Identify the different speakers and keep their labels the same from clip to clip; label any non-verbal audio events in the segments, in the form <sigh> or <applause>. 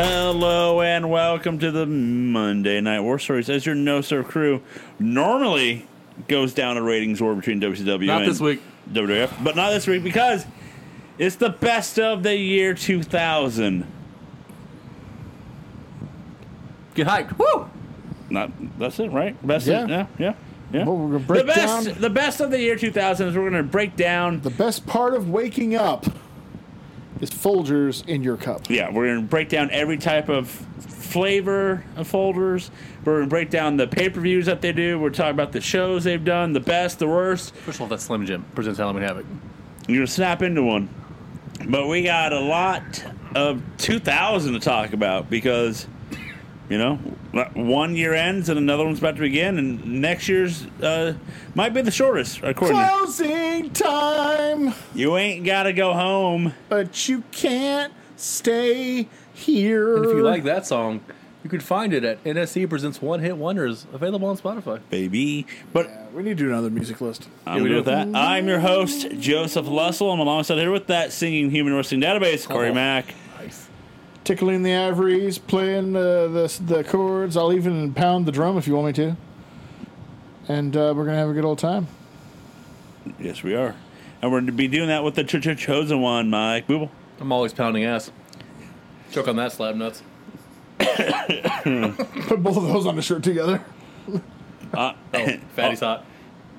Speaker 1: Hello and welcome to the Monday Night War Stories. As your no sir crew normally goes down a ratings war between WCW
Speaker 2: Not
Speaker 1: and
Speaker 2: this week.
Speaker 1: WWF, but not this week because it's the best of the year 2000.
Speaker 2: Get hyped. Woo!
Speaker 1: Not that's it, right? Best
Speaker 3: Yeah.
Speaker 1: of, yeah, yeah, yeah.
Speaker 3: Well, we're gonna break
Speaker 1: the best,
Speaker 3: down-
Speaker 1: the best of the year 2000 is we're going to break down.
Speaker 3: The best part of waking up is Folgers in your cup.
Speaker 1: Yeah, we're going to break down every type of flavor of folders. We're going to break down the pay per views that they do. We're talking about the shows they've done, the best, the worst.
Speaker 2: First of all, that Slim Jim presents Halloween Havoc.
Speaker 1: You're going to snap into one. But we got a lot of 2000 to talk about because, you know, one year ends and another one's about to begin, and next year's uh, might be the shortest, according to
Speaker 3: Closing time,
Speaker 1: You ain't got to go home.
Speaker 3: but you can't stay here.
Speaker 2: And if you like that song, you can find it at NSC Presents One Hit Wonders, available on Spotify.
Speaker 1: baby. But
Speaker 3: Yeah, we need to do another music list.
Speaker 1: I'm
Speaker 2: Yeah,
Speaker 1: good
Speaker 2: we do.
Speaker 1: with that. I'm your host, Joseph Lussell. I'm alongside here with that singing human wrestling database, Corey
Speaker 2: Oh.
Speaker 1: Mack.
Speaker 3: Tickling the ivories, playing uh, the the chords. I'll even pound the drum if you want me to. And uh, we're gonna have a good old time. <laughs>
Speaker 1: Yes, we are. And we're going to be doing that with the Ch- Ch- Chosen One, Mike Booble.
Speaker 2: I'm always pounding ass. Choke on that slab nuts.
Speaker 3: Put both of those on a shirt together.
Speaker 2: <laughs>
Speaker 1: uh,
Speaker 2: Oh,
Speaker 1: <laughs>
Speaker 2: fatty's hot.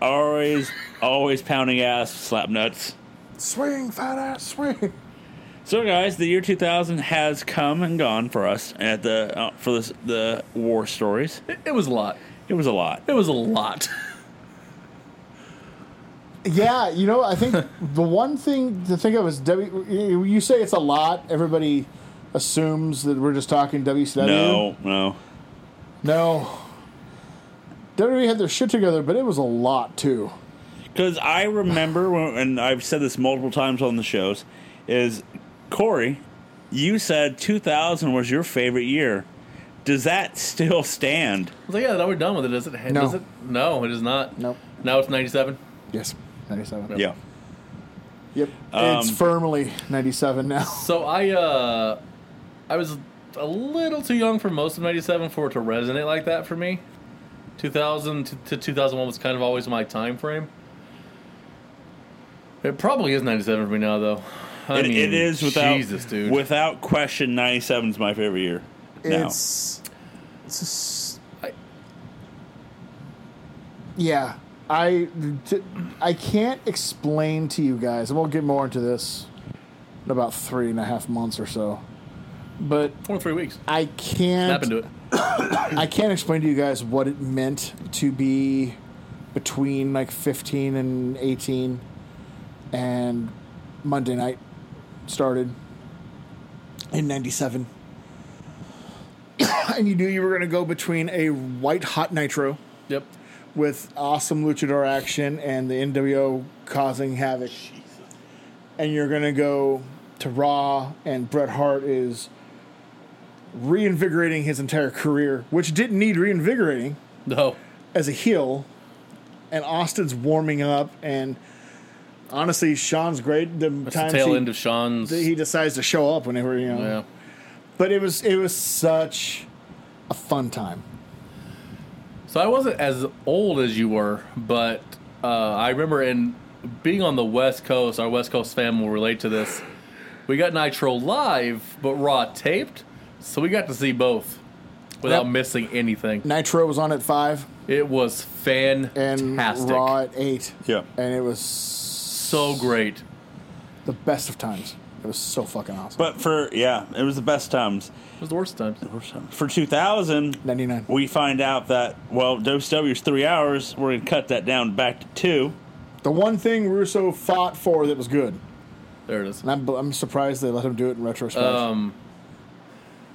Speaker 1: Always, always pounding ass, slap nuts.
Speaker 3: Swing, fat ass, swing.
Speaker 1: So, guys, the year 2000 has come and gone for us at the uh, for this, the war stories.
Speaker 2: It, it was a lot.
Speaker 1: It was a lot.
Speaker 2: It was a lot. <laughs>
Speaker 3: Yeah, you know, I <laughs> think the one thing to think of is W. You you say it's a lot. Everybody assumes that we're just talking WCW.
Speaker 1: No, no.
Speaker 3: no. WWE had their shit together, but it was a lot too.
Speaker 1: Because I remember, when, and I've said this multiple times on the shows, is Corey, you said 2000 was your favorite year. Does that still stand?
Speaker 2: I was like, yeah, now we're done with it. Does it?
Speaker 3: No.
Speaker 2: Does it? No, it is not.
Speaker 3: Nope.
Speaker 2: Now it's 97.
Speaker 3: Yes, ninety-seven.
Speaker 1: Yeah.
Speaker 3: Yep, it's
Speaker 1: Um,
Speaker 3: firmly ninety-seven now.
Speaker 2: So I, uh, I was a little too young for most of '97 for it to resonate like that for me. 2000 to, to 2001 was kind of always my time frame. It probably is '97 for me now, though. I
Speaker 1: It,
Speaker 2: mean,
Speaker 1: it is without
Speaker 2: Jesus, dude.
Speaker 1: without question. 97 is my favorite year. Now.
Speaker 3: It's, it's just- I- yeah. I t- I can't explain to you guys, and we'll get more into this in about three and a half months or so. But
Speaker 2: four or three weeks.
Speaker 3: I can't.
Speaker 2: Snap into it.
Speaker 3: I can't explain to you guys what it meant to be between like 15 and 18 and Monday night started in 97. <coughs> and you knew you were going to go between a white hot nitro
Speaker 2: Yep.
Speaker 3: with awesome luchador action and the NWO causing havoc. And you're going to go to Raw, and Bret Hart is reinvigorating his entire career, which didn't need reinvigorating
Speaker 2: No.
Speaker 3: as a heel. And Austin's warming up, and honestly, Sean's great. The
Speaker 2: That's
Speaker 3: time
Speaker 2: the tail
Speaker 3: he,
Speaker 2: end of Sean's.
Speaker 3: he decides to show up whenever you know.
Speaker 2: yeah.
Speaker 3: But it was it was such a fun time.
Speaker 2: So I wasn't as old as you were, but uh, I remember in being on the West Coast, our West Coast fam will relate to this. We got Nitro live, but Raw taped, so we got to see both without
Speaker 3: Yep.
Speaker 2: missing anything.
Speaker 3: Nitro was on at five,
Speaker 2: It was
Speaker 3: and
Speaker 2: fantastic,
Speaker 3: Raw at eight.
Speaker 1: Yeah.
Speaker 3: and it was
Speaker 2: so great.
Speaker 3: the best of times. It was so fucking awesome.
Speaker 1: But for yeah, it was the best times.
Speaker 2: It was the worst times.
Speaker 1: For 2000,
Speaker 3: 99.
Speaker 1: we find out that well, WCW is three hours. We're gonna cut that down back to two.
Speaker 3: the one thing Russo fought for that was good,
Speaker 2: There it is.
Speaker 3: and I'm, I'm surprised they let him do it in retrospect.
Speaker 2: Um,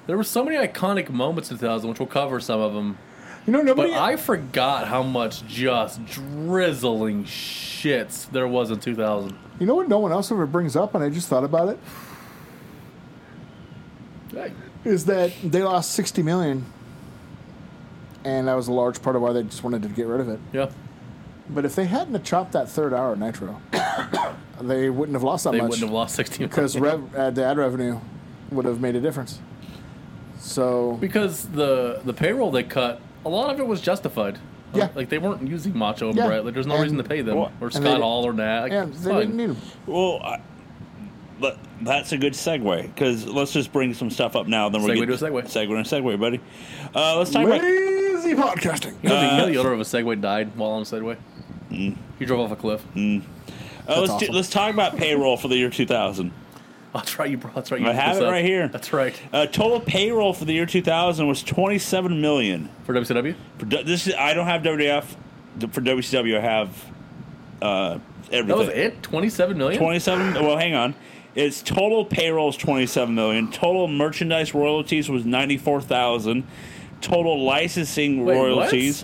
Speaker 2: there were so many iconic moments in 2000, which we'll cover some of them.
Speaker 3: you know,
Speaker 2: But
Speaker 3: nobody.
Speaker 2: I forgot how much just drizzling shits there was in 2000.
Speaker 3: you know what? No one else ever brings up, and I just thought about it. Is that they lost 60 million, and that was a large part of why they just wanted to get rid of it.
Speaker 2: Yeah,
Speaker 3: But if they hadn't have chopped that third hour of Nitro, <coughs> they wouldn't have lost that
Speaker 2: they
Speaker 3: much
Speaker 2: wouldn't have lost 16
Speaker 3: because rev, uh, the ad revenue would have made a difference. So
Speaker 2: because the the payroll they cut, a lot of it was justified.
Speaker 3: Yeah.
Speaker 2: like they weren't using Macho and
Speaker 3: Yeah.
Speaker 2: Brett. Like there's no
Speaker 3: And-
Speaker 2: reason to pay them
Speaker 1: Well,
Speaker 2: or
Speaker 3: they
Speaker 2: Scott
Speaker 3: did-
Speaker 2: Hall or Nat. Like,
Speaker 3: yeah,
Speaker 2: it's
Speaker 3: they
Speaker 2: fine.
Speaker 3: didn't need him.
Speaker 1: Well, I, but that's a good segue because let's just bring some stuff up now. Then we'll
Speaker 2: Segue
Speaker 1: get
Speaker 2: to a segue.
Speaker 1: Segue to a segue, buddy. Uh, let's talk about.
Speaker 3: Lazy podcasting.
Speaker 2: You know,
Speaker 1: Uh,
Speaker 2: the, you know the owner of a Segway died while on a Segway.
Speaker 1: Mm.
Speaker 2: He drove off a cliff.
Speaker 1: Uh, let's do,
Speaker 3: awesome.
Speaker 1: let's talk about payroll for the year 2000.
Speaker 2: <laughs> That's right. You brought. That's right. You
Speaker 1: I
Speaker 2: looked
Speaker 1: have
Speaker 2: this
Speaker 1: it
Speaker 2: up.
Speaker 1: right here.
Speaker 2: That's right.
Speaker 1: Uh, total payroll for the year 2000 was 27 million.
Speaker 2: For WCW.
Speaker 1: For, du- this is, I don't have WDF. For WCW, I have uh, everything.
Speaker 2: That was it. Twenty-seven million.
Speaker 1: 27 well hang on its total payroll is 27 million total merchandise royalties was 94000 total licensing
Speaker 2: Wait, what?
Speaker 1: royalties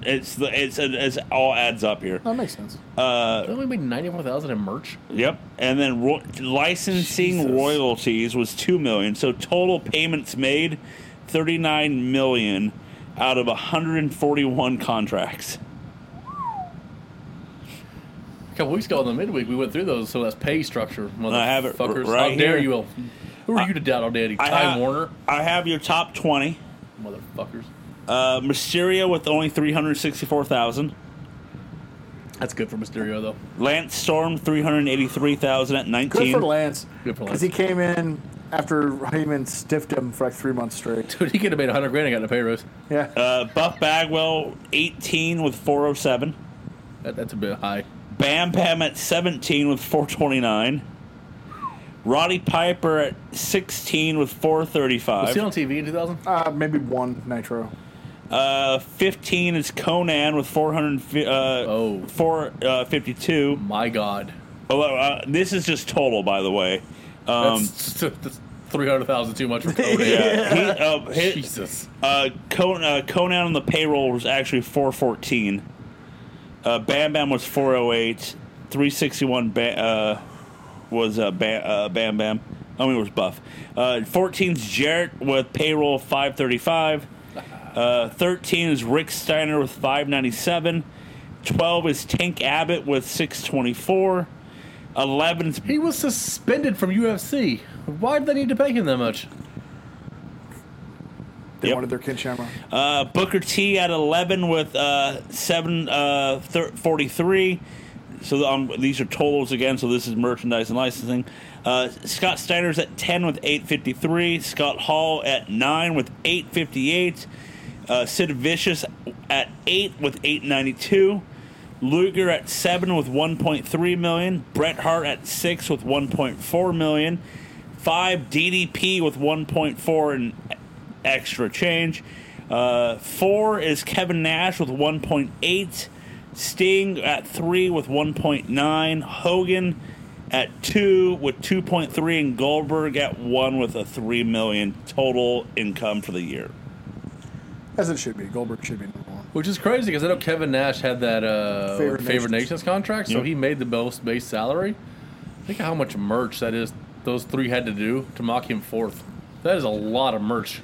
Speaker 1: it's the it's it it's all adds up here
Speaker 3: That makes sense.
Speaker 2: They only made ninety-four thousand in merch.
Speaker 1: yep and then ro- licensing
Speaker 2: Jesus.
Speaker 1: royalties was 2 million so total payments made 39 million out of 141 contracts
Speaker 2: A couple weeks ago in the midweek, we went through those. So that's pay structure, motherfuckers.
Speaker 1: I have it r-
Speaker 2: How
Speaker 1: right
Speaker 2: dare
Speaker 1: here.
Speaker 2: you? Will. Who are you to doubt on Danny?
Speaker 1: I
Speaker 2: Time
Speaker 1: ha-
Speaker 2: Warner,
Speaker 1: i have your top 20
Speaker 2: motherfuckers.
Speaker 1: uh, mysterio with only 364000
Speaker 2: That's good for Mysterio though. <laughs>
Speaker 1: Lance Storm, 383,000 at 19.
Speaker 3: Good for Lance.
Speaker 2: Good for
Speaker 3: Because he came in after Heyman stiffed him for like three months straight.
Speaker 2: Dude, he could have made hundred grand and got a pay raise.
Speaker 3: Yeah.
Speaker 1: Uh, Buff Bagwell, 18 with 407.
Speaker 2: That, that's a bit high.
Speaker 1: Bam Bam at 17 with 429. Roddy Piper at 16 with
Speaker 2: Was he on
Speaker 1: 435.
Speaker 2: TV in two thousand?
Speaker 3: Uh, maybe one Nitro.
Speaker 1: Uh, 15 is Conan with 400, uh,
Speaker 2: Oh.
Speaker 1: 452.
Speaker 2: My God,
Speaker 1: Oh, uh, this is just total, by the way.
Speaker 3: <laughs>
Speaker 1: Um,
Speaker 2: that's, <laughs> that's three hundred thousand too
Speaker 1: <laughs>
Speaker 2: much for Cody.
Speaker 1: yeah. He, uh, his-
Speaker 2: Jesus.
Speaker 1: Uh, Con- uh, Conan on the payroll was actually 414. Uh, Bam Bam was 408. 361 ba- uh, was uh, ba- uh, Bam Bam. I mean, it was Buff. Uh, 14's Jarrett with payroll 535. Uh, 13 is Rick Steiner with 597. 12 is Tank Abbott with 624. 11 is
Speaker 2: He was suspended from UFC. Why did they need to pay him that much?
Speaker 3: They
Speaker 1: Yep.
Speaker 3: wanted their Ken Shamrock.
Speaker 1: Uh, Booker T at 11 with uh, 7 uh, thir- 43. So um, these are totals again, so this is merchandise and licensing. Uh, Scott Steiner's at 10 with 853. Scott Hall at 9 with 858. Uh, Sid Vicious at 8 with 892. Luger at 7 with 1.3 million. Bret Hart at 6 with 1.4 million. 5 DDP with 1.4 and e-, extra change. Uh, 4 is Kevin Nash with 1.8. Sting at 3 with 1.9. Hogan at 2 with 2.3. And Goldberg at 1 with a 3 million total income for the year.
Speaker 3: As it should be. Goldberg should be number one.
Speaker 2: Which is crazy because I know Kevin Nash had that uh,
Speaker 3: Favorite
Speaker 2: favorite, nations.
Speaker 3: Nations.
Speaker 2: contract, so
Speaker 1: Yep.
Speaker 2: he made the most base salary. Think of how much merch that is. Those three had to do to mock him fourth. That is a lot of merch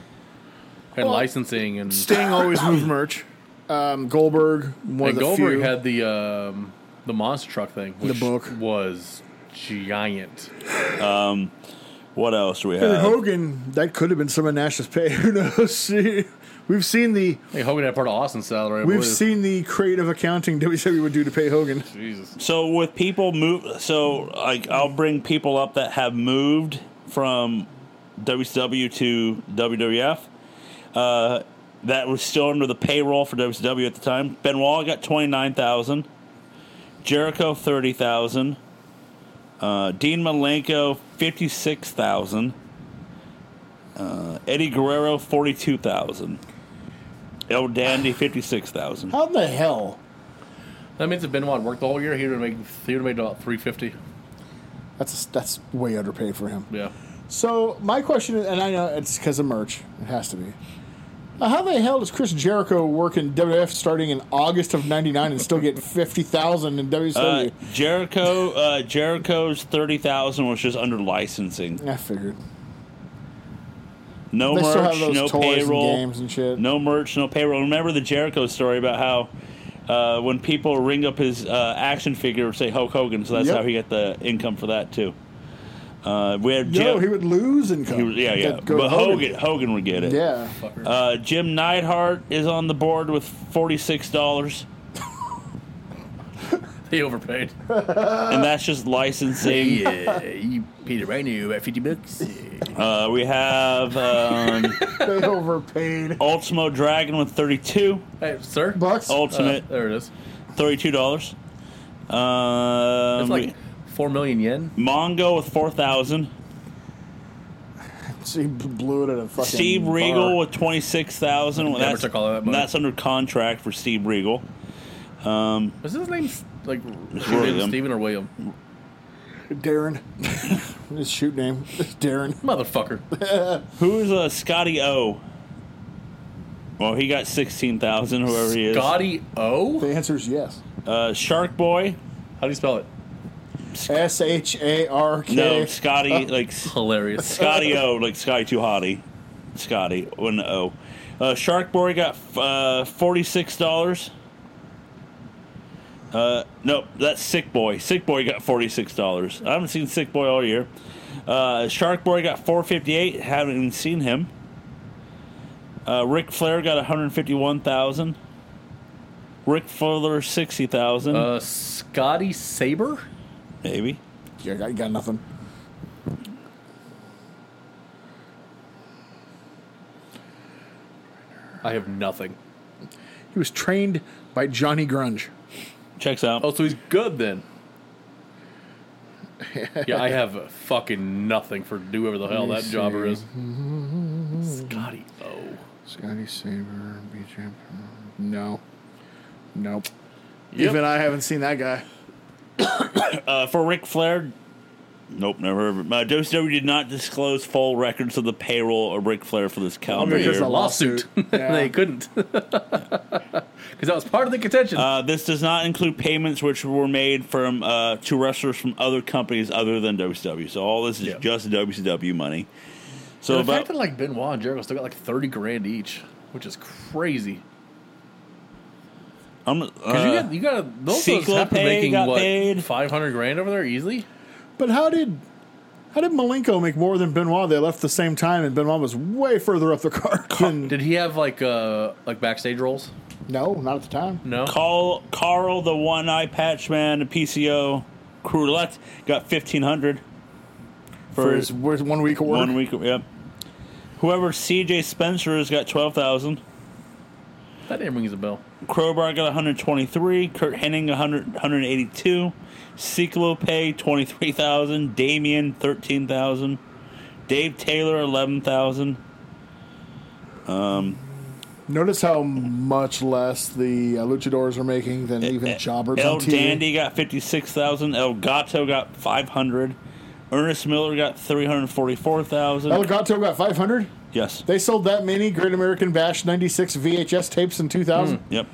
Speaker 2: and
Speaker 3: Well,
Speaker 2: licensing and.
Speaker 3: Sting always moved merch. Um, Goldberg, one of
Speaker 2: and
Speaker 3: the
Speaker 2: Goldberg
Speaker 3: few.
Speaker 2: had the um, the monster truck thing, which
Speaker 3: book.
Speaker 2: was giant.
Speaker 1: What else do we
Speaker 2: uh,
Speaker 3: And
Speaker 1: have?
Speaker 3: Hogan, that could have been some of Nash's pay. <laughs> Who knows? See, We've seen the
Speaker 2: I think Hogan had part of Austin's salary. I
Speaker 3: we've
Speaker 2: believe.
Speaker 3: seen the creative accounting WWE would do to pay Hogan.
Speaker 2: Jesus.
Speaker 1: So with people move, so like I'll bring people up that have moved from WCW to WWF. Uh, that was still under the payroll for WCW at the time. Benoit got twenty nine thousand. Jericho thirty thousand. Uh, Dean Malenko fifty six thousand. Uh, Eddie Guerrero forty two thousand. El Dandy fifty six thousand.
Speaker 3: How the hell?
Speaker 2: That means if Benoit worked the whole year, he would have made he would have made about three fifty.
Speaker 3: That's that's way underpaid for him.
Speaker 2: Yeah. <laughs>
Speaker 3: So my question, is, and I know it's because of merch. It has to be. Uh, How the hell does Chris Jericho work in WWF starting in August of '99 and still get fifty thousand in E?
Speaker 1: Uh,
Speaker 3: WCW?
Speaker 1: Jericho, uh, Jericho's thirty thousand was just under licensing.
Speaker 3: I figured
Speaker 1: No
Speaker 3: they still have
Speaker 1: merch,
Speaker 3: those
Speaker 1: no
Speaker 3: toys and
Speaker 1: payroll,
Speaker 3: games and shit.
Speaker 1: no merch, no payroll. Remember the Jericho story about how uh, when people ring up his uh, action figure, say Hulk Hogan, so that's
Speaker 3: Yep.
Speaker 1: how he got the income for that too. Uh, we had
Speaker 3: No,
Speaker 1: Jim.
Speaker 3: he would lose income.
Speaker 1: he was- yeah,
Speaker 3: He'd
Speaker 1: yeah.
Speaker 3: go to
Speaker 1: But Hogan, Hogan would get it.
Speaker 3: Yeah.
Speaker 2: Fucker.
Speaker 1: Uh, Jim Neidhart is on the board with forty-six dollars,
Speaker 2: he overpaid.
Speaker 1: and that's just licensing.
Speaker 2: yeah, uh, you paid it right now at 50 bucks.
Speaker 1: Uh, we have um,
Speaker 3: <laughs> They overpaid.
Speaker 1: Ultimo Dragon with thirty-two.
Speaker 2: hey, sir.
Speaker 3: Bucks.
Speaker 1: Ultimate
Speaker 2: Uh, there it is.
Speaker 1: thirty-two dollars. Um,
Speaker 2: It's like 4 million yen.
Speaker 1: Mongo with four thousand.
Speaker 3: She blew it at a fucking.
Speaker 1: Steve
Speaker 3: bar.
Speaker 1: Regal with twenty six thousand.
Speaker 2: Never
Speaker 1: That's
Speaker 2: took all of that money.
Speaker 1: that's under contract for Steve Regal.
Speaker 2: Is his name like
Speaker 1: William.
Speaker 2: Steven, Steven or William?
Speaker 3: Darren. <laughs> His shoot name, <laughs> Darren.
Speaker 2: Motherfucker.
Speaker 1: Who's uh, Scotty O? Well, he got sixteen thousand. Whoever he is.
Speaker 2: Scotty O?
Speaker 3: The answer is yes.
Speaker 1: Uh, Shark Boy.
Speaker 2: How do you spell it?
Speaker 3: S H A R K.
Speaker 1: No, Scotty
Speaker 2: Oh.
Speaker 1: like
Speaker 2: Hilarious.
Speaker 1: Scotty O, like Scotty Too Hottie. Scotty with an O. Uh, Shark Boy got uh, forty six dollars. Uh, no, that's Sick Boy. Sick Boy got forty six dollars. I haven't seen Sick Boy all year. Uh, Shark Boy got four fifty eight. Haven't even seen him. Uh, Rick Flair got one hundred fifty one thousand. Rick Fuller sixty thousand,
Speaker 2: Uh, Scotty Saber?
Speaker 1: maybe.
Speaker 3: You got, you got nothing.
Speaker 2: I have nothing.
Speaker 3: He was trained by Johnny Grunge.
Speaker 1: Checks out.
Speaker 2: Oh, so he's good <laughs> then. yeah, I have fucking nothing for whoever the hell
Speaker 3: Let me
Speaker 2: that jobber
Speaker 3: see.
Speaker 2: is. Scotty oh. O.
Speaker 3: Scotty Saber, B champ. No. Nope.
Speaker 2: Yep.
Speaker 3: Even I haven't seen that guy.
Speaker 1: Uh, for Ric Flair, nope, never heard of it. Uh, WWE did not disclose full records of the payroll of Ric Flair for this calendar
Speaker 3: because
Speaker 1: year.
Speaker 3: a
Speaker 2: lawsuit. <laughs>
Speaker 3: lawsuit. Yeah.
Speaker 2: they couldn't. Because that was part of the contention.
Speaker 1: Uh, this does not include payments which were made from uh, to wrestlers from other companies other than WCW. So all this is
Speaker 2: Yeah.
Speaker 1: just WCW money. So
Speaker 2: the
Speaker 1: about
Speaker 2: fact that like Benoit and Jericho still got like thirty grand each, which is crazy.
Speaker 1: I'm, uh,
Speaker 2: 'Cause you got you got those folks
Speaker 1: Ciclo
Speaker 2: have to
Speaker 1: paid,
Speaker 2: making
Speaker 1: got
Speaker 2: what
Speaker 1: paid.
Speaker 2: five hundred grand over there easily.
Speaker 3: But how did how did Malenko make more than Benoit? They left the same time, and Benoit was way further up
Speaker 1: <laughs>
Speaker 3: the card. than-
Speaker 2: Did he have like uh like backstage roles?
Speaker 3: no, not at the time.
Speaker 2: No.
Speaker 1: Carl, Carl the One Eye Patch Man, the PCO Crewlette got fifteen hundred
Speaker 3: For, his, for his one week of work.
Speaker 1: One week, yep. Whoever CJ Spencer has got twelve thousand.
Speaker 2: That name rings a bell.
Speaker 1: Crowbar got 123, Kurt Hennig 100, 182, Ciclope 23,000, Damien 13,000, Dave Taylor 11,000.
Speaker 3: Notice how much less the uh, luchadors are making than even jobbers
Speaker 1: Eh, El
Speaker 3: on TV.
Speaker 1: Dandy got 56,000, El Gato got 500, Ernest Miller got
Speaker 3: El
Speaker 1: 344,000.
Speaker 3: Gato got 500.
Speaker 1: Yes.
Speaker 3: They sold that many Great American Bash 96 VHS tapes in 2000.
Speaker 1: Yep.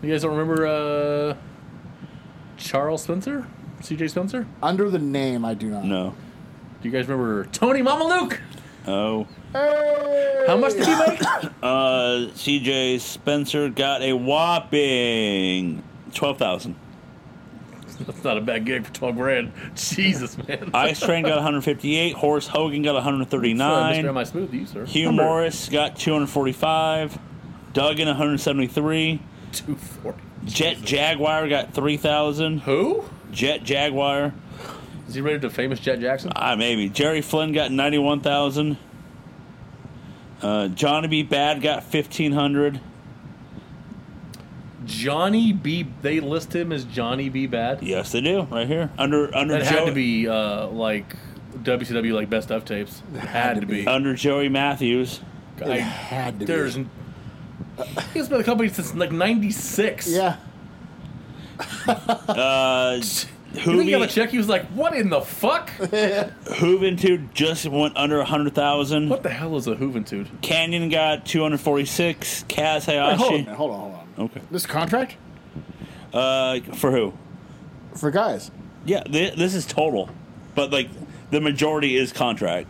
Speaker 2: You guys don't remember uh Charles Spencer? CJ Spencer?
Speaker 3: Under the name, I do not.
Speaker 1: No.
Speaker 2: Do you guys remember Tony Mamaluke?
Speaker 1: Oh.
Speaker 3: Hey!
Speaker 2: How much did he make?
Speaker 1: Uh, CJ Spencer got a whopping 12,000.
Speaker 2: That's not a bad gig for twelve grand. Jesus man.
Speaker 1: Ice Train got 158, Horace Hogan got
Speaker 2: Sorry,
Speaker 1: 139.
Speaker 2: Mr. Am I smooth to you, sir?
Speaker 1: Hugh
Speaker 2: Remember-
Speaker 1: Morris got 245. Duggan 173.
Speaker 2: 240.
Speaker 1: Jet Jaguar got 3,000.
Speaker 2: Who?
Speaker 1: Jet Jaguar,
Speaker 2: Is he related to famous Jet Jackson?
Speaker 1: ah, maybe. Jerry Flynn got 91,000. Uh, Johnny B. Bad got 1,500.
Speaker 2: Johnny B. They list him as Johnny B. Bad.
Speaker 1: Yes, they do, right here. Under under
Speaker 2: That had
Speaker 1: Joey,
Speaker 2: to be uh, like WCW like best of tapes. Had to be.
Speaker 1: under Joey Matthews.
Speaker 3: It had to be.
Speaker 2: there's. He's been a company since like '96.
Speaker 3: Yeah.
Speaker 1: Uh,
Speaker 2: <laughs> You think he got a
Speaker 1: Hooven
Speaker 2: check? He was like, "What in the fuck? <laughs>
Speaker 1: Hooventude just went under 100,000.
Speaker 2: what the hell is a Juventude?"
Speaker 1: Canyon got 246. Kaz
Speaker 3: Wait, hold on,
Speaker 1: Hayashi.
Speaker 3: man. hold on, hold on.
Speaker 1: Okay.
Speaker 3: This contract?
Speaker 1: Uh, for who?
Speaker 3: For guys.
Speaker 1: Yeah, th- this is total, but like the majority is contract.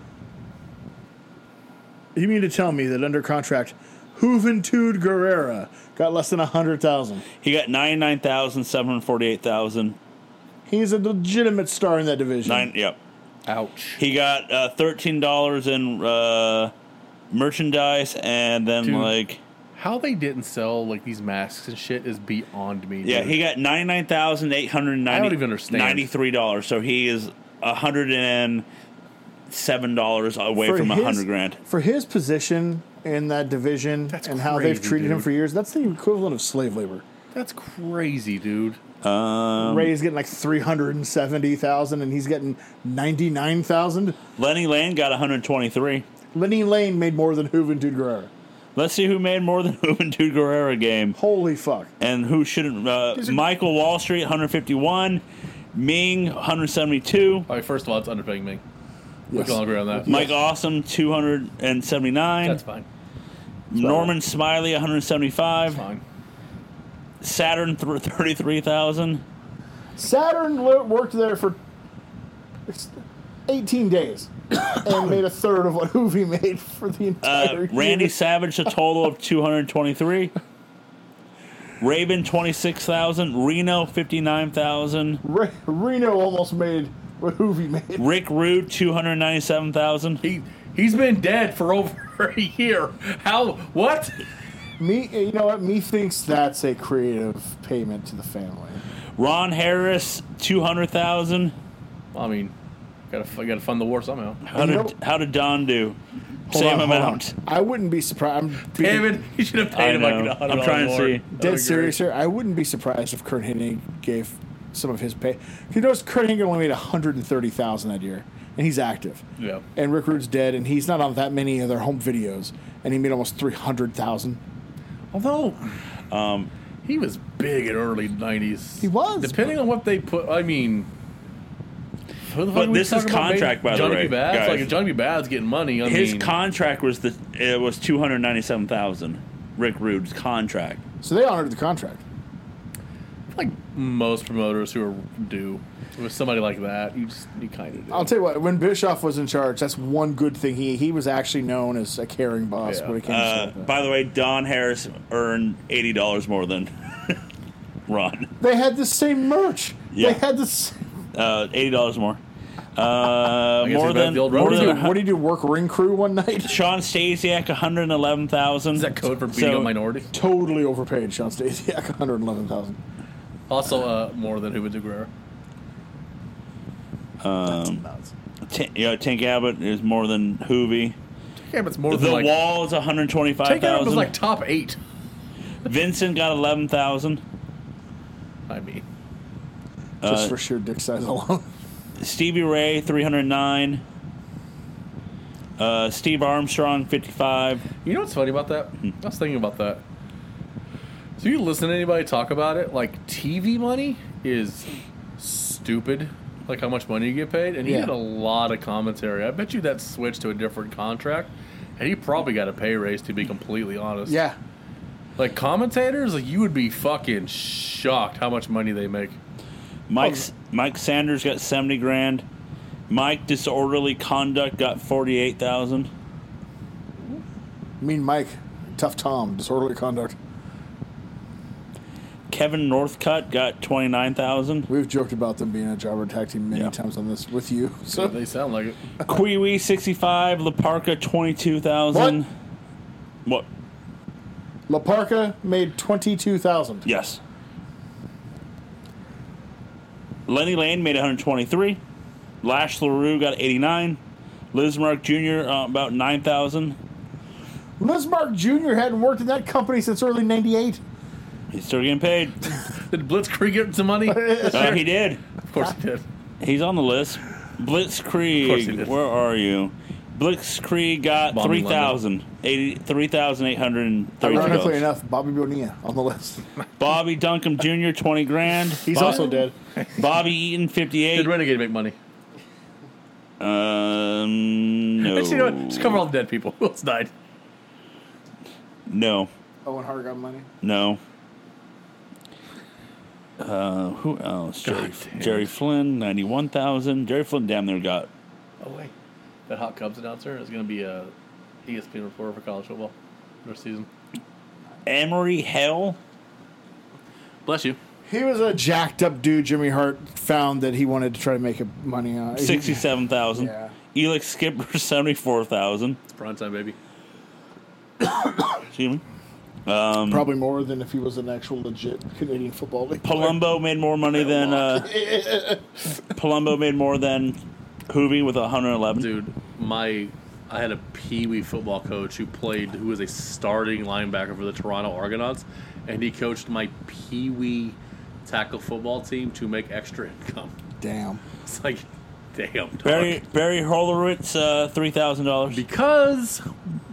Speaker 3: You mean to tell me that under contract, Juventud Guerrera got less than 100,000?
Speaker 1: He got ninety nine thousand seven hundred forty eight thousand
Speaker 2: Hmm.
Speaker 3: He's a legitimate star in that division.
Speaker 1: nine. Yep.
Speaker 2: Ouch.
Speaker 1: He got uh, thirteen dollars in uh, merchandise, and then
Speaker 2: Dude.
Speaker 1: like
Speaker 2: How they didn't sell like these masks and shit is beyond me.
Speaker 1: yeah,
Speaker 2: dude.
Speaker 1: he got ninety nine thousand eight hundred
Speaker 2: I don't even understand.
Speaker 1: ninety three dollars. So he is hundred and seven dollars away from a
Speaker 3: his-
Speaker 1: hundred grand.
Speaker 3: For his position in that division
Speaker 2: That's
Speaker 3: and how they've
Speaker 2: crazy,
Speaker 3: treated him
Speaker 2: dude.
Speaker 3: for years, that's the equivalent of slave labor.
Speaker 2: That's crazy, dude.
Speaker 3: Ray's getting like 370,000 and he's getting 99,000.
Speaker 1: Lenny Lane got one hundred twenty three.
Speaker 3: Lenny Lane made more than Juventud Guerrero.
Speaker 1: Let's see who made more than <laughs> Juventud Guerrera game.
Speaker 3: Holy fuck.
Speaker 1: and who shouldn't? Uh,
Speaker 3: These are-
Speaker 1: Michael Wall Street, 151. Ming, 172.
Speaker 2: All right, first of all, it's underpaying me. We
Speaker 3: Yes.
Speaker 2: can all agree on that.
Speaker 1: Mike Awesome, 279.
Speaker 2: That's fine.
Speaker 1: Norman Smiley,
Speaker 2: It's
Speaker 1: 175.
Speaker 2: fine.
Speaker 1: Saturn, th- 33,000.
Speaker 3: Saturn li- worked there for
Speaker 1: <coughs>
Speaker 3: 18 days and made a third of what Hoovy made for the <laughs> entire
Speaker 1: Uh,
Speaker 3: year.
Speaker 1: Randy Savage, a total of 223. Raven, 26,000. Reno, 59,000.
Speaker 3: Re- Reno almost made what Hoovy made.
Speaker 1: Rick Rude, 297,000.
Speaker 2: He he's been dead for <laughs> over a year. How? What?
Speaker 3: Me, you know what? Me thinks that's a creative payment to the family.
Speaker 1: Ron Harris, 200,000.
Speaker 2: I mean, gotta fu- gotta fund the war somehow.
Speaker 1: How
Speaker 3: You
Speaker 1: did,
Speaker 3: know-
Speaker 1: how did Don do?
Speaker 3: Hold
Speaker 1: Same
Speaker 3: on, hold on.
Speaker 1: amount.
Speaker 3: I wouldn't be surprised. I'm being
Speaker 2: David, you should have
Speaker 1: I
Speaker 2: paid him like
Speaker 1: know.
Speaker 2: a hundred
Speaker 1: I'm trying to
Speaker 2: dollars more.
Speaker 1: see.
Speaker 2: That'd be
Speaker 3: dead
Speaker 2: great.
Speaker 3: serious here. I wouldn't be surprised if Kurt Hennig gave some of his pay. You notice Kurt Hennig only made 130,000 that year, and he's active.
Speaker 2: Yeah.
Speaker 3: And Rick Rude's dead, and he's not on that many of their home videos, and he made almost 300,000.
Speaker 2: Although,
Speaker 1: Um,
Speaker 2: he was big in early '90s.
Speaker 3: He was,
Speaker 2: Depending on what they put, I mean. who the fuck
Speaker 1: But
Speaker 2: are we
Speaker 1: this is
Speaker 2: talking about?
Speaker 1: contract, by the
Speaker 2: Johnny
Speaker 1: way,
Speaker 2: B. Bad's?
Speaker 1: guys.
Speaker 2: Like if Johnny B. Bad's getting money, I
Speaker 1: His
Speaker 2: mean,
Speaker 1: contract was the it was two hundred ninety seven thousand. Rick Rude's contract.
Speaker 3: So they honored the contract.
Speaker 2: like most promoters who are due with somebody like that, you just you kind of do.
Speaker 3: I'll tell you what, when Bischoff was in charge, that's one good thing. He he was actually known as a caring boss
Speaker 2: Yeah.
Speaker 3: when it came to
Speaker 1: Uh,
Speaker 3: stuff like that.
Speaker 1: by the way, Don Harris earned eighty dollars more than <laughs> Ron.
Speaker 3: They had the same merch.
Speaker 1: Yeah.
Speaker 3: They had the same.
Speaker 1: Uh, eighty dollars more. Uh,
Speaker 2: guess
Speaker 1: more
Speaker 2: it's about
Speaker 1: than
Speaker 2: the old
Speaker 1: more
Speaker 2: Roman
Speaker 3: What do,
Speaker 1: than
Speaker 3: you,
Speaker 2: Road.
Speaker 1: a
Speaker 3: what
Speaker 1: hun-
Speaker 3: do you do? Work ring crew one night? <laughs>
Speaker 1: Sean Stasiak one hundred eleven thousand.
Speaker 2: Is that code for beating a minority?
Speaker 3: totally overpaid. Sean <laughs> Stasiak, one hundred eleven thousand.
Speaker 2: Also, uh, more than Huba de Guerrero.
Speaker 1: Um, T- yeah, Tank Abbott is more than Hoovy.
Speaker 2: Yeah, but it's more
Speaker 1: The
Speaker 2: than like.
Speaker 1: Wall is one hundred twenty five
Speaker 2: Take out was
Speaker 1: thousand.
Speaker 2: like top eight.
Speaker 1: Vincent got eleven thousand.
Speaker 2: I mean,
Speaker 3: just
Speaker 1: uh,
Speaker 3: for sheer dick size alone. <laughs>
Speaker 1: Stevie Ray, 309. Uh, Steve Armstrong, 55.
Speaker 2: you know what's funny about that?
Speaker 1: Hmm.
Speaker 2: I was thinking about that. So you listen to anybody talk about it? Like TV money is stupid. Like how much money you get paid, and he
Speaker 3: Yeah.
Speaker 2: did a lot of commentary. I bet you that switched to a different contract, and he probably got a pay raise. To be completely honest,
Speaker 3: Yeah,
Speaker 2: Like commentators, like you would be fucking shocked how much money they make.
Speaker 1: Mike, Mike Sanders got 70 grand. Mike Disorderly Conduct got 48,000.
Speaker 3: mean Mike, tough Tom, disorderly conduct.
Speaker 1: Kevin Northcutt got 29,000.
Speaker 3: We've joked about them being a jobber tag team many
Speaker 1: Yeah.
Speaker 3: times on this with you. <laughs> So
Speaker 2: They sound like it.
Speaker 1: Kiwi, 65. Laparca, 22,000. What?
Speaker 3: Laparca made twenty two thousand.
Speaker 1: Yes. Lenny Lane made 123. Lash LaRue got 89. Liz Mark Jr., uh, about 9,000.
Speaker 3: Lismark Jr. hadn't worked in that company since early ninety eight.
Speaker 1: He's still getting
Speaker 2: <laughs>
Speaker 1: paid.
Speaker 2: Did Blitzkrieg get some money? of
Speaker 1: <laughs> Uh, he did.
Speaker 2: course he did.
Speaker 1: He's on the list.
Speaker 2: Of course he
Speaker 1: Blitzkrieg,
Speaker 2: did.
Speaker 1: where are you? Blitzkrieg got
Speaker 2: Bombing
Speaker 1: 3,000. 80 3,832
Speaker 3: Ironically
Speaker 1: dollars.
Speaker 3: enough, Bobby Bonilla on the list.
Speaker 1: Bobby Duncan Jr., 20 grand.
Speaker 3: <laughs> He's
Speaker 1: Bo-
Speaker 3: also dead.
Speaker 1: Bobby Eaton,
Speaker 2: Did
Speaker 1: 58.
Speaker 2: Renegade make money?
Speaker 1: Um, no.
Speaker 2: Actually, you know what? Just cover all the dead people. <laughs> Who else died?
Speaker 1: No.
Speaker 3: Owen Oh, Hart got money.
Speaker 1: No. Uh, who else? Jerry,
Speaker 2: God damn.
Speaker 1: Jerry Flynn, 91,000. Jerry Flynn damn near got.
Speaker 2: Oh wait, that hot Cubs announcer is going to be uh, E a ESPN reporter for college football next season.
Speaker 1: Emery Hell,
Speaker 2: Bless you.
Speaker 3: He was a jacked up dude. Jimmy Hart found that he wanted to try to make money on it.
Speaker 1: Sixty-seven thousand.
Speaker 3: Yeah.
Speaker 1: Elix Skipper <laughs> seventy-four thousand.
Speaker 2: It's prime time, baby.
Speaker 1: Excuse me.
Speaker 3: Probably more than if he was an actual legit Canadian football league.
Speaker 1: Palumbo made more money than uh, Palumbo made more than Hoovy with hundred eleven.
Speaker 2: Dude, my I had a Pee Wee football coach who played who was a starting linebacker for the Toronto Argonauts, and he coached my Pee Wee tackle football team to make extra income. <laughs>
Speaker 3: Damn.
Speaker 2: It's like, damn, dog.
Speaker 1: Barry Barry Horowitz, uh, three thousand dollars.
Speaker 2: because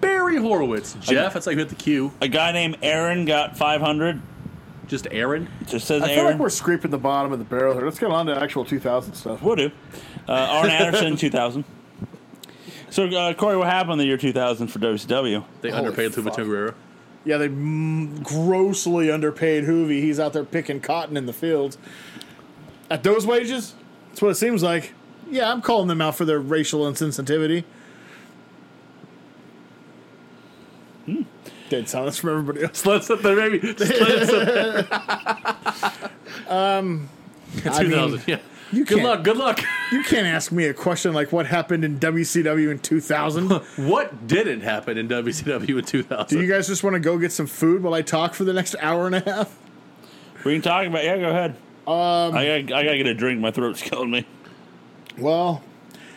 Speaker 2: Barry Horowitz, Jeff. That's how you hit the cue.
Speaker 1: A guy named Aaron got five hundred.
Speaker 2: Just Aaron.
Speaker 1: Just says
Speaker 3: I feel
Speaker 1: Aaron.
Speaker 3: like we're scraping the bottom of the barrel here. Let's get on to actual 2000 stuff.
Speaker 1: We'll do. Uh, Arn
Speaker 3: <laughs>
Speaker 1: Anderson, 2000. So, uh, Corey, what happened in the year 2000 for WCW?
Speaker 2: They
Speaker 3: Holy
Speaker 2: underpaid
Speaker 3: fuck.
Speaker 2: Lubato Guerrero.
Speaker 3: Yeah, they mm, grossly underpaid Hoovy. He's out there picking cotton in the fields. At those wages, that's what it seems like. Yeah, I'm calling them out for their racial insensitivity. Hmm. Dead silence from everybody else.
Speaker 2: Let's up there, baby. Just let's up there.
Speaker 3: Um,
Speaker 2: <laughs>
Speaker 3: I
Speaker 2: Two
Speaker 3: mean,
Speaker 2: thousand. Yeah.
Speaker 3: you
Speaker 2: good
Speaker 3: can't-
Speaker 2: luck. Good luck.
Speaker 3: you can't ask me a question like what happened in WCW in 2000.
Speaker 2: <laughs> What didn't happen in WCW in two
Speaker 3: Do
Speaker 2: thousand?
Speaker 3: you guys just want to go get some food while I talk for the next hour and a half?
Speaker 1: We can talk about Yeah, go ahead. Um, I, gotta, I gotta get a drink. My throat's killing me.
Speaker 3: Well,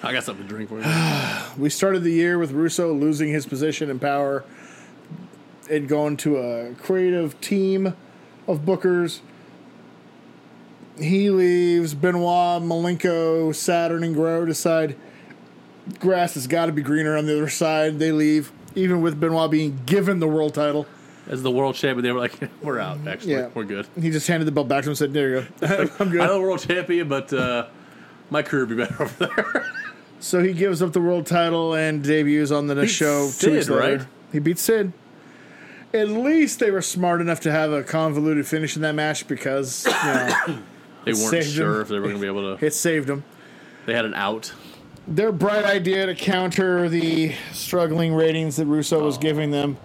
Speaker 2: I got something to drink for you.
Speaker 3: We started the year with Russo losing his position in power and going to a creative team of bookers. He leaves. Benoit, Malenko, Saturn, and Guerrero decide grass has got to be greener on the other side. They leave, even with Benoit being given the world title.
Speaker 2: As the world champion, they were like, <laughs> "We're out. Actually,
Speaker 3: Yeah.
Speaker 2: we're good.
Speaker 3: He just handed the belt back to him and said, There you go. I'm
Speaker 2: I
Speaker 3: good.
Speaker 2: know world champion, but uh, my career would be better <laughs> over there."
Speaker 3: So he gives up the world title and debuts on the show. two
Speaker 2: Sid,
Speaker 3: weeks later.
Speaker 2: right?
Speaker 3: He beats Sid. At least they were smart enough to have a convoluted finish in that match because you
Speaker 2: <coughs>
Speaker 3: know,
Speaker 2: They weren't
Speaker 3: Saved
Speaker 2: sure
Speaker 3: him.
Speaker 2: if they were going to be able to.
Speaker 3: it saved them.
Speaker 2: They had an out.
Speaker 3: Their bright idea to counter the struggling ratings that Russo
Speaker 2: Oh.
Speaker 3: was giving them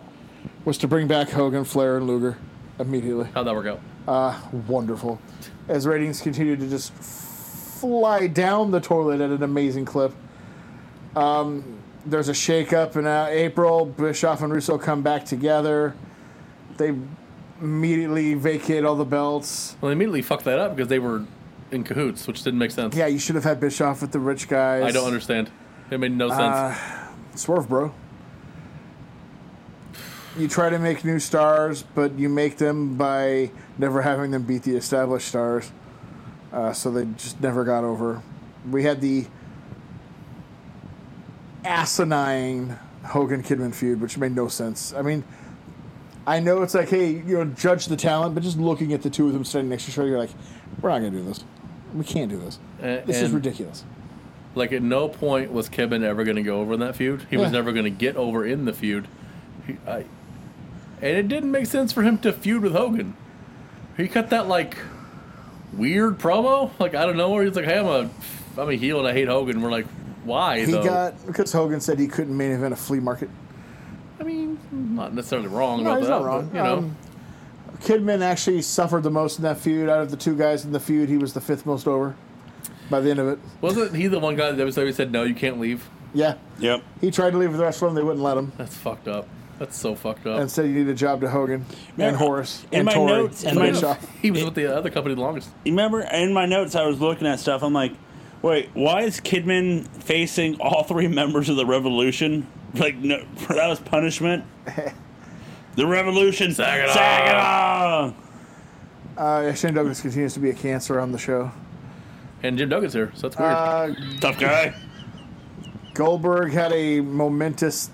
Speaker 3: was to bring back Hogan, Flair, and Luger immediately.
Speaker 2: How'd that work out?
Speaker 3: Wonderful. As ratings continued to just fly down the toilet at an amazing clip. Um, there's a shakeup in uh, April. Bischoff and Russo come back together. They immediately vacate all the belts.
Speaker 2: Well, they immediately fucked that up because they were in cahoots, which didn't make sense.
Speaker 3: Yeah, you should have had Bischoff with the rich guys.
Speaker 2: I don't understand. It made
Speaker 3: Uh,
Speaker 2: no sense.
Speaker 3: Swerve, bro. You try to make new stars, but you make them by never having them beat the established stars. Uh, so they just never got over. We had the asinine Hogan Kidman feud, which made no sense. I mean, I know it's like, hey, you know, judge the talent, but just looking at the two of them standing next to each other, you're like, we're not going to do this. We can't do this.
Speaker 2: A-
Speaker 3: this is
Speaker 2: and-
Speaker 3: ridiculous.
Speaker 2: Like at no point was Kevin ever going to go over in that feud. He was
Speaker 3: Yeah.
Speaker 2: never going to get over in the feud. He, I, and it didn't make sense for him to feud with Hogan. He cut that like weird promo, like I don't know, where he's like, "Hey, I'm a, I'm a heel and I hate Hogan." We're like, "Why?"
Speaker 3: He
Speaker 2: though?
Speaker 3: got, because Hogan said he couldn't main event a flea market.
Speaker 2: I mean, not necessarily wrong.
Speaker 3: No,
Speaker 2: about
Speaker 3: he's
Speaker 2: that,
Speaker 3: not wrong.
Speaker 2: But, you know,
Speaker 3: Um, Kidman actually suffered the most in that feud. Out of the two guys in the feud, he was the fifth most over by the end of it.
Speaker 2: wasn't he the one guy that WWE said, "No, you can't leave"?
Speaker 3: Yeah.
Speaker 1: Yep.
Speaker 3: He tried to leave the rest of them. They wouldn't let him
Speaker 2: That's fucked up. That's so fucked up.
Speaker 3: and said you need a job to Hogan and Horace
Speaker 1: in
Speaker 3: and
Speaker 1: my
Speaker 3: Tori.
Speaker 1: notes- in
Speaker 3: and
Speaker 1: my-
Speaker 3: Bischoff.
Speaker 2: he was with the other company the longest.
Speaker 1: You remember in my notes, I was looking at stuff. I'm like, wait, why is Kidman facing all three members of the Revolution? <laughs> Like, no, that was
Speaker 3: <laughs>
Speaker 1: punishment. the Revolution.
Speaker 2: Saginaw.
Speaker 1: Saginaw.
Speaker 3: Uh, Shane Douglas continues to be a cancer on the show.
Speaker 2: And Jim Duggan's here, so that's weird.
Speaker 3: Uh,
Speaker 1: Tough guy.
Speaker 3: Goldberg had a momentous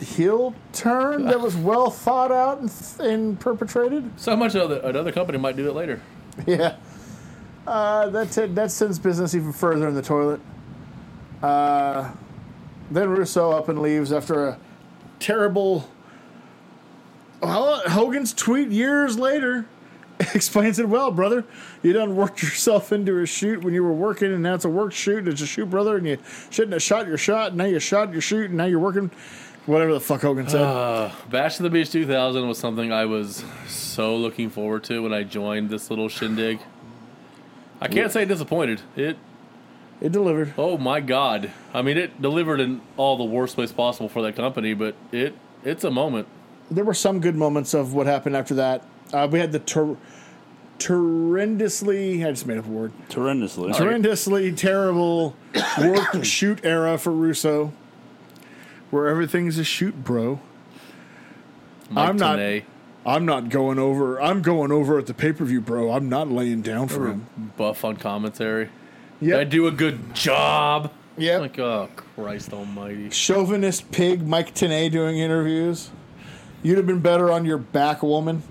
Speaker 3: heel turn that was well thought out and, and perpetrated.
Speaker 2: so much other, another company might do it later.
Speaker 3: <laughs> Yeah. Uh, that's it. That sends business even further in the toilet. Uh, then Russo up and leaves after a terrible. Well, Hogan's tweet years later <laughs> explains it well, brother. You done worked yourself into a shoot when you were working, and now it's a work shoot, and it's a shoot, brother, and you shouldn't have shot your shot, and now you shot your shoot, and now you're working. Whatever the fuck Hogan said.
Speaker 2: Bash to the Beach 2000 was something I was so looking forward to when I joined this little shindig. I can't say disappointed. It
Speaker 3: it delivered.
Speaker 2: oh my god. I mean it delivered in all the worst ways possible for that company, but it it's a moment.
Speaker 3: there were some good moments of what happened after that. Uh, we had the ter- horrendously, I just made up a word,
Speaker 1: Horrendously.
Speaker 3: horrendously <coughs> terrible work shoot era for Russo, where everything's a shoot, bro.
Speaker 2: Mike
Speaker 3: I'm not-
Speaker 2: Tenay,
Speaker 3: I'm not going over. I'm going over at the pay per view, bro. I'm not laying down for him.
Speaker 2: buff on commentary. Did I
Speaker 3: Yep.
Speaker 2: do a good job.
Speaker 3: Yep.
Speaker 2: Like oh Christ almighty.
Speaker 3: Chauvinist pig Mike Tenay doing interviews. You'd have been better on your back, woman.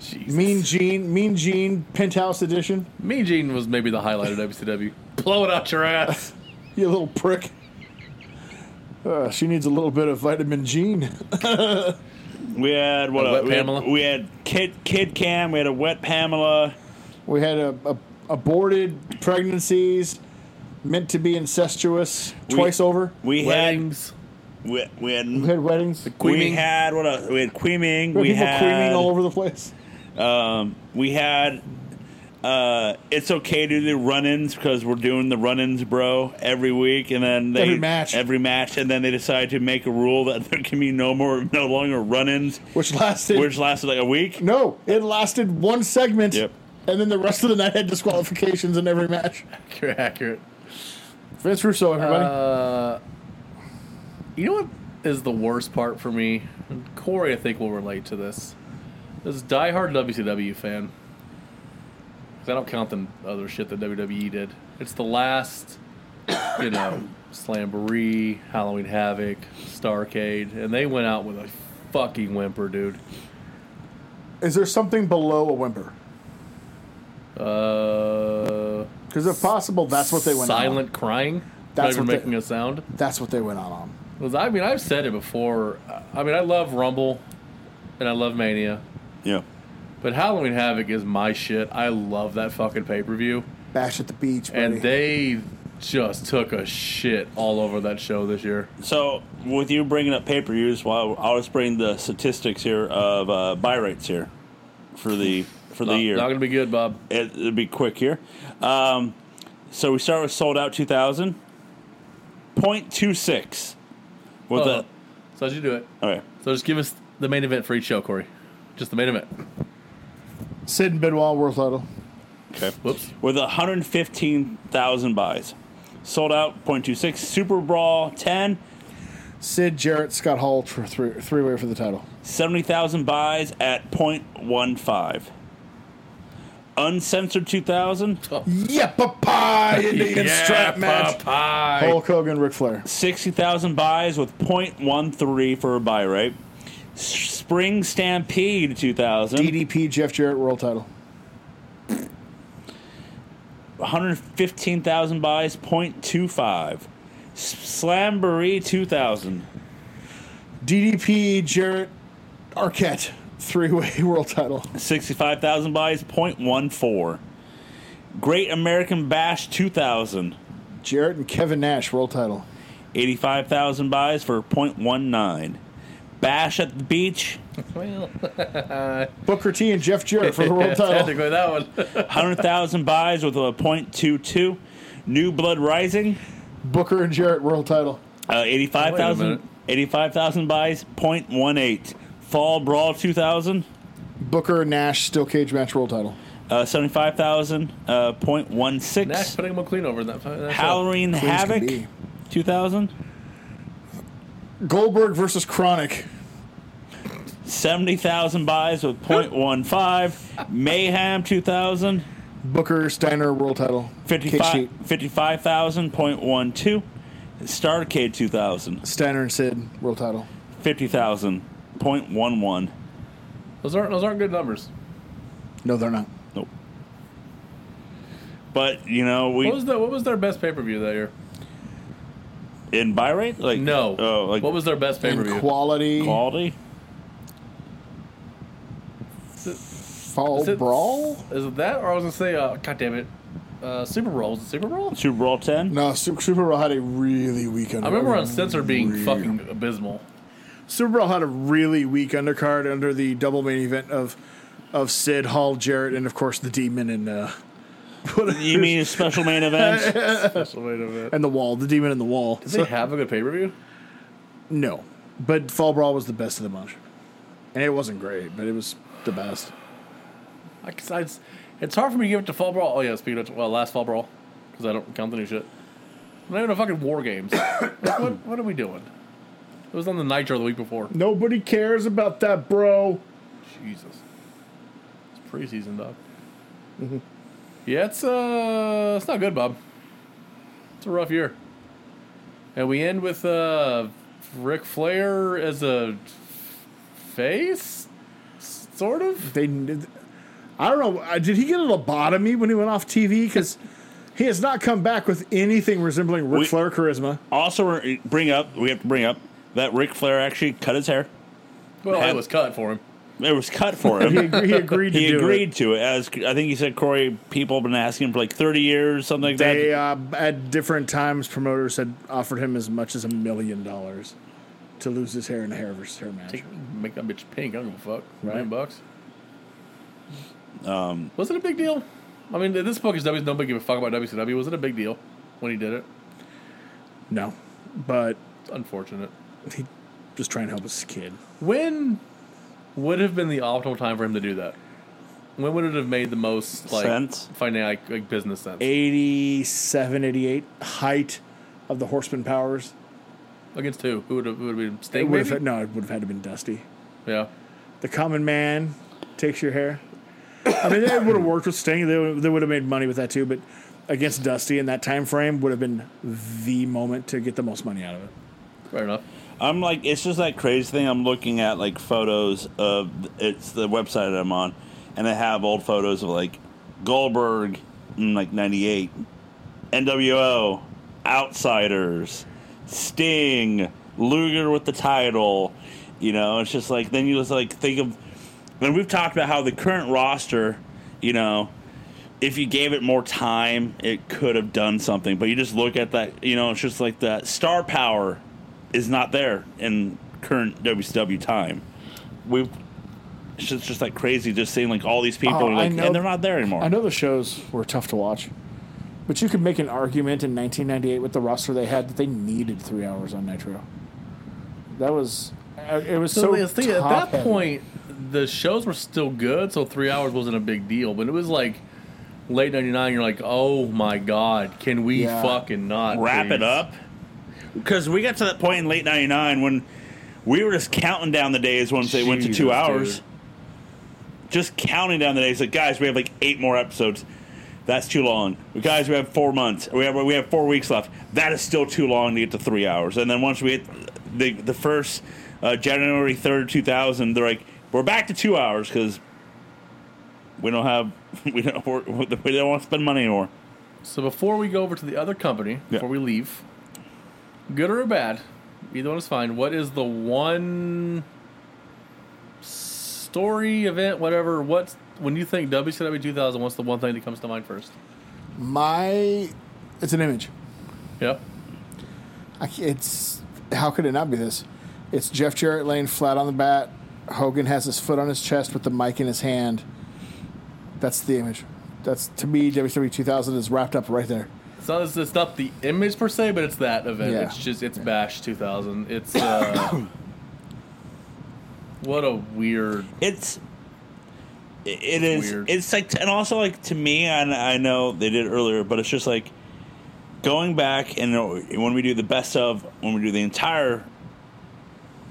Speaker 2: Jesus.
Speaker 3: Mean Gene, Mean Gene, Penthouse edition.
Speaker 2: Mean Gene was maybe the highlight of WCW. Blow it out your
Speaker 3: <laughs>
Speaker 2: ass.
Speaker 3: You little prick. Uh, she needs a little bit of vitamin Gene.
Speaker 1: We had what?
Speaker 2: A
Speaker 1: uh,
Speaker 2: wet
Speaker 1: we, had-
Speaker 2: Pamela?
Speaker 1: we had kid kid cam. We had a wet Pamela.
Speaker 3: We had a, a aborted pregnancies meant to be incestuous twice over.
Speaker 1: We
Speaker 2: Weddings. <laughs>
Speaker 1: had we, we had
Speaker 3: We had weddings.
Speaker 1: we
Speaker 2: Queeming.
Speaker 1: had what? Else? We had queeming.
Speaker 3: We
Speaker 1: We
Speaker 3: had people creaming
Speaker 1: had
Speaker 3: all over the place.
Speaker 1: um, we had uh, it's okay to do run-ins because we're doing the run-ins, bro, every week, and then they,
Speaker 3: Every match.
Speaker 1: every match, and then they decide to make a rule that <laughs> there can be no more, no longer run-ins,
Speaker 3: Which lasted
Speaker 1: which lasted like a week.
Speaker 3: No, it lasted one segment.
Speaker 1: Yep.
Speaker 3: And then the rest of the night had disqualifications in every match.
Speaker 2: Accurate accurate.
Speaker 3: Vince Russo, everybody.
Speaker 2: Uh, you know what is the worst part for me? Corey, I think, will relate to this. This diehard WCW fan. 'Cause I don't count the other shit that WWE did. It's the last, you know, <coughs> Slamboree, Halloween Havoc, Starcade, and they went out with a fucking whimper, dude.
Speaker 3: Is there something below a whimper?
Speaker 2: Uh,
Speaker 3: Because if possible, that's what they went out on.
Speaker 2: silent crying.
Speaker 3: That's
Speaker 2: not even
Speaker 3: what they-
Speaker 2: making a sound.
Speaker 3: That's what they went out on.
Speaker 2: Because, I mean, I've said it before. I mean, I love Rumble and I love Mania,
Speaker 1: Yeah,
Speaker 2: but Halloween Havoc is my shit. I love that fucking pay per view.
Speaker 3: Bash at the beach, buddy.
Speaker 2: And they just took a shit all over that show this year.
Speaker 1: So, with you bringing up pay per views, well, I'll just bring the statistics here of uh, buy rates here for the for the
Speaker 2: Not,
Speaker 1: year.
Speaker 2: not gonna be good, Bob.
Speaker 1: it, it'll be quick here. Um, so we start with sold out 2000, 0.26. With
Speaker 2: Uh,
Speaker 1: the
Speaker 2: so how'd you do it?
Speaker 1: all right,
Speaker 2: So just give us the main event for each show, Corey. Just the main event.
Speaker 3: Sid and Benoit, Worth Little.
Speaker 1: okay,
Speaker 2: Whoops.
Speaker 1: with 115,000 buys, sold out 0.26. Super Brawl 10,
Speaker 3: Sid, Jarrett, Scott Hall, for three three way for the title.
Speaker 1: 70,000 buys at 0.15. Uncensored 2000,
Speaker 3: Yeah, pie <laughs> Indian
Speaker 2: Yeah,
Speaker 3: strap match.
Speaker 2: Popeye.
Speaker 3: Hulk Hogan, Ric Flair.
Speaker 1: 60,000 buys with 0.13 for a buy rate. Spring Stampede 2000.
Speaker 3: DDP, Jeff Jarrett, world title.
Speaker 1: 115,000 buys, 0.25. Slamboree 2000.
Speaker 3: DDP, Jarrett, Arquette, three way <laughs> world title.
Speaker 1: 65,000 buys, 0.14. Great American Bash 2000.
Speaker 3: Jarrett and Kevin Nash, world title.
Speaker 1: 85,000 buys for 0.19. Bash at the Beach,
Speaker 2: Well, <laughs>
Speaker 3: Booker T and Jeff Jarrett for the <laughs> world
Speaker 1: Oh.
Speaker 3: title.
Speaker 2: technically that one. <laughs>
Speaker 3: <laughs>
Speaker 1: 100,000 buys with a 0.22. New Blood Rising,
Speaker 3: Booker and Jarrett, world title.
Speaker 1: uh, 85,000
Speaker 2: minute.
Speaker 1: 85,000 buys, 0.18. Fall Brawl 2000,
Speaker 3: Booker and Nash, still cage match, world title.
Speaker 1: uh, 75,000, uh, 0.16.
Speaker 2: Nash putting him clean over that. that show.
Speaker 1: Halloween
Speaker 3: Queens can
Speaker 1: Havoc
Speaker 3: be.
Speaker 1: 2000,
Speaker 3: Goldberg versus Chronic.
Speaker 1: 70,000 buys with 0.15, Mayhem 2000,
Speaker 3: Booker Steiner, world title. Cage
Speaker 1: 55
Speaker 3: sheet.
Speaker 1: 55,000, 0.12, Starcade 2000,
Speaker 3: Steiner and Sid, world title.
Speaker 1: 50,000, 0.11.
Speaker 2: Those aren't those aren't good numbers.
Speaker 3: No, they're not.
Speaker 1: Nope. But, you know,
Speaker 2: What
Speaker 1: we
Speaker 2: was the what was their best pay per view that year?
Speaker 1: in buy rate?
Speaker 2: <laughs>
Speaker 1: Like,
Speaker 2: No.
Speaker 1: Oh, like
Speaker 2: what was their best pay per
Speaker 3: And
Speaker 2: view?
Speaker 3: quality.
Speaker 1: quality?
Speaker 3: fall
Speaker 2: Is it-
Speaker 3: brawl?
Speaker 2: Is it that, or I was gonna say, uh, God damn it, uh, Super Bowl. Was it Super Bowl?
Speaker 1: Super Bowl 10?
Speaker 3: No, Super, Super Bowl had a really weak undercard.
Speaker 2: I remember on Censor being fucking abysmal.
Speaker 3: Super Bowl had a really weak undercard under the double main event of of Sid Hall, Jarrett, and of course the Demon and uh,
Speaker 1: You mean a special main
Speaker 3: <laughs>
Speaker 1: event?
Speaker 2: <laughs> Special main event.
Speaker 3: and the Wall. The Demon and the Wall.
Speaker 2: Does they have a good pay per view?
Speaker 3: No, but Fall Brawl was the best of the bunch, and it wasn't great, but it was the best.
Speaker 2: I guess I'd s- it's hard for me to give it to Fall Brawl. Oh yeah, speaking of well, last Fall Brawl because I don't count the new shit. I'm not even a fucking War Games. <coughs> Like, what, what are we doing? It was on the Nitro the week before.
Speaker 3: Nobody cares about that, bro.
Speaker 2: Jesus, it's preseason, dog. yeah, it's uh, it's not good, Bob. It's a rough year, and we end with uh, Ric Flair as a face, sort of.
Speaker 3: They, I don't know. uh, Did he get a lobotomy when he went off TV? Because he has not come back with anything resembling Ric
Speaker 1: We-
Speaker 3: Flair charisma.
Speaker 1: also, we're- bring up, we have to bring up that Ric Flair actually cut his hair.
Speaker 2: Well,
Speaker 1: Have-
Speaker 2: it was cut for him.
Speaker 1: It was cut for
Speaker 3: <laughs> He,
Speaker 1: him.
Speaker 3: agree,
Speaker 2: <laughs>
Speaker 3: he agreed to
Speaker 1: he
Speaker 3: do it.
Speaker 1: agreed to it. As I think he said, Corey, people have been asking him for like 30 years, something like that.
Speaker 3: They uh, at different times promoters had offered him as much as a million dollars to lose his hair in a hair versus hair match.
Speaker 2: Take- Make that bitch pink. I don't give a fuck.
Speaker 3: Right.
Speaker 2: Nine bucks. Um, was it a big deal? I mean, this book is W. Nobody give a fuck about WCW. Was it a big deal when he did it?
Speaker 3: No, but
Speaker 2: It's unfortunate.
Speaker 3: he was trying to help his kid.
Speaker 2: When would have been the optimal time for him to do that? When would it have made the most like
Speaker 1: Sense?
Speaker 2: finan- like, like business sense?
Speaker 3: 87, 88, height of the horseman powers.
Speaker 2: Against who? Who would have, who would have been
Speaker 3: It
Speaker 2: Sting?
Speaker 3: would have,
Speaker 2: maybe?
Speaker 3: no, it would have had to been Dusty.
Speaker 2: Yeah.
Speaker 3: The common man takes your hair. I mean, it would have worked with Sting. They would, they would have made money with that too, but against Dusty in that time frame would have been the moment to get the most money out of it.
Speaker 2: Fair enough.
Speaker 1: I'm like, it's just that crazy thing. I'm looking at like photos of it's the website that I'm on, and they have old photos of like Goldberg in like '98, NWO, Outsiders, Sting, Luger with the title. You know, it's just like then you just like think of, and we've talked about how the current roster, you know, if you gave it more time, it could have done something. But you just look at that, you know, it's just like that star power is not there in current WCW time. We've it's just, just like crazy just seeing like all these people
Speaker 3: Oh,
Speaker 1: are
Speaker 3: I
Speaker 1: like,
Speaker 3: know-
Speaker 1: and they're not there anymore.
Speaker 3: I know the shows were tough to watch, but you could make an argument in 1998 with the roster they had that they needed three hours on Nitro. That was uh, it was
Speaker 2: So,
Speaker 3: so,
Speaker 2: the thing, at that
Speaker 3: top heavy.
Speaker 2: point, the shows were still good, so three hours wasn't a big deal. But it was like late '99. You're like, oh my god, can we
Speaker 3: Yeah.
Speaker 2: fucking not
Speaker 1: Wrap it
Speaker 2: please?"
Speaker 1: up because we got to that point in late '99 when we were just counting down the days once they went to
Speaker 2: Jesus,
Speaker 1: two hours.
Speaker 2: dude.
Speaker 1: Just counting down the days, like guys, we have like eight more episodes. That's too long. Guys, we have four months. We have we have four weeks left. That is still too long to get to three hours. And then once we hit the the first uh, January third, two thousand, they're like, we're back to two hours because we don't have <laughs> we don't we're, we don't want to spend money anymore.
Speaker 2: So before we go over to the other company,
Speaker 1: Yeah.
Speaker 2: before we leave, good or bad, either one is fine. What is the one story, event, whatever? What's when you think WCW 2000? What's the one thing that comes to mind first?
Speaker 3: my it's an image.
Speaker 2: Yep.
Speaker 3: I ca- it's how could it not be this? It's Jeff Jarrett laying flat on the bat. Hogan has his foot on his chest with the mic in his hand. That's the image. That's to me WWE 2000 is wrapped up right there.
Speaker 2: It's not, it's, it's not the image per se, but it's that event.
Speaker 3: Yeah.
Speaker 2: It's just it's Bash 2000. It's uh, what a weird.
Speaker 1: it's it it is
Speaker 2: Weird.
Speaker 1: it's like and also like to me and i know they did it earlier but it's just like going back and when we do the best of when we do the entire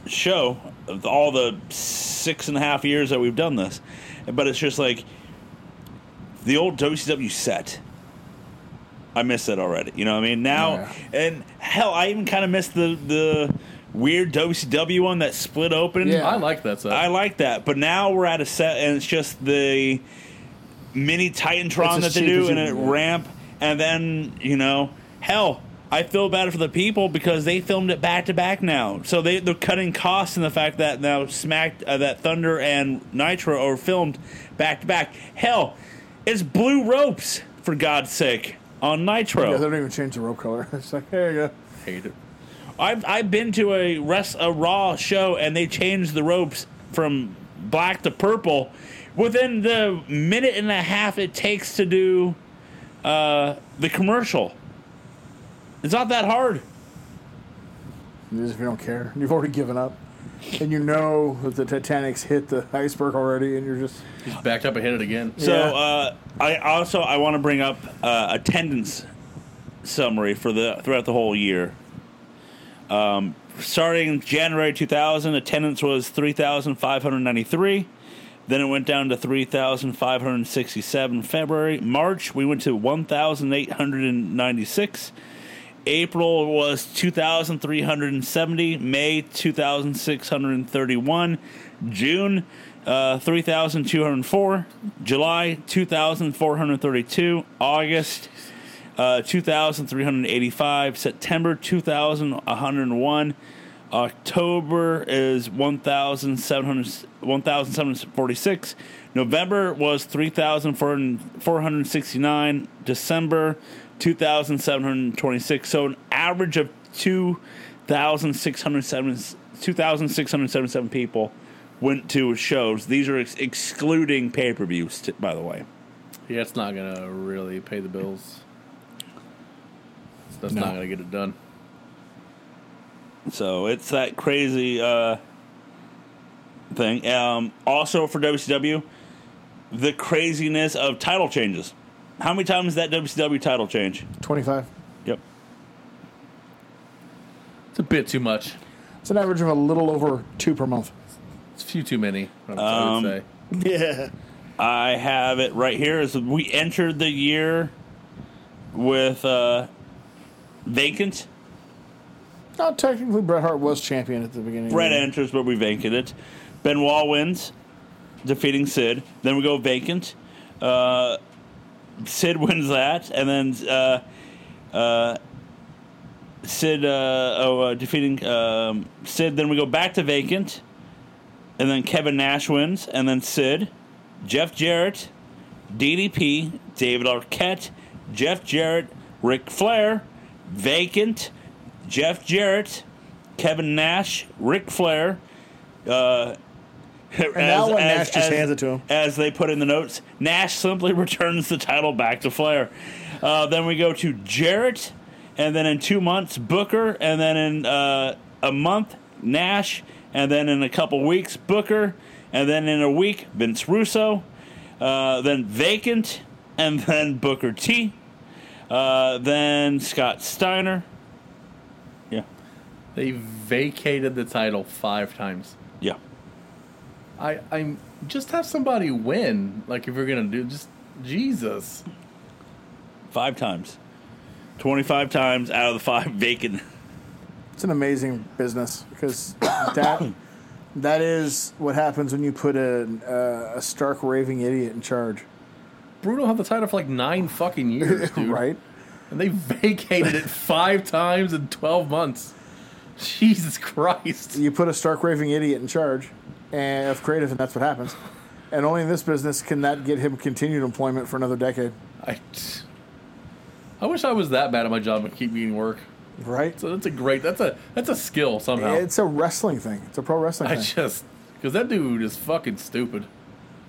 Speaker 1: show of all the six and a half years that we've done this but it's just like the old wcw set i miss that already you know what i mean now and hell i even kind of miss the the weird wcw one that split open
Speaker 3: Yeah.
Speaker 2: I like that set.
Speaker 1: I like that, but now we're at a set and it's just the mini Titantron
Speaker 3: It's
Speaker 1: that
Speaker 3: as
Speaker 1: they
Speaker 3: cheap
Speaker 1: do
Speaker 3: as
Speaker 1: and
Speaker 3: you
Speaker 1: a
Speaker 3: can get.
Speaker 1: ramp, and then you know, hell, I feel bad for the people because they filmed it back to back now, so they they're cutting costs in the fact that now Smack uh, that Thunder and Nitro are filmed back to back. Hell, it's blue ropes. for God's sake, on
Speaker 3: Yeah, they
Speaker 1: Nitro.
Speaker 3: don't even change the rope color. <laughs> It's like, there you go.
Speaker 2: Hate it.
Speaker 1: I've, I've been to a rest a Raw show and they changed the ropes from black to purple within the minute and a half it takes to do uh, the commercial. It's not that hard.
Speaker 3: You just- you don't care. <laughs> You've already given up. And you know that the Titanic's hit the iceberg already, and you're just.
Speaker 2: Just backed up and hit it again.
Speaker 1: So
Speaker 3: Yeah.
Speaker 1: uh, I also I want to bring up uh, attendance summary for the throughout the whole year. Um, starting January 2000, attendance was 3,593. Then it went down to 3,567 February. March we went to 1,896. April was 2,370. May 2,631. June uh, 3,204. July 2,432. August uh, 2,385. September 2,101. October is 1,700 1,746. November was 3,469. December 2,726. So an average of 2,677 2,677 people went to shows. These are ex- excluding pay per views, t- by the way.
Speaker 2: Yeah, it's not gonna really pay the bills. That's
Speaker 3: No.
Speaker 2: not gonna get it done.
Speaker 1: So it's that crazy uh, thing. Um, also for WCW, the craziness of title changes. How many times that WCW title change?
Speaker 3: 25.
Speaker 1: Yep.
Speaker 2: It's a bit too much.
Speaker 3: It's an average of a little over two per month.
Speaker 2: It's a few too many. I would
Speaker 1: Um,
Speaker 2: say.
Speaker 3: Yeah.
Speaker 1: I have it right here. Is we entered the year with uh, vacant.
Speaker 3: No, technically, Bret Hart was champion at the beginning.
Speaker 1: Brett enters, but we vacant it. Benoit wins, defeating Sid. Then we go vacant. Uh, Sid <laughs> wins that, and then uh, uh, Sid uh, oh, uh, defeating um, Sid. Then we go back to vacant, and then Kevin Nash wins, and then Sid, Jeff Jarrett, DDP, David Arquette, Jeff Jarrett, Ric Flair, vacant, Jeff Jarrett, Kevin Nash, Ric Flair. Uh, and
Speaker 3: that one, Nash just hands it to him.
Speaker 1: As they put in the notes, Nash simply <laughs> returns the title back to Flair. Uh, then we go to Jarrett, and then in two months, Booker, and then in uh, a month, Nash, and then in a couple weeks, Booker, and then in a week, Vince Russo, uh, then Vacant, and <laughs> then Booker T, uh, then Scott Steiner. Yeah,
Speaker 2: They vacated the title five times.
Speaker 1: yeah.
Speaker 2: I I'm just have somebody win. Like if you're gonna do just Jesus.
Speaker 1: Five times. 25 times out of the five vacant.
Speaker 3: It's an amazing business because that that is what happens when you put a, a, a stark raving idiot in charge,
Speaker 2: Bruno had the title for like nine fucking years, dude.
Speaker 3: right?
Speaker 2: And they vacated it five times in twelve months. Jesus Christ.
Speaker 3: You put a stark raving idiot in charge and, of creative, and that's what happens. And only in this business can that get him continued employment for another decade,
Speaker 2: I, I wish I was that bad at my job and keep getting work.
Speaker 3: right?
Speaker 2: So that's a great. That's a that's a skill somehow.
Speaker 3: It's a wrestling thing. It's a pro
Speaker 2: <laughs>
Speaker 3: wrestling
Speaker 2: I
Speaker 3: thing.
Speaker 2: just because that dude is fucking stupid.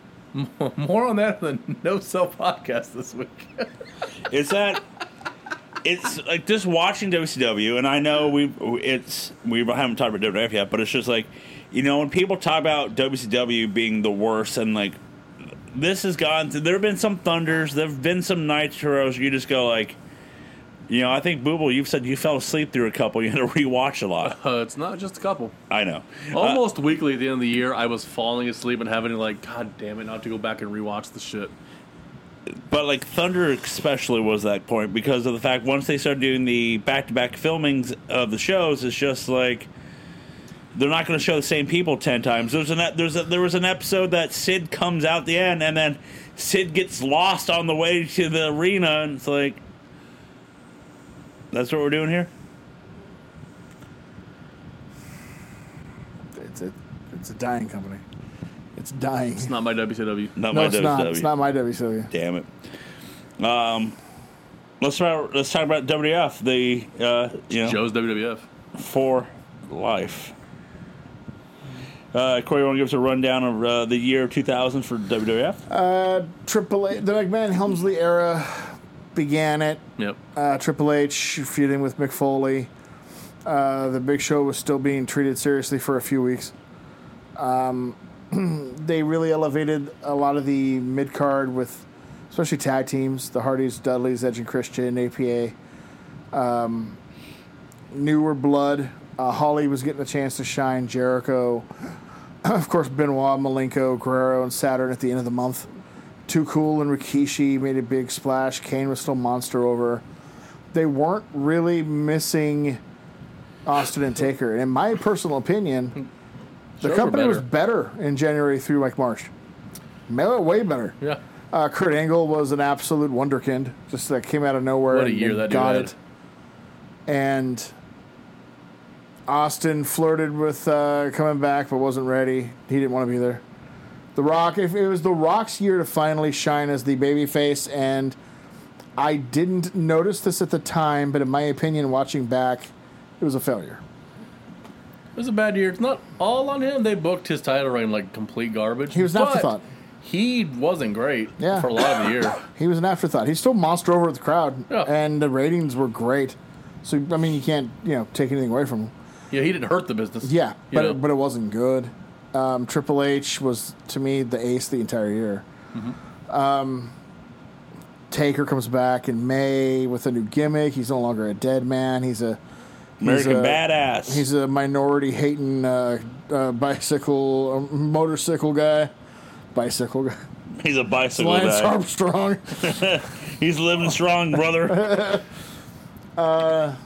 Speaker 2: <laughs> More on that than no sell podcast this week. <laughs>
Speaker 1: It's that. It's like just watching WCW, and I know we it's we haven't talked about WWF yet, but it's just like, you know, when people talk about WCW being the worst, and like this has gone through. There have been some thunders, there have been some nitros. You just go like, you know, I think Booble, you've said you fell asleep through a couple. You had to rewatch a lot.
Speaker 2: Uh, it's not just a couple.
Speaker 1: I know. Uh,
Speaker 2: Almost weekly at the end of the year, I was falling asleep and having to like, God damn it, not to go back and rewatch the shit.
Speaker 1: But like Thunder especially was that point because of the fact once they started doing the back to back filmings of the shows, it's just like they're not going to show the same people ten times. There's an ep- there's a, there was an episode that Sid comes out the end and then Sid gets lost on the way to the arena and it's like that's what we're doing here.
Speaker 3: It's a it's a dying company. It's dying.
Speaker 2: It's not my E. WCW.
Speaker 1: Not
Speaker 3: no,
Speaker 1: my
Speaker 3: it's
Speaker 1: WCW.
Speaker 3: E. not. It's not my WCW.
Speaker 1: Damn it. Um, Let's start, let's talk about WWF. The uh, you know
Speaker 2: Joe's WWF.
Speaker 1: for life. Uh, Corey, want to give us a rundown of uh, the year 2000 for WWF?
Speaker 3: Uh, Triple H, the McMahon Helmsley era began it.
Speaker 2: Yep.
Speaker 3: Uh, Triple H feuding with McFoley. Uh, the Big Show was still being treated seriously for a few weeks. Um, <clears throat> they really elevated a lot of the mid card with, especially tag teams, the Hardys, Dudleys, Edge and Christian, APA, um, newer blood. Uh, Holly was getting a chance to shine. Jericho, <clears throat> of course, Benoit, Malenko, Guerrero, and Saturn at the end of the month. Too Cool and Rikishi made a big splash. Kane was still monster over. They weren't really missing Austin and Taker. And in my personal opinion, the
Speaker 2: Sure,
Speaker 3: company
Speaker 2: we're
Speaker 3: was better in January through Mike Marsh. Ma- Way better.
Speaker 2: Yeah.
Speaker 3: Uh, Kurt Angle was an absolute wonderkind. Just that came out of nowhere.
Speaker 2: What a
Speaker 3: and-
Speaker 2: year
Speaker 3: and
Speaker 2: that dude
Speaker 3: got
Speaker 2: had.
Speaker 3: it. And Austin flirted with uh, coming back, but wasn't ready. He didn't want to be there. The Rock. If it was The Rock's year to finally shine as the babyface, and I didn't notice this at the time, but in my opinion, watching back, it was a failure.
Speaker 2: It was a bad year. It's not all on him. They booked his title reign like complete garbage.
Speaker 3: He was an
Speaker 2: not
Speaker 3: afterthought.
Speaker 2: He wasn't great
Speaker 3: Yeah.
Speaker 2: for a lot of the
Speaker 3: <coughs>
Speaker 2: year.
Speaker 3: He was an afterthought. He still monster over with the crowd,
Speaker 2: Yeah.
Speaker 3: and the ratings were great. So I mean, you can't you know take anything away from him.
Speaker 2: yeah, he didn't hurt the business.
Speaker 3: Yeah,
Speaker 2: You
Speaker 3: but
Speaker 2: know?
Speaker 3: it, but it wasn't good. Um, Triple H was to me the ace the entire year.
Speaker 2: Mm-hmm.
Speaker 3: Um, Taker comes back in May with a new gimmick. He's no longer a dead man. He's a he's
Speaker 1: American
Speaker 3: a-
Speaker 1: Badass.
Speaker 3: He's a minority hating uh, uh, bicycle, uh, motorcycle guy, bicycle guy.
Speaker 1: <laughs> He's a bicycle
Speaker 3: Lance
Speaker 1: guy.
Speaker 2: <laughs>
Speaker 3: Armstrong.
Speaker 1: He's living strong,
Speaker 3: <laughs>
Speaker 1: brother.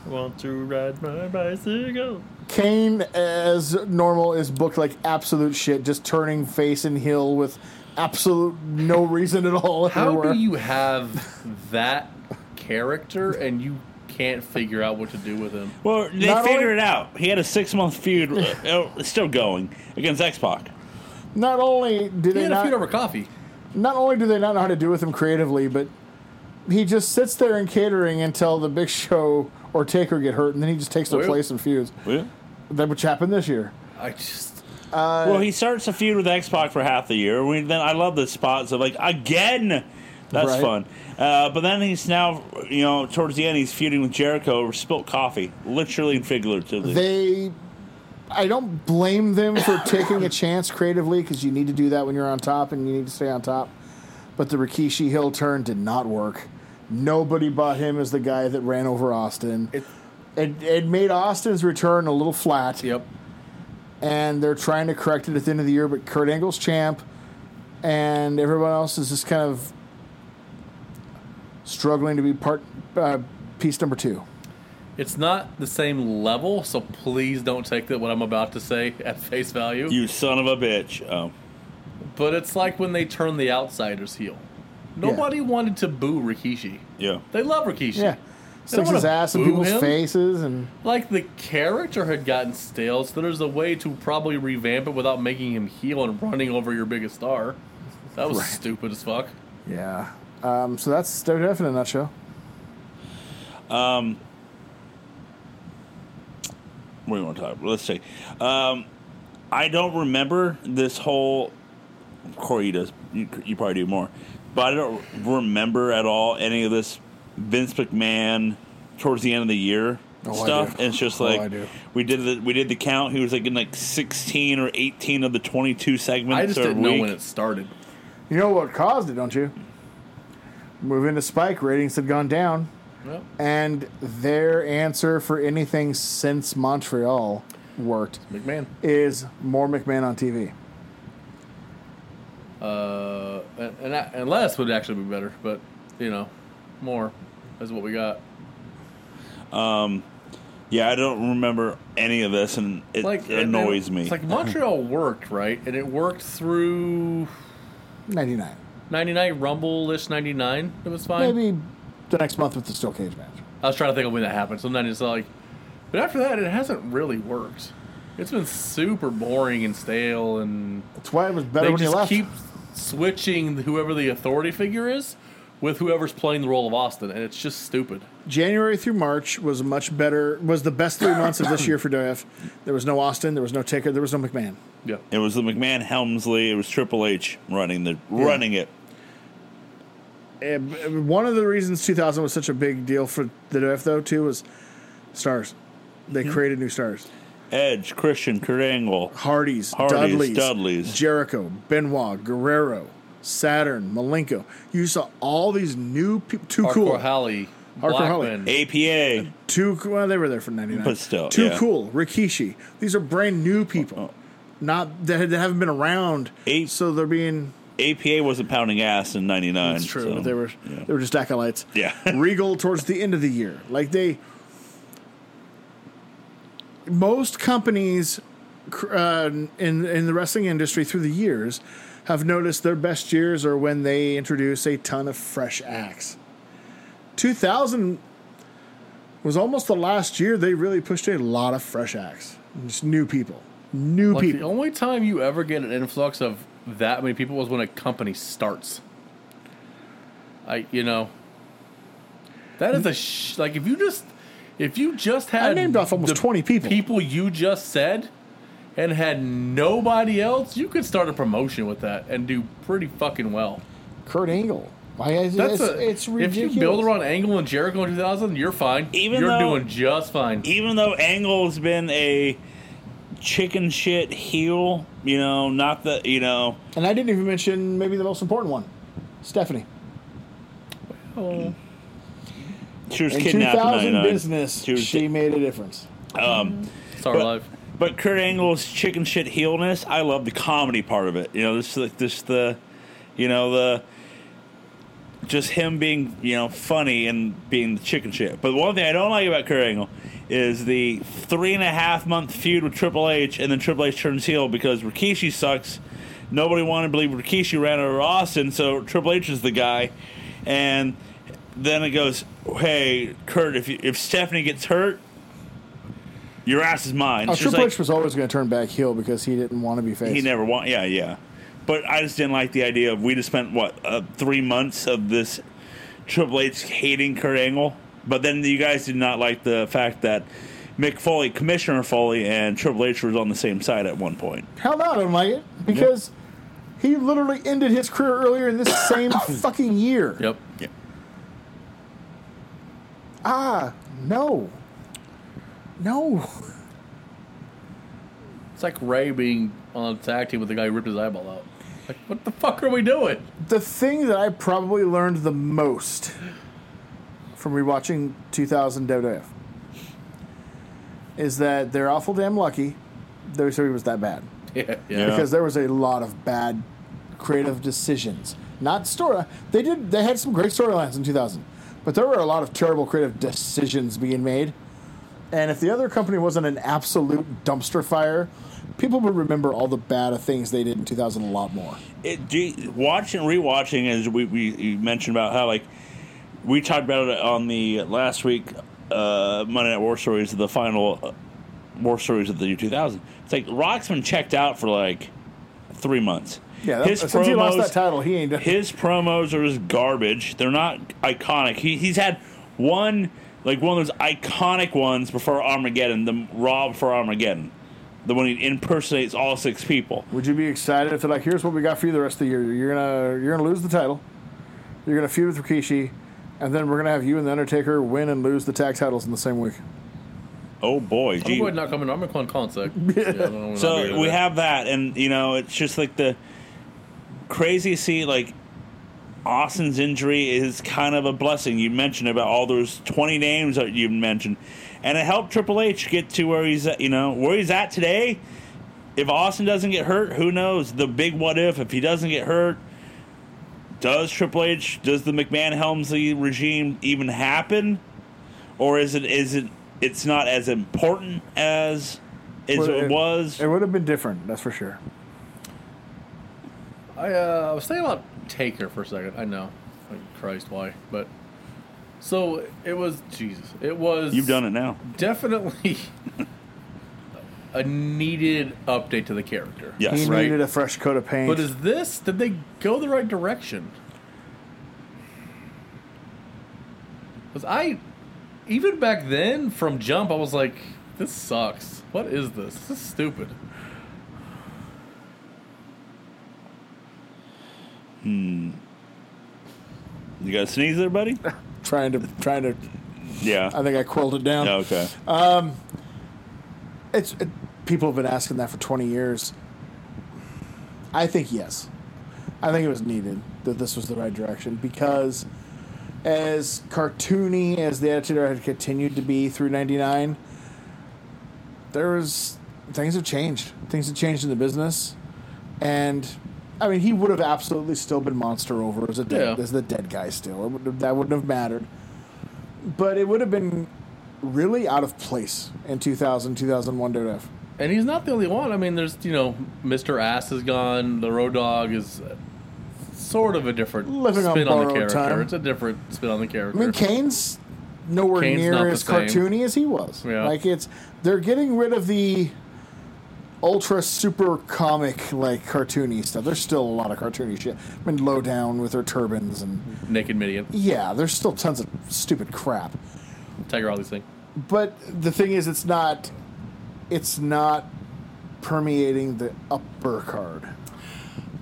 Speaker 2: Want to ride my bicycle?
Speaker 3: Kane, as normal, is booked like absolute shit, just turning face and heel with absolute no reason at all.
Speaker 2: How
Speaker 3: everywhere.
Speaker 2: do you have that character and you can't figure out what to do with him?
Speaker 1: well, they
Speaker 3: Not
Speaker 1: figured
Speaker 3: only-
Speaker 1: it out. He had a six month feud,
Speaker 3: <laughs>
Speaker 1: uh, oh, it's still going, against X Pac.
Speaker 3: Not only do
Speaker 2: He
Speaker 3: they
Speaker 2: had a
Speaker 3: not,
Speaker 2: feud over coffee.
Speaker 3: not only do they not know how to do with him creatively, but he just sits there in catering until the Big <laughs> Show or Taker get hurt, and then he just takes their
Speaker 2: Well-
Speaker 3: place and feuds.
Speaker 1: Well,
Speaker 3: That which happened this year.
Speaker 2: I just
Speaker 3: Uh,
Speaker 1: well, he starts a feud with X Pac for half the year. We, then I love the spots of like again. That's
Speaker 3: Right.
Speaker 1: fun. Uh, but then he's now, you know, towards the end, he's feuding with Jericho over spilt coffee, literally and figuratively.
Speaker 3: They, I don't blame them for taking a chance creatively because you need to do that when you're on top and you need to stay on top. But the Rikishi Hill turn did not work. Nobody bought him as the guy that ran over Austin. It,
Speaker 2: It-
Speaker 3: it, made Austin's return a little flat.
Speaker 2: yep.
Speaker 3: and they're trying to correct it at the end of the year. But Kurt Angle's champ, and everyone else is just kind of struggling to be part uh, piece number two.
Speaker 2: It's not the same level, so please don't take that what I'm about to say at face value.
Speaker 1: you son of a bitch. Oh.
Speaker 2: but it's like when they turn the outsiders heel. Nobody wanted to boo Rikishi.
Speaker 1: Yeah.
Speaker 2: They love Rikishi.
Speaker 3: Yeah,
Speaker 2: They don't
Speaker 3: sticks his
Speaker 2: wanna
Speaker 3: ass in
Speaker 2: boo
Speaker 3: people's
Speaker 2: him.
Speaker 3: faces, and
Speaker 2: Like the character had gotten stale, so there's a way to probably revamp it without making him heel and running over your biggest star. That was stupid as fuck.
Speaker 3: yeah. Um, so that's WWF in a nutshell.
Speaker 1: What do you want to talk about? Let's see. Um, I don't remember this whole. Corey does. You, you probably do more. But I don't remember at all any of this Vince McMahon towards the end of the year
Speaker 3: Oh, I
Speaker 1: stuff.
Speaker 3: do.
Speaker 1: And it's just
Speaker 3: Oh,
Speaker 1: like
Speaker 3: I do.
Speaker 1: we did the we did the count. He was like in like sixteen or eighteen of the twenty two segments.
Speaker 2: I just
Speaker 1: or
Speaker 2: didn't
Speaker 1: week.
Speaker 2: know when it started.
Speaker 3: You know what caused it, don't you? Moving to Spike, ratings had gone down,
Speaker 2: Well,
Speaker 3: and their answer for anything since Montreal worked
Speaker 2: McMahon.
Speaker 3: is more McMahon on TV.
Speaker 2: Uh, and, and, I, and less would actually be better, but you know, more is what we got.
Speaker 1: Yeah, I don't remember any of this, and it
Speaker 2: Like
Speaker 1: annoys
Speaker 2: and-
Speaker 1: me.
Speaker 2: It's
Speaker 1: <laughs>
Speaker 2: like Montreal worked right, and it worked through
Speaker 3: Ninety nine.
Speaker 2: 99 Rumble ish 99. It was fine.
Speaker 3: Maybe the next month with the steel cage match.
Speaker 2: I was trying to think of when that happened. So then it's like, but after that, it hasn't really worked. It's been super boring and stale, and
Speaker 3: That's why it was better
Speaker 2: they
Speaker 3: when you
Speaker 2: just
Speaker 3: left.
Speaker 2: keep switching whoever the authority figure is with whoever's playing the role of Austin, and it's just stupid.
Speaker 3: January through March was much better. Was the best three months of this year for WF. There was no Austin. There was no Taker. There was no McMahon.
Speaker 2: Yeah.
Speaker 1: It was the McMahon Helmsley. It was Triple H running the running it.
Speaker 3: And b- one of the reasons 2000 was such a big deal for the WF though too was stars. They created new stars.
Speaker 1: Edge, Christian, Kurt Angle,
Speaker 3: Hardys,
Speaker 1: Hardys,
Speaker 3: Dudleys,
Speaker 1: Dudleys.
Speaker 3: Jericho, Benoit, Guerrero, Saturn, Malenko. You saw all these new people. Too
Speaker 2: Hardcore
Speaker 3: cool.
Speaker 2: Holly,
Speaker 3: Hardcore Holly.
Speaker 2: Blackman.
Speaker 1: APA.
Speaker 3: Too cool. Well, they were there for 99.
Speaker 1: But still,
Speaker 3: Too
Speaker 1: yeah. Oh,
Speaker 3: cool. Rikishi. These are brand new people. Not that, that haven't been around.
Speaker 1: Eight-
Speaker 3: So they're being.
Speaker 1: APA wasn't pounding ass in '99.
Speaker 3: That's true.
Speaker 1: so-
Speaker 3: but they were they were just acolytes.
Speaker 1: Yeah. <laughs>
Speaker 3: Regal towards the end of the year. Like they most companies cr- uh, in in the wrestling industry through the years have noticed their best years are when they introduce a ton of fresh acts. 2000 was almost the last year they really pushed a lot of fresh acts, just new people, new
Speaker 2: Like the
Speaker 3: people.
Speaker 2: only time you ever get an influx of that many people is when a company starts. I you know
Speaker 3: Mm.
Speaker 2: that is a sh- like if you just if you just had
Speaker 3: I named off almost
Speaker 2: the
Speaker 3: 20 people.
Speaker 2: people you just said and had nobody else you could start a promotion with that and do pretty fucking well.
Speaker 3: Kurt Angle. Why is
Speaker 2: That's
Speaker 3: it's,
Speaker 2: a,
Speaker 3: it's ridiculous.
Speaker 2: If you build around Angle and Jericho in 2000, you're fine.
Speaker 1: Even
Speaker 2: you're
Speaker 1: though- e-
Speaker 2: doing just fine.
Speaker 1: even though Angle's been a chicken shit heel, you know, not the you know,
Speaker 3: And I didn't even mention maybe the most important one, Stephanie.
Speaker 2: Oh.
Speaker 1: she was
Speaker 3: In
Speaker 1: kidnapped in
Speaker 3: 2000
Speaker 1: 99.
Speaker 3: business,
Speaker 1: She
Speaker 3: she,
Speaker 1: was-
Speaker 3: made a difference.
Speaker 2: Sorry, live.
Speaker 1: But Kurt Angle's chicken shit heelness, I love the comedy part of it. You know, this like this the, you know the, just him being you know funny and being the chicken shit. But one thing I don't like about Kurt Angle is the three and a half month feud with Triple H, and then Triple H turns heel because Rikishi sucks. Nobody wanted to believe Rikishi ran over Austin, so Triple H is the guy, and then it goes, hey Kurt, if you, if Stephanie gets hurt. Your ass is mine.
Speaker 3: Oh,
Speaker 1: It's just
Speaker 3: Triple
Speaker 1: like-
Speaker 3: H was always going to turn back heel because he didn't want to be face.
Speaker 1: he never won. Yeah, yeah. But I just didn't like the idea of we just spent what uh, three months of this Triple H hating Kurt Angle, but then you guys did not like the fact that Mick Foley, Commissioner Foley, and Triple H was on the same side at one point.
Speaker 3: Hell no, I don't like it because he literally ended his career earlier
Speaker 1: <coughs>
Speaker 3: in this same fucking year.
Speaker 2: Yep.
Speaker 3: Ah, no, no.
Speaker 2: It's like Ray being on tag team with the guy who ripped his eyeball out. Like, what the fuck are we doing? <laughs>
Speaker 3: The thing that I probably learned the most from rewatching 2000 WWF is that they're awful damn lucky WWE was that bad.
Speaker 2: Yeah,
Speaker 1: Yeah.
Speaker 3: because there was a lot of bad creative decisions. Not story. They did. They had some great storylines in 2000, but there were a lot of terrible creative decisions being made. And if the other company wasn't an absolute dumpster fire, people would remember all the bad things they did in 2000 a lot more.
Speaker 1: It, do you- watching, rewatching, as we, we you mentioned about how like we talked about it on the last week uh, Monday Night War Stories, the final uh, War Stories of the year 2000. It's like Roxman checked out for like three months.
Speaker 3: Yeah, that, since he lost that title, he ain't.
Speaker 1: his promos are just garbage. They're not iconic. He, he's had one like one of those iconic ones before Armageddon, the Rob for Armageddon, the one he impersonates all six people.
Speaker 3: Would you be excited if they're like, "Here's what we got for you the rest of the year. You're gonna you're gonna lose the title. You're gonna feud with Rikishi." And then we're gonna have you and the Undertaker win and lose the tag titles in the same week.
Speaker 1: Oh boy,
Speaker 2: I'm
Speaker 1: gee.
Speaker 2: going to not coming. I'm going to
Speaker 1: <laughs>
Speaker 2: call concert. Yeah, I don't know when I'll be
Speaker 1: So
Speaker 2: doing
Speaker 1: we
Speaker 2: that.
Speaker 1: have that, and you know, it's just like the crazy to see like Austin's injury is kind of a blessing. You mentioned about all those twenty names that you mentioned, and it helped Triple H get to where he's at. You know, where he's at today. If Austin doesn't get hurt, who knows? The big what if? If he doesn't get hurt, does Triple H, does the McMahon Helmsley regime even happen, or is it is it it's not as important as as
Speaker 3: Well,
Speaker 1: it was?
Speaker 3: It would have been different, that's for sure.
Speaker 2: I, uh, I was thinking about Taker for a second. I know. Like, Christ, why? But. So it was. Jesus. It was.
Speaker 1: You've done it now.
Speaker 2: Definitely a needed update to the character.
Speaker 1: Yes.
Speaker 3: he
Speaker 2: right.
Speaker 3: needed a fresh coat of paint.
Speaker 2: But is this. Did they go the right direction? Because I, even back then from Jump, I was like, this sucks. What is this? This is stupid.
Speaker 1: You got a sneeze there,
Speaker 3: <laughs>
Speaker 1: buddy?
Speaker 3: Trying to, trying to. I
Speaker 1: Yeah.
Speaker 3: think Uh, I quelled it down.
Speaker 1: Okay.
Speaker 3: It's it, people have been asking that for 20 years. I think yes. I think it was needed that this was the right direction because as cartoony as the Attitude Era had continued to be through 99, there was things have changed. Things have changed in the business. And I mean, he would have absolutely still been monster over as a dead,
Speaker 2: Yeah.
Speaker 3: as the dead guy still. It would have, that wouldn't have mattered. But it would have been really out of place in 2000, 2001 WWF.
Speaker 2: And he's not the only one. I mean, there's, you know, Mr. Ass is gone. The Road Dog is sort of a different
Speaker 3: Living on
Speaker 2: spin on, the
Speaker 3: borrowed
Speaker 2: character.
Speaker 3: time.
Speaker 2: It's a different spin on the character.
Speaker 3: I mean, Kane's nowhere
Speaker 2: Kane's not
Speaker 3: near
Speaker 2: the
Speaker 3: as
Speaker 2: same.
Speaker 3: cartoony as he was.
Speaker 2: Yeah.
Speaker 3: Like it's they're getting rid of the ultra super comic like cartoony stuff. There's still a lot of cartoony shit. I mean, low down with their turbans and
Speaker 2: Naked Midian.
Speaker 3: yeah, there's still tons of stupid crap.
Speaker 2: Tiger Ollie's thing.
Speaker 3: But the thing is, it's not it's not permeating the upper card.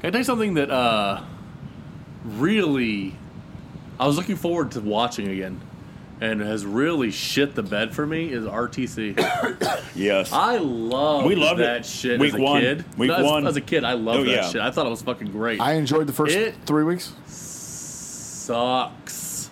Speaker 2: Can I tell you something that uh, really I was looking forward to watching again and has really shit the bed for me is
Speaker 3: <coughs>
Speaker 2: RTC.
Speaker 1: yes.
Speaker 2: I love
Speaker 1: We loved
Speaker 2: that
Speaker 1: it.
Speaker 2: shit
Speaker 1: Week
Speaker 2: as a
Speaker 1: one.
Speaker 2: kid.
Speaker 1: Week
Speaker 2: No, as,
Speaker 1: one.
Speaker 2: As a kid, I loved
Speaker 1: Oh,
Speaker 2: that
Speaker 1: yeah.
Speaker 2: shit. I thought it was fucking great.
Speaker 3: I enjoyed the first
Speaker 2: It-
Speaker 3: three weeks.
Speaker 2: Sucks.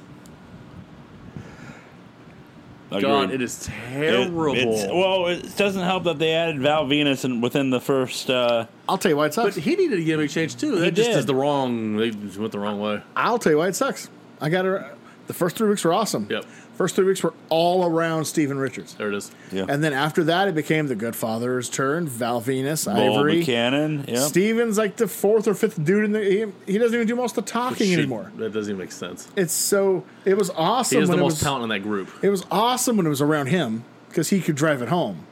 Speaker 1: Agreed.
Speaker 2: God, it is terrible.
Speaker 1: it's- well, it doesn't help that they added Val Venus in, within the first. Uh,
Speaker 3: I'll tell you why it
Speaker 2: but
Speaker 3: sucks.
Speaker 2: he needed a gimmick change too. That just
Speaker 1: did.
Speaker 2: is the wrong. They just went the wrong way.
Speaker 3: I'll tell you why it sucks. I got her. The first three weeks were awesome.
Speaker 2: Yep.
Speaker 3: First three weeks were all around Steven Richards.
Speaker 2: There it is.
Speaker 1: yeah.
Speaker 3: And then after that, it became the Good Father's turn, Val Venus,
Speaker 1: Bull
Speaker 3: Ivory.
Speaker 1: Buchanan. Yep.
Speaker 3: Steven's like the fourth or fifth dude in the. He, he doesn't even do most
Speaker 2: Oh,
Speaker 3: of the talking
Speaker 2: Shit,
Speaker 3: anymore.
Speaker 2: That doesn't even make sense.
Speaker 3: It's so. It was awesome.
Speaker 2: He is the
Speaker 3: when it
Speaker 2: most
Speaker 3: was,
Speaker 2: talent in that group.
Speaker 3: It was awesome when it was around him because he could drive it home.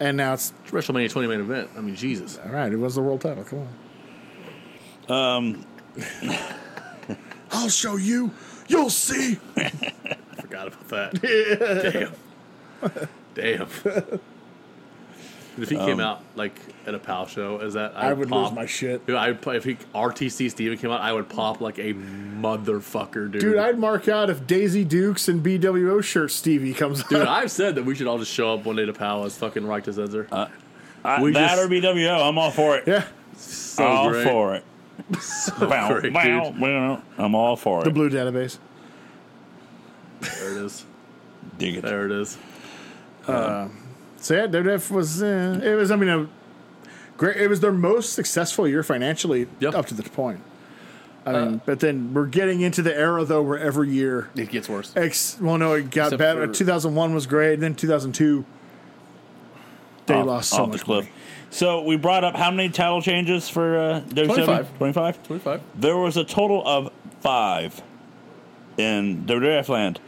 Speaker 3: And now it's.
Speaker 2: WrestleMania 20 main event. I mean, Jesus.
Speaker 3: All right, it was the world title. Come on. Um. <laughs> I'll show you. You'll see.
Speaker 2: I forgot about that. <laughs> Damn. Damn. if he came out like at a PAL show, is that
Speaker 3: I would lose my shit.
Speaker 2: Dude, I would play, if he RTC Steven came out, I would pop like a motherfucker, dude.
Speaker 3: Dude, I'd mark out if Daisy Dukes and BWO shirt Stevie comes
Speaker 1: <laughs>
Speaker 3: out.
Speaker 2: Dude, I've said that we should all just show up one day to PAL as fucking Rock to Censor.
Speaker 1: I-
Speaker 2: we
Speaker 1: that
Speaker 2: just-
Speaker 1: or BWO. I'm all for it.
Speaker 3: yeah.
Speaker 2: so
Speaker 1: all
Speaker 2: great.
Speaker 1: for
Speaker 3: <laughs>
Speaker 1: it. Wow,
Speaker 2: great,
Speaker 1: wow,
Speaker 2: dude.
Speaker 1: wow. I'm all for
Speaker 3: The
Speaker 1: it.
Speaker 3: blue database.
Speaker 2: There it is.
Speaker 1: Dig it.
Speaker 2: There it is.
Speaker 3: So yeah, WWF was uh, it was I mean a great it was their most successful year financially
Speaker 2: Yep.
Speaker 3: up to this point. I
Speaker 1: Uh,
Speaker 3: mean, but then we're getting into the era though where every year
Speaker 2: It gets worse.
Speaker 3: ex well no it got
Speaker 2: Except
Speaker 3: better.
Speaker 2: for-
Speaker 3: 2001 was great, and then 2002 they
Speaker 1: Off-
Speaker 3: lost so
Speaker 1: off
Speaker 3: much
Speaker 1: the cliff.
Speaker 3: money.
Speaker 1: So we brought up how many title changes for uh, WCW?
Speaker 2: 25.
Speaker 1: 25.
Speaker 2: 25.
Speaker 1: There was a total of five in WWF land.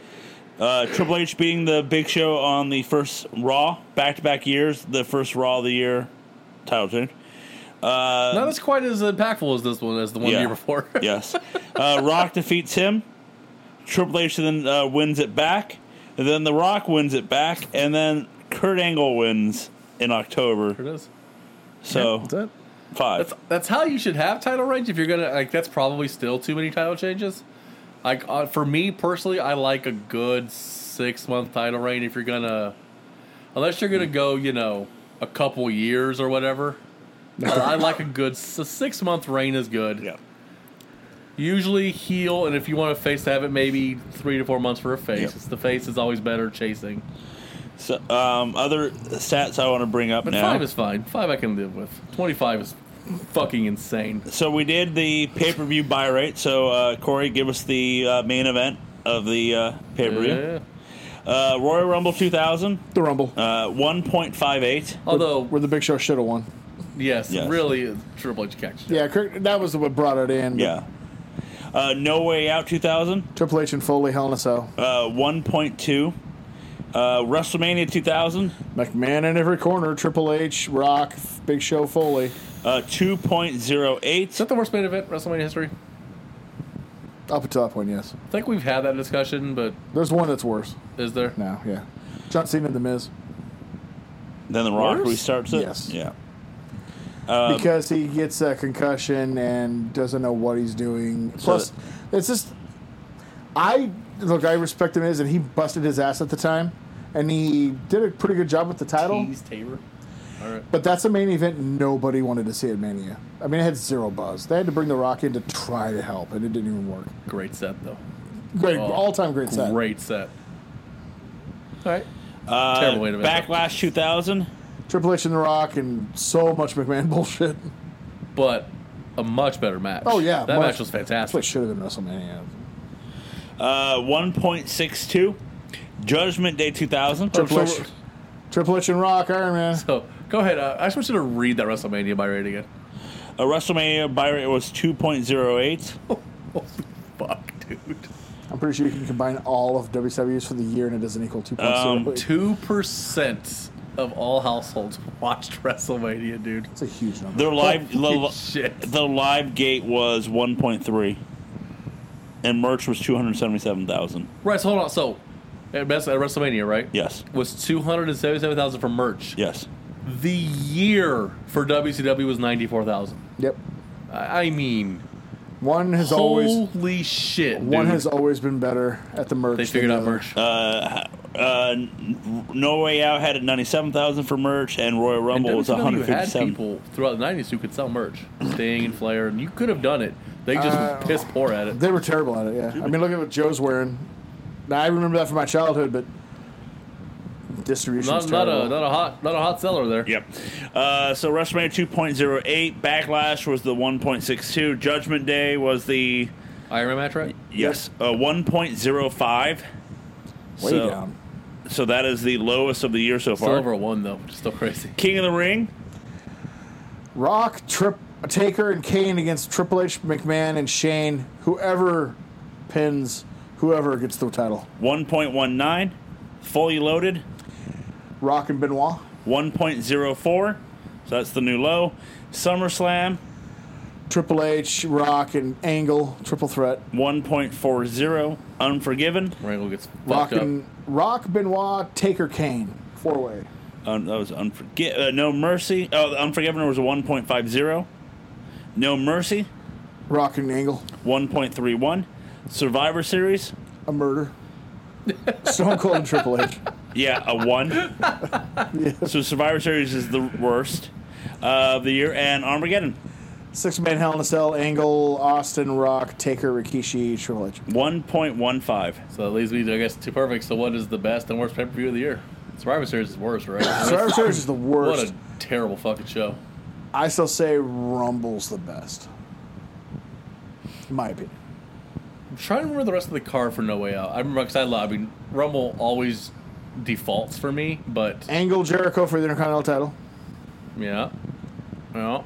Speaker 1: Uh, Triple H being the big show on the first Raw, back to back years, the first Raw of the year title change.
Speaker 2: Not as quite as impactful as this one as the one
Speaker 1: Yeah.
Speaker 2: year before. <laughs>
Speaker 1: Yes. Uh, Rock <laughs> defeats him. Triple H then uh, wins it back. And then The Rock wins it back. And then Kurt Angle wins in October.
Speaker 2: There it is.
Speaker 1: So
Speaker 3: That's it.
Speaker 1: five.
Speaker 2: That's that's how you should have title range if you're gonna like. That's probably still too many title changes. Like uh, for me personally, I like a good six month title reign if you're gonna, unless you're gonna go, you know, a couple years or <laughs> whatever. Uh, I like a good six month reign is good.
Speaker 1: Yeah.
Speaker 2: Usually heel, and if you want a face to have it, maybe three to four months for a face.
Speaker 1: Yep.
Speaker 2: It's the face is always better chasing.
Speaker 1: So, um, other stats I want to bring up
Speaker 2: But
Speaker 1: now.
Speaker 2: five is fine. Five I can live with. Twenty five is fucking insane.
Speaker 1: so we did the pay per view buy rate. So uh, Corey, give us the uh, main event of the uh, pay per view.
Speaker 2: Yeah.
Speaker 1: Uh, Royal Rumble 2000,
Speaker 3: The Rumble.
Speaker 1: uh, 1.58.
Speaker 2: Although
Speaker 3: where the Big Show should have won.
Speaker 2: Yes,
Speaker 1: Yes.
Speaker 2: really, uh, Triple H catch.
Speaker 3: Yeah, Kirk, that was what brought it in. but
Speaker 1: Yeah. Uh, no Way Out 2000,
Speaker 3: Triple H and Foley, Hell in a Cell.
Speaker 1: uh, 1.2. Uh, WrestleMania 2000,
Speaker 3: McMahon in every corner. Triple H, Rock, Big Show, Foley.
Speaker 1: uh, 2.08.
Speaker 2: Is that the worst main event in WrestleMania history?
Speaker 3: Up until that point, yes.
Speaker 2: I think we've had that discussion, but
Speaker 3: There's one that's worse
Speaker 2: is there?
Speaker 3: now. Yeah, John Cena and The Miz
Speaker 1: Then The Rock
Speaker 2: Worse?
Speaker 1: restarts it?
Speaker 3: Yes.
Speaker 1: Yeah. Um,
Speaker 3: because he gets a concussion and doesn't know what he's doing. Plus, it's just I look. I respect The Miz, and he busted his ass at the time, and he did a pretty good job with the title.
Speaker 2: Keys Tabor. All right.
Speaker 3: But that's a main event nobody wanted to see at Mania. I mean, it had zero buzz. They had to bring The Rock in to try to help, and it didn't even work.
Speaker 2: Great set though.
Speaker 3: Great,
Speaker 2: Oh,
Speaker 3: all time great set.
Speaker 2: Great set. All right.
Speaker 1: Uh,
Speaker 2: Terrible way to end it.
Speaker 1: Backlash 2000.
Speaker 3: Triple H and The Rock, and so much McMahon <laughs> bullshit.
Speaker 2: But a much better match.
Speaker 3: Oh yeah,
Speaker 2: That match
Speaker 3: much-
Speaker 2: was
Speaker 3: That's what
Speaker 2: fantastic.
Speaker 3: should have been WrestleMania.
Speaker 1: Uh, 1.62. Judgment Day 2000.
Speaker 3: Triple
Speaker 2: so
Speaker 3: H, Triple H and Rock, Iron Man.
Speaker 2: So go ahead. Uh, I just want you to read that WrestleMania by rating it. <laughs>
Speaker 1: A WrestleMania buy rate was 2.08.
Speaker 2: Fuck, dude.
Speaker 3: I'm pretty sure you can combine all of WWE's for the year, and it doesn't equal two
Speaker 1: Um,
Speaker 3: points.
Speaker 2: Two percent of all households watched WrestleMania, dude.
Speaker 3: it's a huge number.
Speaker 2: Oh,
Speaker 1: Their live the,
Speaker 2: Holy shit.
Speaker 1: the live gate was 1.3, and merch was 277,000.
Speaker 2: Right. So hold on. So at best at WrestleMania, right?
Speaker 1: Yes,
Speaker 2: Was two hundred and seventy-seven thousand for merch.
Speaker 1: yes.
Speaker 2: The year for WCW was ninety-four thousand.
Speaker 3: Yep,
Speaker 2: I I mean,
Speaker 3: one has always
Speaker 2: holy shit!
Speaker 3: one
Speaker 2: dude.
Speaker 3: has always been better at the merch.
Speaker 2: They
Speaker 3: than
Speaker 2: figured
Speaker 3: the
Speaker 2: out
Speaker 3: other.
Speaker 2: merch.
Speaker 1: Uh, uh, n- No Way Out had 97,000 for merch, and Royal
Speaker 2: And
Speaker 1: Rumble was
Speaker 2: WCW had
Speaker 1: 157.
Speaker 2: people throughout the '90s who could sell merch, Sting and Flair, and you could have done it. They just
Speaker 3: Uh,
Speaker 2: were piss poor at it.
Speaker 3: They were terrible at it. Yeah, I mean, look at what Joe's wearing. Now I remember that from my childhood, but distribution
Speaker 2: Not,
Speaker 3: was
Speaker 2: not
Speaker 3: terrible.
Speaker 2: a not a hot not a hot seller there.
Speaker 1: Yep. Uh, so WrestleMania 2.08, Backlash was the 1.62, Judgment Day was the
Speaker 2: Iron Man match, right?
Speaker 1: yes uh, 1.05.
Speaker 3: Way
Speaker 1: so,
Speaker 3: down.
Speaker 1: So that is the lowest of the year so
Speaker 2: Still
Speaker 1: far.
Speaker 2: over a one though, which is still crazy.
Speaker 1: King of the Ring,
Speaker 3: Rock, Trip, Taker, and Kane against Triple H, McMahon, and Shane. Whoever pins, whoever gets the title.
Speaker 1: 1.19. Fully loaded,
Speaker 3: Rock and Benoit.
Speaker 1: 1.04. So that's the new low. SummerSlam,
Speaker 3: Triple H, Rock, and Angle. Triple threat.
Speaker 1: 1.40. Unforgiven.
Speaker 2: Rangle gets fucked
Speaker 3: Rock
Speaker 2: up.
Speaker 3: and Rock, Benoit, Taker, Kane. Four way.
Speaker 1: Um, that was unforgi- uh, No Mercy. Oh, Unforgiven was a 1.50. No Mercy,
Speaker 3: Rock and Angle.
Speaker 1: 1.31. Survivor Series,
Speaker 2: <laughs>
Speaker 3: A murder. Stone Cold and Triple H.
Speaker 1: yeah, a 1. So Survivor Series is the worst of the year. And Armageddon,
Speaker 3: Six man Hell in a Cell. Angle, Austin, Rock, Taker, Rikishi, Triple H.
Speaker 1: 1.15.
Speaker 2: So that leads me to I guess two perfect. So what is the best and worst pay per view of the year? Survivor Series is worse, right?
Speaker 3: <laughs> Survivor Series is the
Speaker 2: what
Speaker 3: worst.
Speaker 2: a terrible fucking show.
Speaker 3: I still say Rumble's the best. In my opinion.
Speaker 2: I'm trying to remember the rest of the card for No Way Out. I remember because I love. I mean, Rumble always defaults for me, but
Speaker 3: Angle Jericho for the Intercontinental title.
Speaker 2: yeah, well,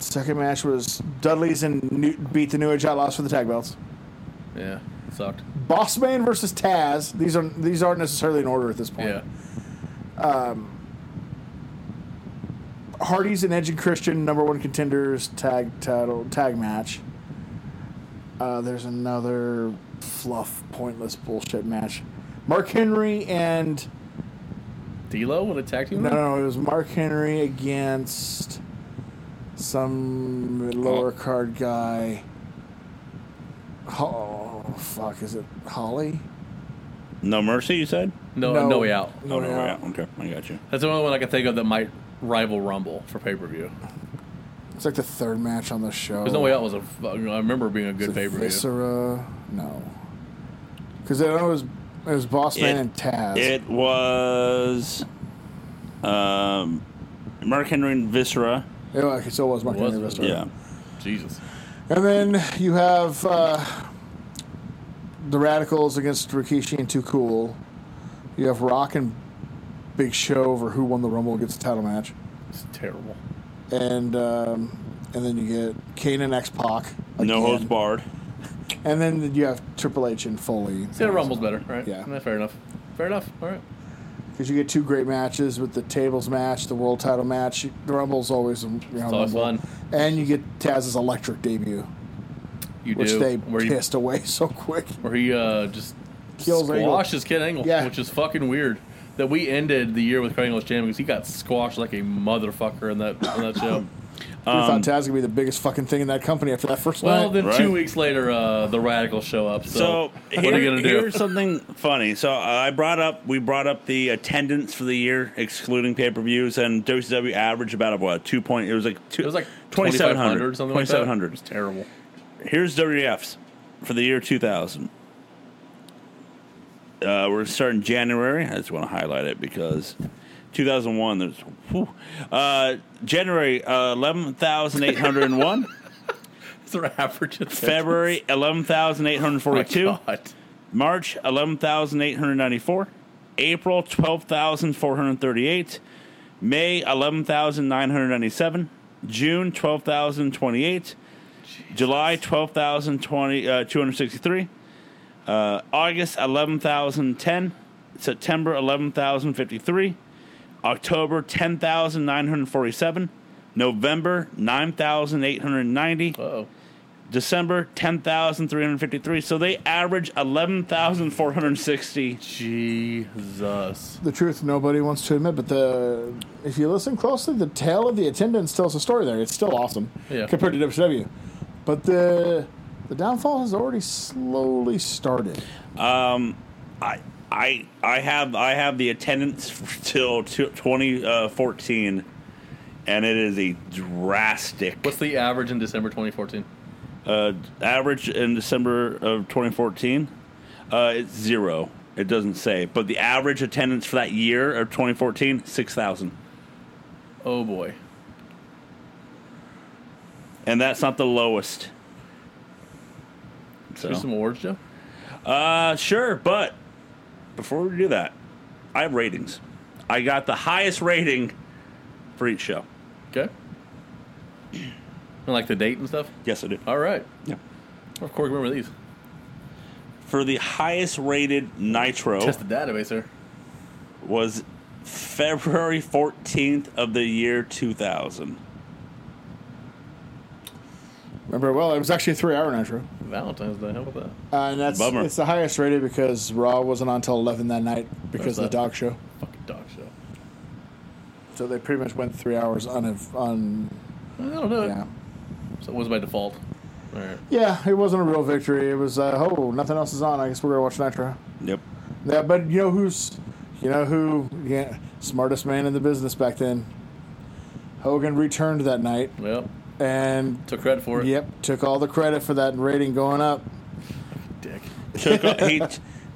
Speaker 3: Second match was Dudley's and New- beat the New Age Outlaws for the tag belts.
Speaker 2: yeah, it sucked.
Speaker 3: Bossman versus Taz. These are these aren't necessarily in order at this point.
Speaker 2: Yeah,
Speaker 3: Hardy's and Edge and Christian number one contenders tag title tag match. Uh, there's another fluff, pointless bullshit match. Mark Henry and
Speaker 2: D'Lo would attack you.
Speaker 3: no, no, it was Mark Henry against some lower card guy. Oh fuck, is it Holly?
Speaker 1: No Mercy, you said?
Speaker 2: no,
Speaker 3: No.
Speaker 2: no, Way Out.
Speaker 1: oh,
Speaker 3: No,
Speaker 1: no,
Speaker 3: no.
Speaker 1: yeah. Okay, I got you.
Speaker 2: That's the only one I can think of that might rival Rumble for pay per view.
Speaker 3: It's like the third match on the show.
Speaker 2: Because No Way Out was a. fu- I remember being a good pay per view.
Speaker 3: Viscera? No. Because I know it was, it was Bossman
Speaker 1: It-
Speaker 3: and Taz.
Speaker 1: It was um, Mark Henry and Viscera.
Speaker 3: Yeah, well, okay, so it was Mark
Speaker 2: It was
Speaker 3: Henry
Speaker 2: Viscera.
Speaker 3: Viscera.
Speaker 1: Yeah.
Speaker 2: Jesus.
Speaker 3: And then you have uh, the Radicals against Rikishi and Too Cool. You have Rock and Big Show over who won the Rumble gets the title match.
Speaker 2: It's terrible.
Speaker 3: And um, and then you get Kane and X Pac.
Speaker 1: No holds barred.
Speaker 3: And then you have Triple H and Foley.
Speaker 2: See, the Rumble's better, right? Eh,
Speaker 3: Yeah.
Speaker 2: Fair enough. Fair enough. All right.
Speaker 3: Because you get two great matches with the tables match, the world title match. The Rumble's always, you know,
Speaker 2: always
Speaker 3: Rumble.
Speaker 2: fun.
Speaker 3: And you get Taz's electric debut.
Speaker 2: you
Speaker 3: which
Speaker 2: do,
Speaker 3: they
Speaker 2: where he
Speaker 3: pissed away <laughs> so quick.
Speaker 2: where he uh, just
Speaker 3: Kills Angle.
Speaker 2: squashes Kid Angle,
Speaker 3: Yeah.
Speaker 2: which is fucking weird. That we ended the year with Kurt Angle's champion because he got squashed like a motherfucker in that on that
Speaker 3: <laughs>
Speaker 2: show.
Speaker 3: we thought Taz would be the biggest fucking thing in that company after that first
Speaker 2: Um, well,
Speaker 3: night.
Speaker 2: then
Speaker 1: Right.
Speaker 2: two weeks later, uh, the Radicals show up. So,
Speaker 1: So,
Speaker 2: what
Speaker 1: here-
Speaker 2: are you gonna do?
Speaker 1: here's something funny. So I brought up we brought up the attendance for the year, excluding pay per views, and WCW averaged about what two point. It was like two,
Speaker 2: It was like
Speaker 1: twenty seven
Speaker 2: 2,700
Speaker 1: hundred
Speaker 2: something.
Speaker 1: Twenty seven
Speaker 2: Like that. It
Speaker 1: hundred.
Speaker 2: was terrible.
Speaker 1: Here's WFs for the year two thousand. Uh, we're starting January. I just want to highlight it because 2001. There's whew. uh, January uh,
Speaker 2: <laughs>
Speaker 1: 11,801.
Speaker 2: It's their average. attendance.
Speaker 1: February
Speaker 2: Oh my
Speaker 1: 11,842.
Speaker 2: God.
Speaker 1: March 11,894, April 12,438, May 11,997, June 12,028, July 12,020 uh, 263, uh, August 11,010, September 11,053, October 10,947, November 9,890,
Speaker 2: Uh-oh.
Speaker 1: December, 10,353. So they average 11,460.
Speaker 2: Jesus.
Speaker 3: the truth nobody wants to admit, but the if you listen closely, the tale of the attendance tells a story there. It's still awesome
Speaker 2: Yeah.
Speaker 3: compared to WCW, but the the downfall has already slowly started.
Speaker 1: I, I, I have I have the attendance f- till t- 2014, and it is a drastic
Speaker 2: What's the average in December 2014?
Speaker 1: uh, average in December of 2014. Uh, it's zero. It doesn't say, but the average attendance for that year of 2014 6,000,
Speaker 2: Oh boy.
Speaker 1: and that's not the lowest. So.
Speaker 2: There's some awards, Joe.
Speaker 1: Uh, sure, but before we do that, I have ratings. I got the highest rating for each show.
Speaker 2: Okay. And like the date and stuff.
Speaker 1: Yes, I Uh, do.
Speaker 2: All right.
Speaker 1: Yeah.
Speaker 2: Of course, remember these.
Speaker 1: For the highest rated Nitro
Speaker 2: Test the database there.
Speaker 1: was February 14th of the year 2000.
Speaker 3: Remember, well, it was actually a three-hour nitro,
Speaker 2: Valentine's Day. How about that?
Speaker 3: uh, and that's
Speaker 1: Bummer.
Speaker 3: it's the highest rated because Raw wasn't on until eleven that night because of the
Speaker 2: That's
Speaker 3: dog show.
Speaker 2: Fucking dog show.
Speaker 3: So they pretty much went three hours on on
Speaker 2: I don't know.
Speaker 3: yeah.
Speaker 2: So it was by default. All right.
Speaker 3: Yeah, it wasn't a real victory. It was uh, oh, nothing else is on. I guess we're gonna watch Nitro.
Speaker 1: Yep.
Speaker 3: Yeah, but you know who's, you know who, yeah, smartest man in the business back then. Hogan returned that night
Speaker 2: Well,
Speaker 3: and
Speaker 2: took credit for it.
Speaker 3: yep took all the credit for that rating going up.
Speaker 2: Dick.
Speaker 1: Took on, <laughs> he t-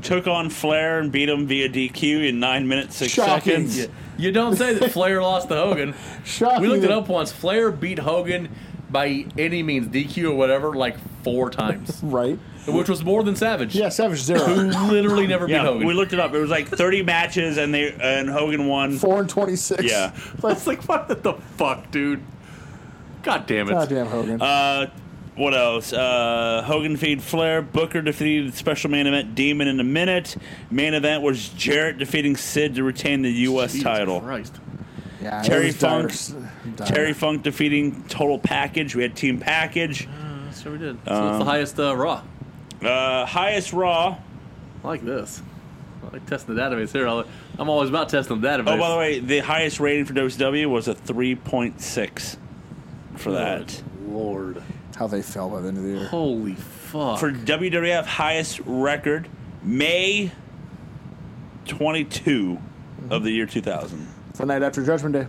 Speaker 1: took on Flair and beat him via DQ in 9 minutes 6
Speaker 3: Shocking.
Speaker 1: seconds.
Speaker 2: Yeah. You don't say that Flair lost to
Speaker 3: <laughs>
Speaker 2: Hogan.
Speaker 3: Shocking
Speaker 2: We looked it
Speaker 3: that-
Speaker 2: up once. Flair beat Hogan by any means, DQ or whatever, like four
Speaker 3: <laughs>
Speaker 2: times,
Speaker 3: Right?
Speaker 2: which was more than Savage.
Speaker 3: Yeah, Savage zero,
Speaker 2: Literally never beat
Speaker 1: Yeah,
Speaker 2: Hogan.
Speaker 1: we looked it up. It was like 30 matches and they and Hogan won.
Speaker 3: <laughs> four and twenty six.
Speaker 1: Yeah.
Speaker 2: <laughs> It's like, what the fuck, dude? God damn it.
Speaker 3: goddamn Hogan.
Speaker 1: Uh, what else? Uh, Hogan defeated Flair. Booker defeated special main event Demon in a minute. Main event was Jarrett defeating Sid to retain the U.S.
Speaker 2: Jesus
Speaker 1: title.
Speaker 2: Christ.
Speaker 3: yeah, it
Speaker 1: Terry
Speaker 3: was dire-
Speaker 1: Funk-
Speaker 3: s- dire.
Speaker 1: Terry Funk defeating Total Package. We had Team Package.
Speaker 2: Sure we did. So
Speaker 1: Um,
Speaker 2: what's the highest uh, Raw?
Speaker 1: Uh, highest Raw.
Speaker 2: I like this. I like testing the database here. I'll- I'm always about testing the database.
Speaker 1: Oh, by the way, the highest rating for WCW was a 3.6 for that.
Speaker 2: Lord.
Speaker 3: How they fell by the end of the year.
Speaker 2: Holy fuck.
Speaker 1: For WWF, highest record, May 22 of the year 2000.
Speaker 3: The night after Judgment Day,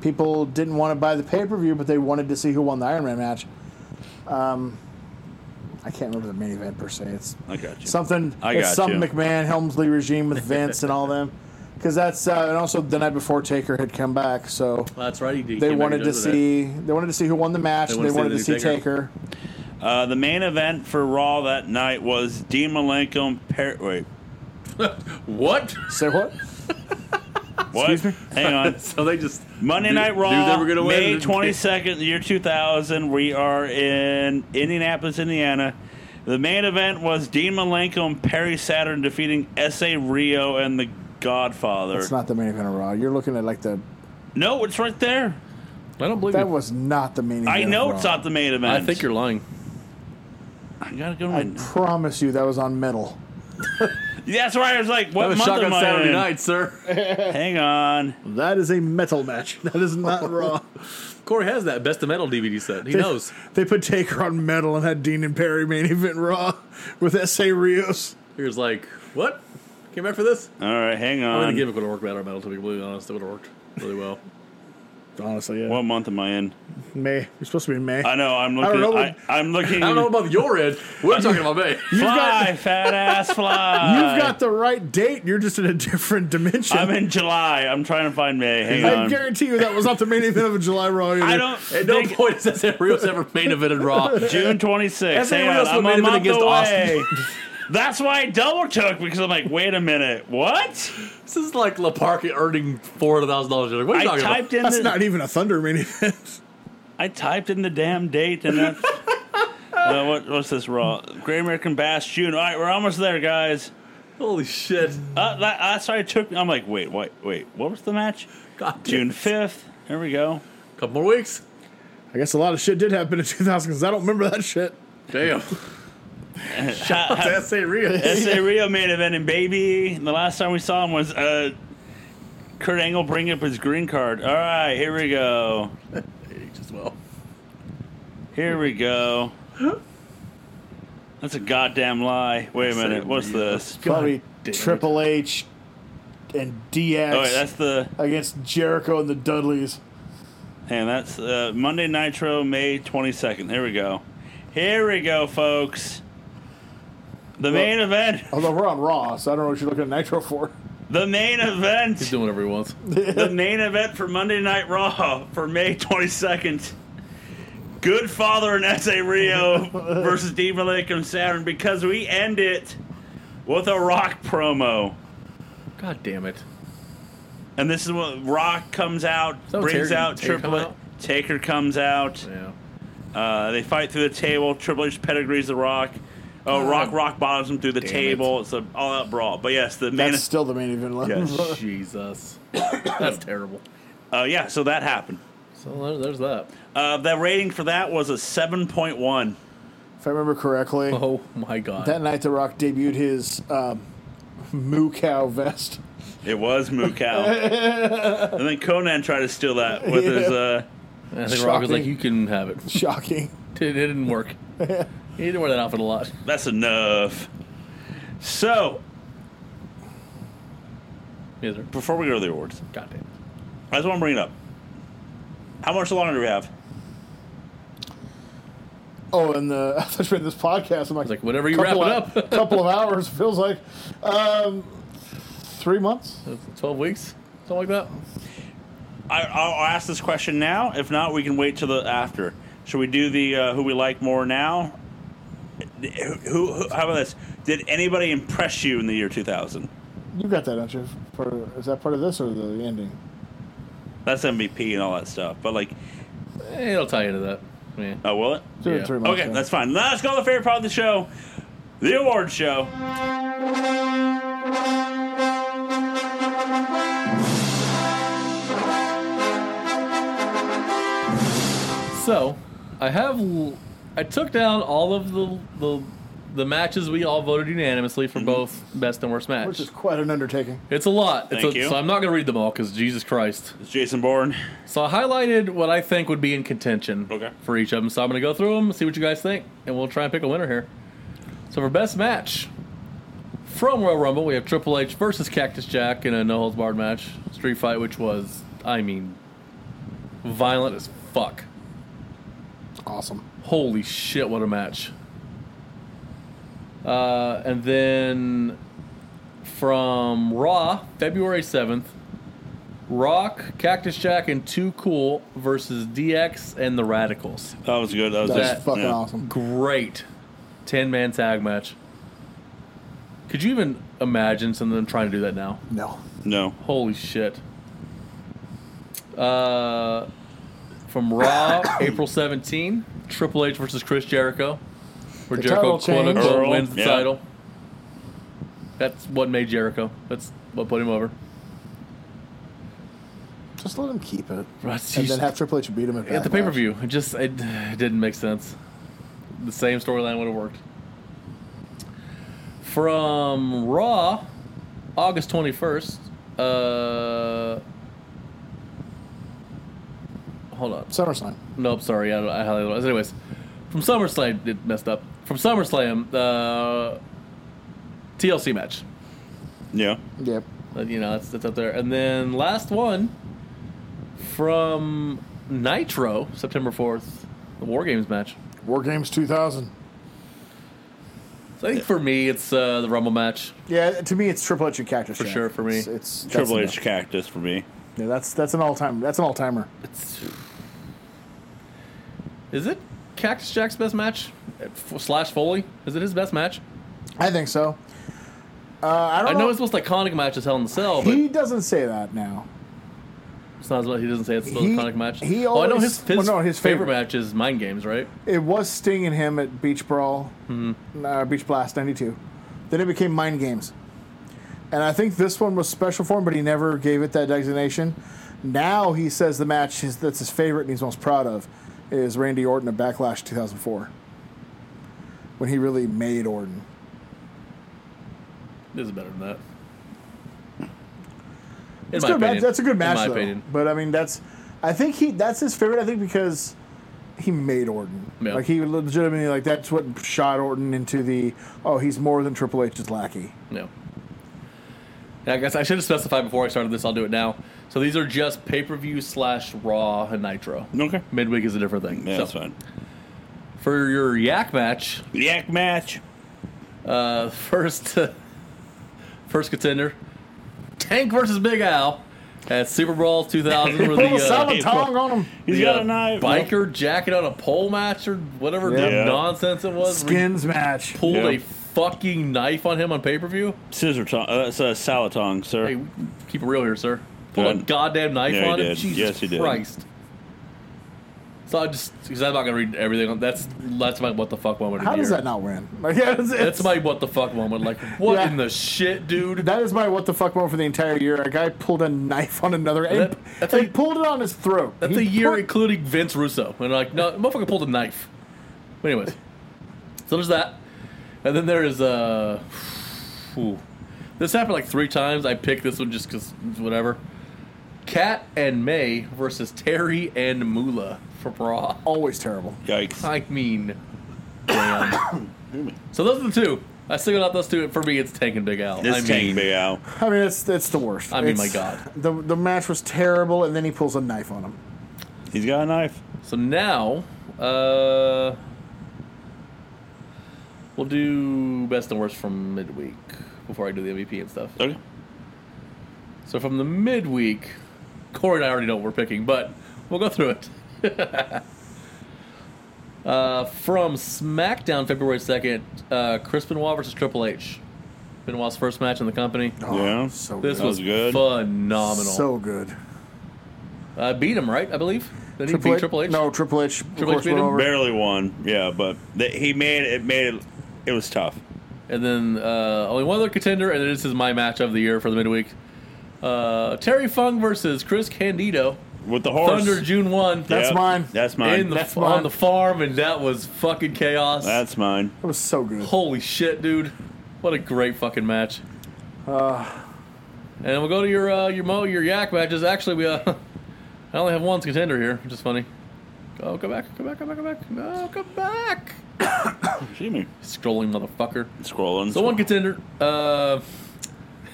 Speaker 3: people didn't want to buy the pay per view, but they wanted to see who won the Iron Man match. Um, I can't remember the main event per se. It's
Speaker 1: I got you.
Speaker 3: something.
Speaker 1: I
Speaker 3: it's
Speaker 1: got
Speaker 3: some
Speaker 1: you.
Speaker 3: McMahon Helmsley regime with Vince and
Speaker 2: <laughs>
Speaker 3: all them, because that's uh, and also the night before Taker had come back, so
Speaker 2: That's right. He did.
Speaker 3: they
Speaker 2: Came back
Speaker 3: wanted
Speaker 2: and
Speaker 3: to
Speaker 2: does that.
Speaker 3: see they wanted to see who won the match.
Speaker 2: They
Speaker 3: They,
Speaker 2: wanna see
Speaker 3: wanted
Speaker 2: the
Speaker 3: to see
Speaker 2: new Taker.
Speaker 3: Taker.
Speaker 1: Uh, the main event for Raw that night was Dean Malenko and Par- wait <laughs>
Speaker 2: What? <laughs>
Speaker 3: Say what?
Speaker 1: what? Hang
Speaker 2: <laughs>
Speaker 1: on.
Speaker 2: so they just
Speaker 1: Monday
Speaker 2: knew-
Speaker 1: Night
Speaker 2: Knew they
Speaker 1: Raw,
Speaker 2: were gonna win.
Speaker 1: May twenty second, year two thousand. We are in Indianapolis, Indiana. The main event was Dean Malenko and Perry Saturn defeating S.A. Rio and The Godfather.
Speaker 3: It's not the main event of Raw. You're looking at like the
Speaker 1: no, it's right there.
Speaker 2: I don't believe
Speaker 3: that
Speaker 2: you.
Speaker 3: was not the main event.
Speaker 1: I
Speaker 3: of
Speaker 1: know
Speaker 3: Raw.
Speaker 1: it's not the main event.
Speaker 2: I think you're lying.
Speaker 1: I gotta go.
Speaker 3: I
Speaker 1: in.
Speaker 3: promise you that was on metal.
Speaker 1: <laughs> That's why I was like, what
Speaker 2: That was
Speaker 1: month
Speaker 2: shotgun
Speaker 1: am I
Speaker 2: Saturday
Speaker 1: in?
Speaker 2: night, sir.
Speaker 1: Hang on.
Speaker 3: That is a metal match. <laughs> That is not raw.
Speaker 2: Corey has that best of metal DVD
Speaker 1: <laughs>
Speaker 2: set. He knows.
Speaker 3: They put Taker on metal and had Dean and Perry main event Raw <laughs> with S.A. Rios.
Speaker 2: Here's like, what? Came back for this?
Speaker 1: All right, hang
Speaker 2: I think
Speaker 1: on.
Speaker 2: the gimmick would have worked better on metal. To be completely honest, it would have worked really well.
Speaker 3: Honestly, yeah.
Speaker 1: what month am I in?
Speaker 3: May. You're supposed to be in May.
Speaker 1: I know. I'm
Speaker 3: don't
Speaker 1: looking.
Speaker 3: know.
Speaker 1: I, I'm looking.
Speaker 2: I
Speaker 1: <laughs>
Speaker 2: don't know about your end. We're talking about me.
Speaker 1: Fly, fat ass fly.
Speaker 3: You've got the right date. You're just in a different dimension.
Speaker 1: I'm in July. I'm trying to find May. Hang
Speaker 3: I
Speaker 1: on.
Speaker 3: guarantee you that was not the main event of a July Raw. Either.
Speaker 1: I don't.
Speaker 2: At no
Speaker 1: think-
Speaker 2: point has that Rio's ever main evented
Speaker 1: <laughs>
Speaker 2: Raw.
Speaker 1: June 26th.
Speaker 2: That's
Speaker 1: Hang
Speaker 2: anyone
Speaker 1: on.
Speaker 2: else
Speaker 1: I'm
Speaker 2: would
Speaker 1: a
Speaker 2: have been
Speaker 1: month
Speaker 2: against
Speaker 1: away. <laughs> That's why I double took because I'm like, wait a minute, what?
Speaker 2: This is like LaParca earning four hundred thousand dollars. Like, what are you
Speaker 1: I
Speaker 2: talking
Speaker 1: typed
Speaker 2: about?
Speaker 1: in
Speaker 3: That's
Speaker 1: the,
Speaker 3: not even a Thunder main event. <laughs>
Speaker 1: I typed in the damn date and that's <laughs> uh, what, what's this raw? Great American Bash June. All right, we're almost there, guys.
Speaker 2: Holy shit!
Speaker 1: Uh, that, that's why I took. I'm like, wait, wait, wait. What was the match?
Speaker 2: God,
Speaker 1: June
Speaker 2: June.
Speaker 1: 5th. Here we go. <laughs>
Speaker 2: Couple more weeks.
Speaker 3: I guess a lot of shit did happen in 2000 because I don't remember that shit.
Speaker 2: <laughs> Damn.
Speaker 1: Shot-
Speaker 3: That's
Speaker 1: <laughs>
Speaker 3: a real.
Speaker 1: SA Rio main event and baby. The last time we saw him was uh, Kurt Angle bring up his green card. All right, here we go.
Speaker 2: Age as well.
Speaker 1: Here we go. That's a goddamn lie. Wait a minute. What's this?
Speaker 3: <laughs> Probably
Speaker 2: damn it.
Speaker 3: Triple H and DX
Speaker 1: Oh, wait, that's the.
Speaker 3: against Jericho and the Dudleys.
Speaker 1: And that's uh, Monday Nitro, May 22nd. Here we go. Here we go, folks. The main event.
Speaker 3: Although we're on Raw, so I don't know what you're looking at Nitro for.
Speaker 1: The main
Speaker 2: He's
Speaker 1: event.
Speaker 2: doing whatever he wants.
Speaker 1: the main event for Monday Night Raw for May 22nd. Good Father and S.A. Rio versus Dean Malik and Saturn because we end it with a rock promo.
Speaker 2: God damn it!
Speaker 1: And this is what Rock comes out,
Speaker 2: that when
Speaker 1: brings
Speaker 2: Taker-
Speaker 1: out
Speaker 2: Taker
Speaker 1: Triple
Speaker 2: come
Speaker 1: H.
Speaker 2: out?
Speaker 1: Taker comes out.
Speaker 2: Yeah.
Speaker 1: Uh, they fight through the table. Triple H pedigrees the Rock. Oh, Rock Rock bottoms him through the
Speaker 2: Damn it.
Speaker 1: table. It's an all-out brawl. But yes, the main.
Speaker 3: That's still the main event left.
Speaker 1: Yes. <coughs>
Speaker 2: Jesus. That's terrible.
Speaker 1: Uh, yeah, so that happened.
Speaker 2: So there, there's that.
Speaker 1: Uh, the rating for that was a seven point one.
Speaker 3: if I remember correctly,
Speaker 2: Oh my god.
Speaker 3: that night The Rock debuted his um, Moo Cow vest. <laughs>
Speaker 1: It was Moo Cow. and then Conan tried to steal that with his. Uh,
Speaker 2: I think Rock was like,
Speaker 3: shocking.
Speaker 2: "You can have it." <laughs>
Speaker 3: Shocking.
Speaker 2: It didn't
Speaker 3: <laughs>
Speaker 2: work. he didn't wear that outfit a lot.
Speaker 1: that's enough. So
Speaker 2: Yes, sir.
Speaker 1: before we go to the awards,
Speaker 2: God damn.
Speaker 1: I just want to bring it up. How much longer do we have?
Speaker 3: Oh, and the <laughs> I thought you meant this podcast. I'm like,
Speaker 2: It's like whatever you wrap
Speaker 3: couple
Speaker 2: it
Speaker 3: of,
Speaker 2: up. <laughs>
Speaker 3: <laughs> couple of hours feels like um, three months.
Speaker 2: Twelve weeks, something like that.
Speaker 1: I, I'll, I'll ask this question now. If not, we can wait till the after. Should we do the uh, who we like more now? Who, who, who- how about this? Did anybody impress you in the year 2000?
Speaker 3: You got that, don't you? For, is that part of this or the ending?
Speaker 1: That's MVP and all that stuff. But like,
Speaker 2: Eh, It'll tie into that. Yeah.
Speaker 1: oh, will it?
Speaker 3: Two or
Speaker 2: Yeah.
Speaker 3: three months.
Speaker 1: Okay,
Speaker 3: yeah.
Speaker 1: that's fine. Let's go to the favorite part of the show, the award show.
Speaker 2: So, I have l- I took down all of the the, the matches we all voted unanimously
Speaker 1: Mm-hmm.
Speaker 2: for both best and worst match.
Speaker 3: which is quite an undertaking.
Speaker 2: it's a lot. It's
Speaker 1: Thank
Speaker 2: a-
Speaker 1: you.
Speaker 2: So I'm not going to read them all because Jesus Christ.
Speaker 1: It's Jason Bourne.
Speaker 2: So I highlighted what I think would be in contention
Speaker 1: Okay.
Speaker 2: for each of them. So I'm going to go through them, see what you guys think, and we'll try and pick a winner here. So for best match from Royal Rumble, we have Triple H versus Cactus Jack in a no holds barred match, street fight, which was, I mean, violent as fuck.
Speaker 3: Awesome.
Speaker 2: Holy shit, what a match. Uh, and then from Raw, February 7th, Rock, Cactus Jack, and Too Cool versus DX and the Radicals.
Speaker 1: That was good. That was
Speaker 3: That's
Speaker 1: just,
Speaker 3: fucking
Speaker 1: yeah.
Speaker 3: awesome.
Speaker 2: Great 10 man tag match. Could you even imagine someone trying to do that now?
Speaker 3: No.
Speaker 1: No.
Speaker 2: Holy shit. Uh,
Speaker 1: <coughs>
Speaker 2: from Raw, April 17, Triple H versus Chris Jericho. Where
Speaker 3: The
Speaker 2: Jericho,
Speaker 3: title
Speaker 2: quote
Speaker 3: change.
Speaker 2: unquote,
Speaker 1: Earl,
Speaker 2: wins the
Speaker 1: yeah.
Speaker 2: title. That's what made Jericho. That's what put him over.
Speaker 3: Just let him keep it.
Speaker 2: <laughs> Right,
Speaker 3: And
Speaker 2: he's-
Speaker 3: then have Triple H beat him at,
Speaker 2: At the
Speaker 3: Backlash.
Speaker 2: pay per view, it just it, it didn't make sense. The same storyline would have worked. From Raw, August 21st. Uh, hold on.
Speaker 3: SummerSlam.
Speaker 2: Nope, sorry. I, don't- I highlighted what it was. Anyways, from SummerSlam, it messed up. From SummerSlam, uh, TLC match.
Speaker 1: Yeah.
Speaker 3: Yep.
Speaker 2: But, you know, that's, that's up there. And then last one from Nitro, September 4th, the War Games match.
Speaker 3: War Games 2000.
Speaker 2: So I think for me, it's uh, the Rumble match.
Speaker 3: Yeah, to me it's Triple H and Cactus.
Speaker 2: For
Speaker 3: Jack.
Speaker 2: sure, for me.
Speaker 3: it's, it's that's
Speaker 1: Triple
Speaker 3: enough.
Speaker 1: H cactus for me.
Speaker 3: Yeah, that's that's an all time. That's an all timer.
Speaker 2: It's is it Cactus Jack's best match F- slash Foley? Is it his best match?
Speaker 3: I think so. Uh, I
Speaker 2: I
Speaker 3: don't
Speaker 2: know
Speaker 3: know.
Speaker 2: it's the most iconic match as Hell in the Cell, Oh, but
Speaker 3: he doesn't say that now.
Speaker 2: it's not as much. He doesn't say it's the most
Speaker 3: He-
Speaker 2: iconic match.
Speaker 3: he
Speaker 2: oh, I know
Speaker 3: always-
Speaker 2: his, his,
Speaker 3: well, no, his
Speaker 2: favorite,
Speaker 3: favorite.
Speaker 2: match is Mind Games, right?
Speaker 3: It was Sting and him at Beach Brawl, uh, Beach Blast '92. Then it became Mind Games, and I think this one was special for him, but he never gave it that designation. Now he says the match is, that's his favorite and he's most proud of is Randy Orton at Backlash 2004, when he really made Orton.
Speaker 2: This is better than that. In
Speaker 3: It's
Speaker 2: my
Speaker 3: good match.
Speaker 2: opinion.
Speaker 3: That's a good match,
Speaker 2: In my
Speaker 3: though.
Speaker 2: opinion.
Speaker 3: But I mean, that's I think he that's his favorite. I think because he made Orton.
Speaker 2: Yeah.
Speaker 3: Like he legitimately like that's what shot Orton into the oh he's more than Triple H's lackey.
Speaker 2: No. Yeah, I guess I should have specified before I started this. I'll do it now. So these are just pay per view slash Raw and Nitro.
Speaker 1: Okay.
Speaker 2: Midweek is a different thing.
Speaker 1: Yeah,
Speaker 2: so
Speaker 1: that's fine.
Speaker 2: for your Yak match,
Speaker 1: Yak match.
Speaker 2: Uh, first, <laughs> first contender, Tank versus Big Al at Super Bowl 2000
Speaker 1: <laughs>
Speaker 2: with
Speaker 3: Put a
Speaker 2: the, uh,
Speaker 3: solid tongue on him.
Speaker 1: Oh, He's
Speaker 2: the,
Speaker 1: got
Speaker 2: uh,
Speaker 1: a knife.
Speaker 2: biker jacket on a pole match or whatever
Speaker 3: Yeah.
Speaker 1: Yeah.
Speaker 2: nonsense it was.
Speaker 3: Skins match.
Speaker 2: We pulled
Speaker 1: Yeah.
Speaker 2: a fucking knife on him on pay per view.
Speaker 1: Scissor tongue. Uh, that's a salad tongue, sir.
Speaker 2: Hey, keep it real here, sir. Pull a
Speaker 1: Good.
Speaker 2: goddamn knife
Speaker 1: Yeah, he
Speaker 2: on him.
Speaker 1: did.
Speaker 2: Jesus
Speaker 1: Yes, he did.
Speaker 2: Christ. So I just because I'm not gonna read everything. on- That's that's my what the fuck moment. of
Speaker 3: How
Speaker 2: the
Speaker 3: does
Speaker 2: year.
Speaker 3: that not win? Like, <laughs> yeah, it's,
Speaker 2: That's
Speaker 3: it's-
Speaker 2: my what the fuck moment. Like what
Speaker 3: Yeah.
Speaker 2: in the shit, dude?
Speaker 3: That is my what the fuck moment for the entire year. A guy pulled a knife on another, and,
Speaker 2: That- that's
Speaker 3: and
Speaker 2: a-
Speaker 3: he pulled it on his throat.
Speaker 2: That's
Speaker 3: He
Speaker 2: a year,
Speaker 3: put-
Speaker 2: including Vince Russo. And like, no, motherfucker pulled a knife. But anyways, so there's that, and then there is uh, whew. this happened like three times. I picked this one just because whatever. Cat and May versus Terry and Moolah for Raw.
Speaker 3: always terrible.
Speaker 1: Yikes.
Speaker 2: I mean,
Speaker 1: <coughs>
Speaker 2: damn. so those are the two. I singled out those two. For me, it's Tank and Big Al.
Speaker 1: This
Speaker 2: I mean,
Speaker 1: Tank Big Al.
Speaker 3: I mean, it's it's the worst.
Speaker 2: I mean, my
Speaker 3: It's-
Speaker 2: God.
Speaker 3: the the match was terrible, and then he pulls a knife on him.
Speaker 1: He's got a knife.
Speaker 2: So now, uh, we'll do best and worst from midweek before I do the MVP and stuff.
Speaker 1: Okay.
Speaker 2: So from the midweek, Corey and I already know what we're picking, but we'll go through it. <laughs> uh, from SmackDown, February 2nd, uh, Chris Benoit versus Triple H. Benoit's first match in the company.
Speaker 3: Oh,
Speaker 1: Yeah.
Speaker 3: so
Speaker 2: This
Speaker 1: That
Speaker 3: good.
Speaker 1: was
Speaker 2: was,
Speaker 1: good.
Speaker 2: phenomenal.
Speaker 3: so good.
Speaker 2: uh, beat him, right? I believe. Did he beat Triple H?
Speaker 3: No, Triple H. of
Speaker 2: Triple H
Speaker 3: course,
Speaker 2: beat
Speaker 3: went
Speaker 2: him?
Speaker 3: over.
Speaker 1: Barely won. Yeah, but th- he made it. Made it. It was tough.
Speaker 2: And then uh, only one other contender, and this is my match of the year for the midweek. Uh, Terry Fung versus Chris Candido.
Speaker 1: With the horse.
Speaker 2: Thunder June 1.
Speaker 3: That's mine.
Speaker 1: That's mine.
Speaker 2: In the,
Speaker 3: That's
Speaker 2: on
Speaker 3: mine.
Speaker 2: the farm, and that was fucking chaos.
Speaker 1: That's mine.
Speaker 3: It was so good.
Speaker 2: Holy shit, dude. What a great fucking match.
Speaker 3: Ah.
Speaker 2: and we'll go to your uh, your Mo, your Yak matches. Actually, we uh, <laughs> I only have one contender here, which is funny. Oh, go back, go back, go back, go back. No, go back.
Speaker 1: Excuse me.
Speaker 2: Scrolling motherfucker.
Speaker 1: Scrolling.
Speaker 2: So one contender. Uh,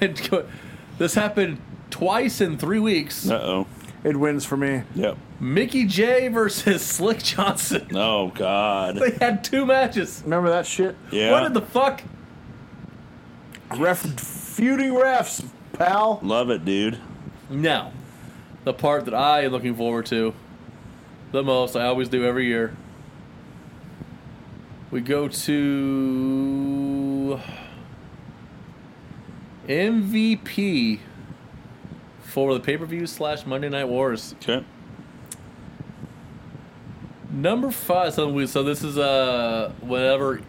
Speaker 2: <laughs> this happened twice in three weeks.
Speaker 1: Uh oh.
Speaker 3: It wins for me.
Speaker 1: Yep.
Speaker 2: Mickey J versus <laughs> Slick Johnson. <laughs>
Speaker 1: Oh God.
Speaker 2: They had two matches.
Speaker 3: Remember that shit?
Speaker 1: Yeah.
Speaker 2: What in the fuck?
Speaker 3: Ref feuding refs, pal.
Speaker 1: Love it, dude.
Speaker 2: Now, the part that I am looking forward to the most, I always do every year. We go to MVP for the pay per view slash Monday Night Wars.
Speaker 1: Okay.
Speaker 2: Number five. So, we, so this is uh whenever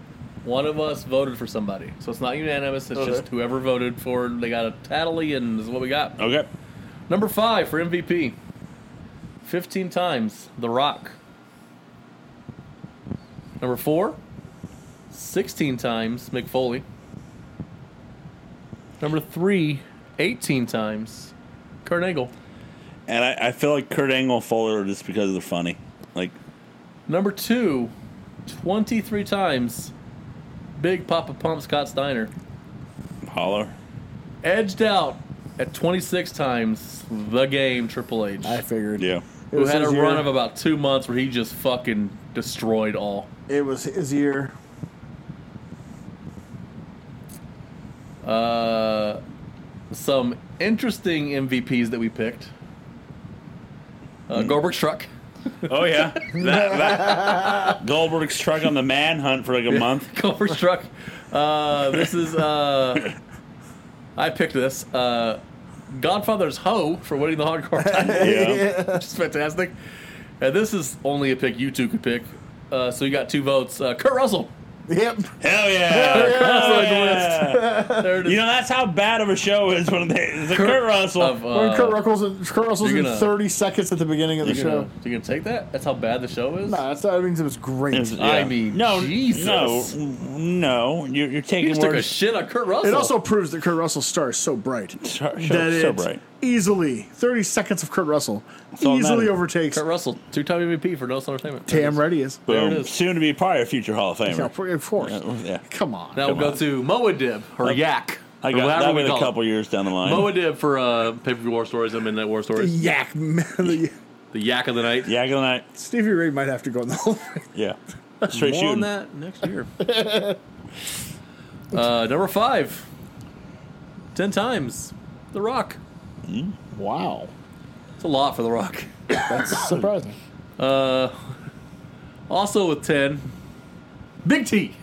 Speaker 2: one of us voted for somebody. So it's not unanimous. It's
Speaker 3: Okay.
Speaker 2: just whoever voted for. They got a tally, and this is what we got.
Speaker 1: Okay.
Speaker 2: Number five for MVP. Fifteen times The Rock. Number four, 16 times Mick Foley. Number three, 18 times Kurt Angle.
Speaker 1: And I, I feel like Kurt Angle and Fuller are just because they're funny. Like,
Speaker 2: Number two, 23 times Big Papa Pump Scott Steiner.
Speaker 1: holler.
Speaker 2: Edged out at 26 times the game Triple H,
Speaker 3: I figured.
Speaker 1: Yeah.
Speaker 3: It
Speaker 2: who
Speaker 3: was
Speaker 2: had a
Speaker 3: his year.
Speaker 2: run of about two months where he just fucking destroyed all.
Speaker 3: It was his year.
Speaker 2: Uh, some interesting MVPs that we picked. Uh, Goldberg's truck.
Speaker 1: Oh, <laughs> yeah. that, that, Goldberg's truck on the manhunt for like a
Speaker 2: <laughs>
Speaker 1: month.
Speaker 2: Goldberg's truck. Uh, this is. Uh, I picked this. Uh, Godfather's hoe for winning the
Speaker 3: <laughs>
Speaker 2: hardcore title,
Speaker 1: Yeah.
Speaker 2: <laughs> which is fantastic. And this is only a pick you two could pick. Uh, so you got two votes. Uh, Kurt Russell.
Speaker 3: Yep.
Speaker 2: Uh,
Speaker 1: Hell yeah. Hell Oh, yeah.
Speaker 2: <laughs> There it is.
Speaker 1: You know, that's how bad of a show is when they. It's like Kurt,
Speaker 2: Kurt-
Speaker 1: Russell.
Speaker 2: Of, uh,
Speaker 3: When Kurt Russell's, Kurt Russell's
Speaker 2: you're
Speaker 3: in
Speaker 2: gonna-
Speaker 3: 30 seconds at the beginning of the
Speaker 2: you
Speaker 3: show.
Speaker 2: gonna, you gonna take that? That's how bad the show is.
Speaker 3: Nah, that's, that means it was great.
Speaker 1: It's-
Speaker 3: It
Speaker 2: I mean,
Speaker 1: no,
Speaker 2: Jesus.
Speaker 1: no, no! You're, you're
Speaker 2: You
Speaker 1: taking
Speaker 2: just took a
Speaker 1: words.
Speaker 2: shit on Kurt Russell.
Speaker 3: also proves that Kurt Russell's star is so bright
Speaker 1: So- so-
Speaker 3: that
Speaker 1: so
Speaker 3: it
Speaker 1: bright.
Speaker 3: easily 30 seconds of Kurt Russell
Speaker 1: all that
Speaker 3: easily
Speaker 1: matters.
Speaker 3: overtakes.
Speaker 2: Kurt Russell, two-time MVP for No Soul Entertainment.
Speaker 3: Damn right he is.
Speaker 2: There it
Speaker 1: Boom.
Speaker 2: is.
Speaker 1: Soon to be probably a future Hall of
Speaker 3: Yeah,
Speaker 1: Famer.
Speaker 3: of course.
Speaker 1: Yeah.
Speaker 3: Come on.
Speaker 2: Now we'll
Speaker 1: Come
Speaker 2: go
Speaker 1: on.
Speaker 2: to Moadib or Yak.
Speaker 1: I
Speaker 2: or
Speaker 1: got
Speaker 2: whatever
Speaker 1: that
Speaker 2: we
Speaker 1: with a
Speaker 2: call it.
Speaker 1: couple years down the line.
Speaker 2: Moadib for uh, pay-per-view war stories and midnight war stories.
Speaker 3: Yak. <laughs> man. The-
Speaker 2: The Yak of the night.
Speaker 1: yeah, good night.
Speaker 3: Stevie Ray might have to go in the whole thing.
Speaker 1: Yeah, straight
Speaker 2: More
Speaker 1: shooting.
Speaker 2: on that next
Speaker 3: <laughs>
Speaker 2: year. uh, number five. Ten times. The Rock.
Speaker 3: Wow.
Speaker 2: It's a lot for The Rock.
Speaker 3: That's surprising.
Speaker 2: Uh, also with ten. Big T.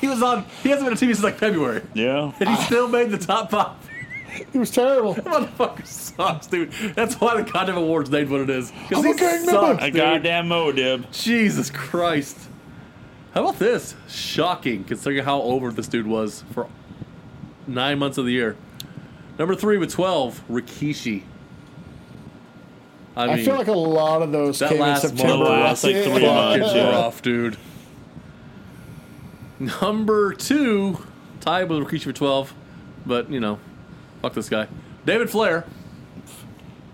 Speaker 2: He was on. He hasn't been on TV since like February,
Speaker 1: Yeah,
Speaker 2: and
Speaker 3: Ah.
Speaker 2: he still made the top five. <laughs>
Speaker 3: He was terrible.
Speaker 2: Motherfucker sucks, dude. That's why the goddamn awards named what it is. Because
Speaker 3: I'm
Speaker 2: he
Speaker 3: a gang member.
Speaker 2: sucks,
Speaker 1: a
Speaker 2: dude.
Speaker 1: goddamn Moadib.
Speaker 2: Jesus Christ. How about this? Shocking, considering how over this dude was for nine months of the year. Number three with 12, Rikishi. I
Speaker 3: I
Speaker 2: mean,
Speaker 3: feel like a lot of those
Speaker 2: that
Speaker 3: came in
Speaker 2: last
Speaker 3: September.
Speaker 2: month-
Speaker 1: last, like, three
Speaker 3: Yeah.
Speaker 1: months.
Speaker 2: fucking
Speaker 1: Yeah.
Speaker 2: rough, dude. Number two, tied with Rikishi for 12, but, you know, fuck this guy. David Flair.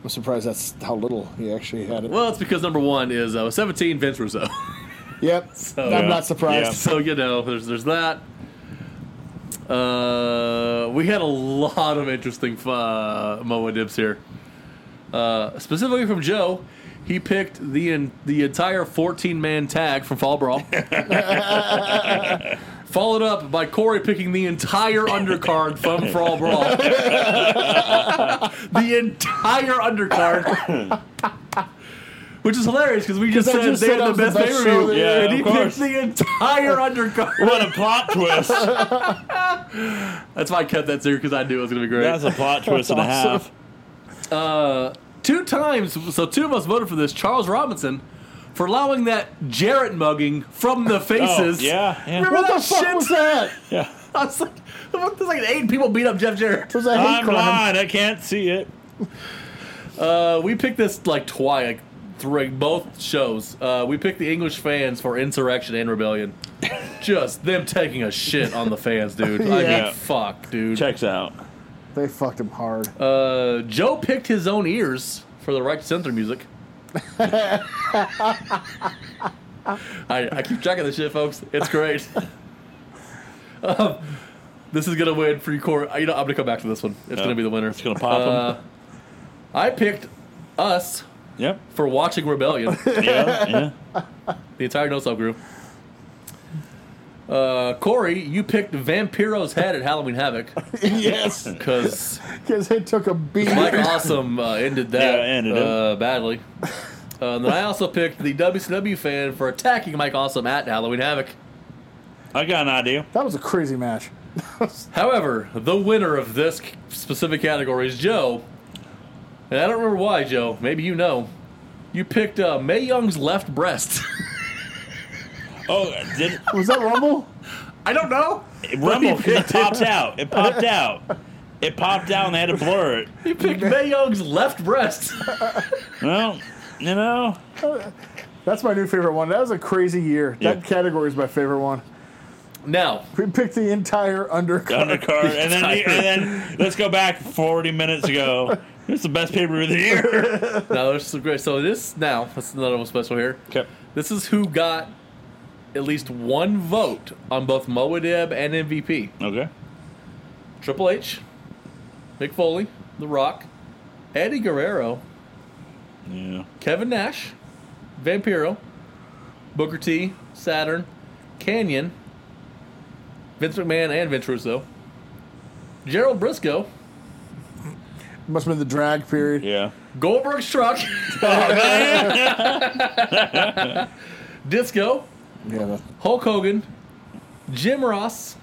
Speaker 3: I'm surprised that's how little he actually had it.
Speaker 2: Well, it's because number one is uh, 17, Vince Russo. <laughs>
Speaker 3: Yep.
Speaker 2: So-
Speaker 3: I'm
Speaker 1: Yeah.
Speaker 3: not surprised.
Speaker 2: So you know, there's there's that. Uh, we had a lot of interesting uh, Moa dips here. Uh, specifically from Joe, he picked the en- the entire 14 man tag from Fall
Speaker 3: <laughs>
Speaker 2: Brawl, followed up by Corey picking the entire undercard from Fall Brawl,
Speaker 3: <laughs>
Speaker 2: the entire undercard. Which is hilarious because we just
Speaker 3: I
Speaker 2: said
Speaker 3: just
Speaker 2: they
Speaker 3: said
Speaker 2: had
Speaker 3: that
Speaker 2: the
Speaker 3: was
Speaker 2: best
Speaker 3: the
Speaker 2: pay
Speaker 3: best
Speaker 2: per
Speaker 3: show
Speaker 2: view,
Speaker 3: that-
Speaker 1: Yeah,
Speaker 2: and he
Speaker 1: of course.
Speaker 2: picked the entire undercard.
Speaker 1: What a plot twist!
Speaker 2: That's why I kept that secret because I knew it was gonna be great.
Speaker 1: That's a plot twist and a half.
Speaker 2: two times, so two of us voted for this. Charles Robinson for allowing that Jarrett mugging from <laughs> the faces.
Speaker 1: Oh, yeah, yeah.
Speaker 2: Remember
Speaker 3: What
Speaker 2: that
Speaker 3: the fuck
Speaker 2: shit?
Speaker 3: was that?
Speaker 1: Yeah,
Speaker 2: I was like, what, there's like eight people beat up Jeff Jarrett.
Speaker 3: It was a hate
Speaker 1: I'm
Speaker 3: crime.
Speaker 1: blind. I can't see it.
Speaker 2: Uh, we picked this like twice, like three, both shows. Uh, we picked the English fans for insurrection and rebellion. Just them taking a shit on the fans, dude. I
Speaker 3: Yeah.
Speaker 2: mean, fuck, dude.
Speaker 1: Checks out.
Speaker 3: They fucked him hard.
Speaker 2: Uh, Joe picked his own ears for the right to
Speaker 1: <laughs>
Speaker 2: center music. I, I keep track of this shit, folks. It's great. um, this is gonna win free court. Uh, You know, I'm gonna come back to this one. It's gonna be the winner. Uh,
Speaker 1: It's gonna pop 'em.
Speaker 2: I picked us
Speaker 1: Yep.
Speaker 2: for watching Rebellion, <laughs>
Speaker 1: Yeah. yeah.
Speaker 2: the entire No Sub group. Uh, Corey, you picked Vampiro's head at Halloween Havoc
Speaker 3: yes.
Speaker 2: because.
Speaker 3: Because it took a beat.
Speaker 2: Mike Awesome uh, ended that
Speaker 1: Yeah, ended it.
Speaker 2: uh, badly. Uh, and then I also picked the WCW fan for attacking Mike Awesome at Halloween Havoc.
Speaker 1: I got an idea.
Speaker 3: That was a crazy match.
Speaker 2: However, the winner of this c- specific category is Joe. And I don't remember why, Joe. Maybe you know. You picked uh, May Young's left breast.
Speaker 1: Oh, did
Speaker 3: Was that Rumble?
Speaker 2: <laughs> I don't know.
Speaker 1: Rumble?
Speaker 2: <laughs>
Speaker 1: It <laughs> popped out. It popped out. It popped out, and they had to blur it.
Speaker 2: You picked May Young's left breast.
Speaker 1: Well, you know,
Speaker 3: That's my new favorite one. That was a crazy year.
Speaker 1: Yeah.
Speaker 3: That category is my favorite one.
Speaker 2: Now,
Speaker 3: We picked the entire undercard.
Speaker 1: undercard, and then and then let's go back 40 minutes ago. It's the best paper of the year.
Speaker 2: now there's some great. So this now that's another one special here.
Speaker 1: Okay.
Speaker 2: This is who got at least one vote on both Moadib and MVP.
Speaker 1: Okay.
Speaker 2: Triple H, Mick Foley, The Rock, Eddie Guerrero,
Speaker 1: Yeah.
Speaker 2: Kevin Nash, Vampiro, Booker T, Saturn, Canyon, Vince McMahon and Vince Russo, Gerald Briscoe,
Speaker 3: Must have been the drag period.
Speaker 1: Yeah.
Speaker 2: Goldberg's truck, <laughs> Disco,
Speaker 3: Yeah, that-
Speaker 2: Hulk Hogan, Jim Ross,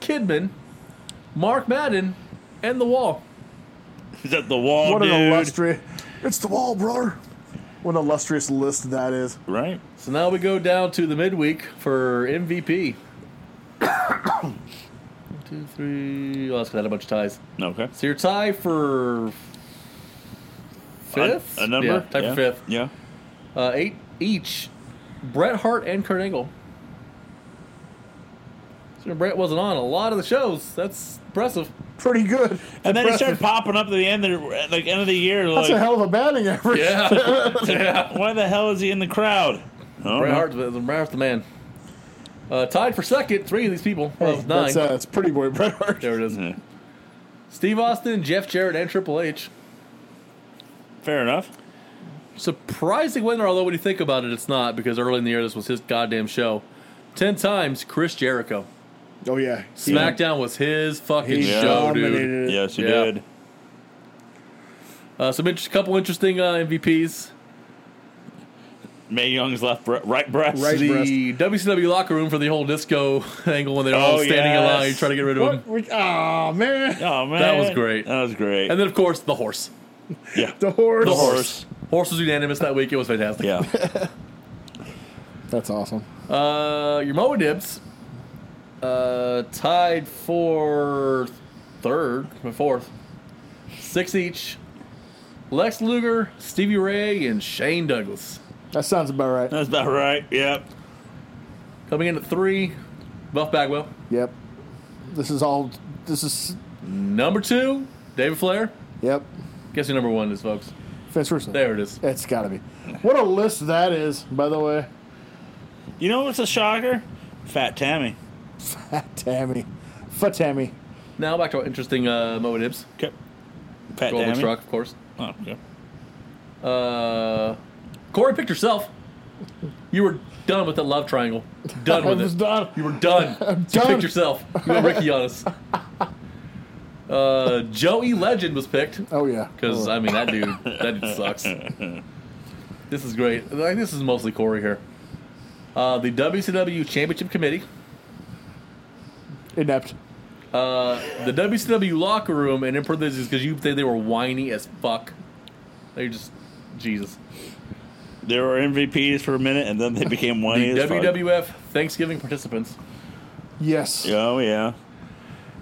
Speaker 2: Kidman, Mark Madden, and The Wall.
Speaker 1: Is that the wall,
Speaker 2: Oh,
Speaker 3: what
Speaker 1: dude?
Speaker 3: an illustrious. It's the wall, brother. What an illustrious list that is.
Speaker 1: right.
Speaker 2: So now we go down to the midweek for MVP. <coughs> One, two, three. Oh, that's gonna add a bunch of ties.
Speaker 1: Okay.
Speaker 2: So your tie for
Speaker 1: A,
Speaker 2: fifth,
Speaker 1: a number.
Speaker 2: yeah, tie for fifth.
Speaker 1: Yeah.
Speaker 2: Uh, eight each. Bret Hart and Kurt Angle. So Bret wasn't on a lot of the shows. That's impressive.
Speaker 3: Pretty good.
Speaker 1: And then he started
Speaker 3: Impressive.
Speaker 1: popping up at the end of the, like end of the year.
Speaker 3: That's a
Speaker 1: like,
Speaker 3: hell of a batting average.
Speaker 2: Yeah, <laughs> yeah.
Speaker 1: why the hell is he in the crowd? Oh,
Speaker 2: Bret Hart's, the- Bret Hart's the man. Uh, tied for second, three of these people.
Speaker 3: Hey,
Speaker 2: Well, nine.
Speaker 3: <laughs> that's, uh, that's pretty boy Bret
Speaker 2: <laughs>
Speaker 3: Hart.
Speaker 2: there it is.
Speaker 1: Yeah.
Speaker 2: Steve Austin, Jeff Jarrett, and Triple H.
Speaker 1: Fair enough.
Speaker 2: Surprising winner, although when you think about it, it's not because early in the year this was his goddamn show. Ten times Chris Jericho.
Speaker 3: Oh yeah,
Speaker 2: SmackDown was his fucking
Speaker 3: He
Speaker 2: show, dude.
Speaker 3: dominated it.
Speaker 1: Yes, you
Speaker 2: Yeah.
Speaker 1: did.
Speaker 2: Uh, some inter- couple interesting uh, MVPs.
Speaker 1: May Young's left bre- right breast.
Speaker 3: Right
Speaker 2: the WCW locker room for the whole disco <laughs> angle when they're all
Speaker 1: Oh,
Speaker 2: standing in
Speaker 1: yes.
Speaker 2: line trying to get rid of him.
Speaker 3: What? We- Oh man,
Speaker 1: Oh man,
Speaker 2: That was great.
Speaker 1: That was great.
Speaker 2: And then of course the horse.
Speaker 1: yeah.
Speaker 3: the horse.
Speaker 1: The horse.
Speaker 2: Horse was unanimous that week. It was fantastic.
Speaker 1: Yeah.
Speaker 3: That's awesome.
Speaker 2: Uh, your Moa Dibs uh, tied for third or fourth. Six each. Lex Luger, Stevie Ray, and Shane Douglas.
Speaker 3: That sounds about right.
Speaker 1: That's about right. Yep.
Speaker 2: Coming in at three, Buff Bagwell.
Speaker 3: Yep. This is all. This is.
Speaker 2: Number two, David Flair.
Speaker 3: Yep.
Speaker 2: Guess who number one is, folks?
Speaker 3: Vince Russo.
Speaker 2: There it is.
Speaker 3: It's got to be. What a list that is, by the way.
Speaker 1: You know what's a shocker? Fat Tammy.
Speaker 3: Fat Tammy. Fat Tammy.
Speaker 2: Now back to our interesting uh, Moa Dibs.
Speaker 1: Okay. Fat
Speaker 2: Golden
Speaker 1: Tammy.
Speaker 2: Truck, of course.
Speaker 1: Oh, okay.
Speaker 2: Uh, Corey picked herself. You were done with the love triangle. Done with
Speaker 3: <laughs> I
Speaker 2: it.
Speaker 3: was done.
Speaker 2: You were
Speaker 3: <laughs>
Speaker 2: done. you
Speaker 3: done.
Speaker 2: picked yourself. You went Ricky on
Speaker 3: <laughs>
Speaker 2: us. Uh, Joey Legend was picked
Speaker 3: Oh yeah.
Speaker 2: because
Speaker 3: Oh.
Speaker 2: I mean that dude that dude sucks. This is great. Like, This is mostly Corey here. Uh, the WCW Championship Committee,
Speaker 3: inept.
Speaker 2: uh, the WCW locker room, and in parentheses because you think they were whiny as fuck. They're just Jesus.
Speaker 1: There were MVPs for a minute, and then they became one.
Speaker 2: The WWF Thanksgiving participants, E.
Speaker 3: Yes.
Speaker 1: Oh yeah.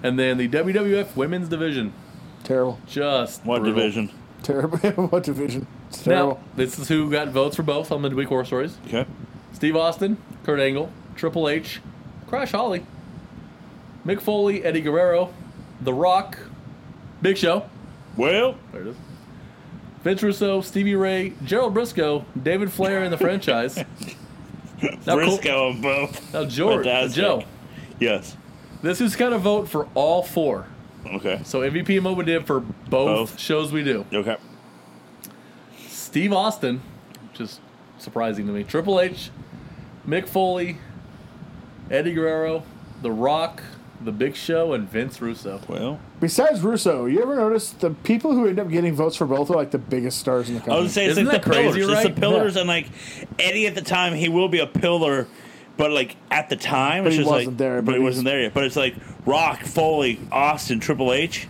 Speaker 2: and then the WWF Women's Division.
Speaker 3: Terrible. <laughs>
Speaker 2: Just
Speaker 1: What
Speaker 2: brutal.
Speaker 1: division?
Speaker 3: Terrible. what division? It's
Speaker 2: Now,
Speaker 3: terrible.
Speaker 2: this is who got votes for both on the Midweek War Stories.
Speaker 1: Okay.
Speaker 2: Steve Austin, Kurt Angle, Triple H, Crash Holly, Mick Foley, Eddie Guerrero, The Rock, Big Show,
Speaker 1: Well,
Speaker 2: there it is, Vince Russo, Stevie Ray, Gerald Briscoe, David Flair, and the franchise.
Speaker 1: <laughs>
Speaker 2: Now, Col-
Speaker 1: Briscoe and both.
Speaker 2: now George, uh,
Speaker 1: Fantastic.
Speaker 2: Joe,
Speaker 1: Yes.
Speaker 2: this is kind of vote for all four.
Speaker 1: Okay.
Speaker 2: So MVP and Moba did for both,
Speaker 1: Both.
Speaker 2: shows we do.
Speaker 1: Okay.
Speaker 2: Steve Austin, just surprising to me. Triple H, Mick Foley, Eddie Guerrero, The Rock, The Big Show, and Vince Russo.
Speaker 1: Well,
Speaker 3: Besides Russo, you ever notice the people who end up getting votes for both are like the biggest stars in the
Speaker 1: I
Speaker 3: company?
Speaker 1: was gonna say it's
Speaker 2: Isn't
Speaker 1: like
Speaker 2: that
Speaker 1: the
Speaker 2: crazy,
Speaker 1: pillars.
Speaker 2: right?
Speaker 1: It's the pillars, and like Eddie at the time, he will be a pillar, but like at the time, it's
Speaker 3: he
Speaker 1: just like-
Speaker 3: wasn't there,
Speaker 1: But
Speaker 3: but
Speaker 1: he wasn't
Speaker 3: he's-
Speaker 1: there yet. But it's like Rock, Foley, Austin, Triple H.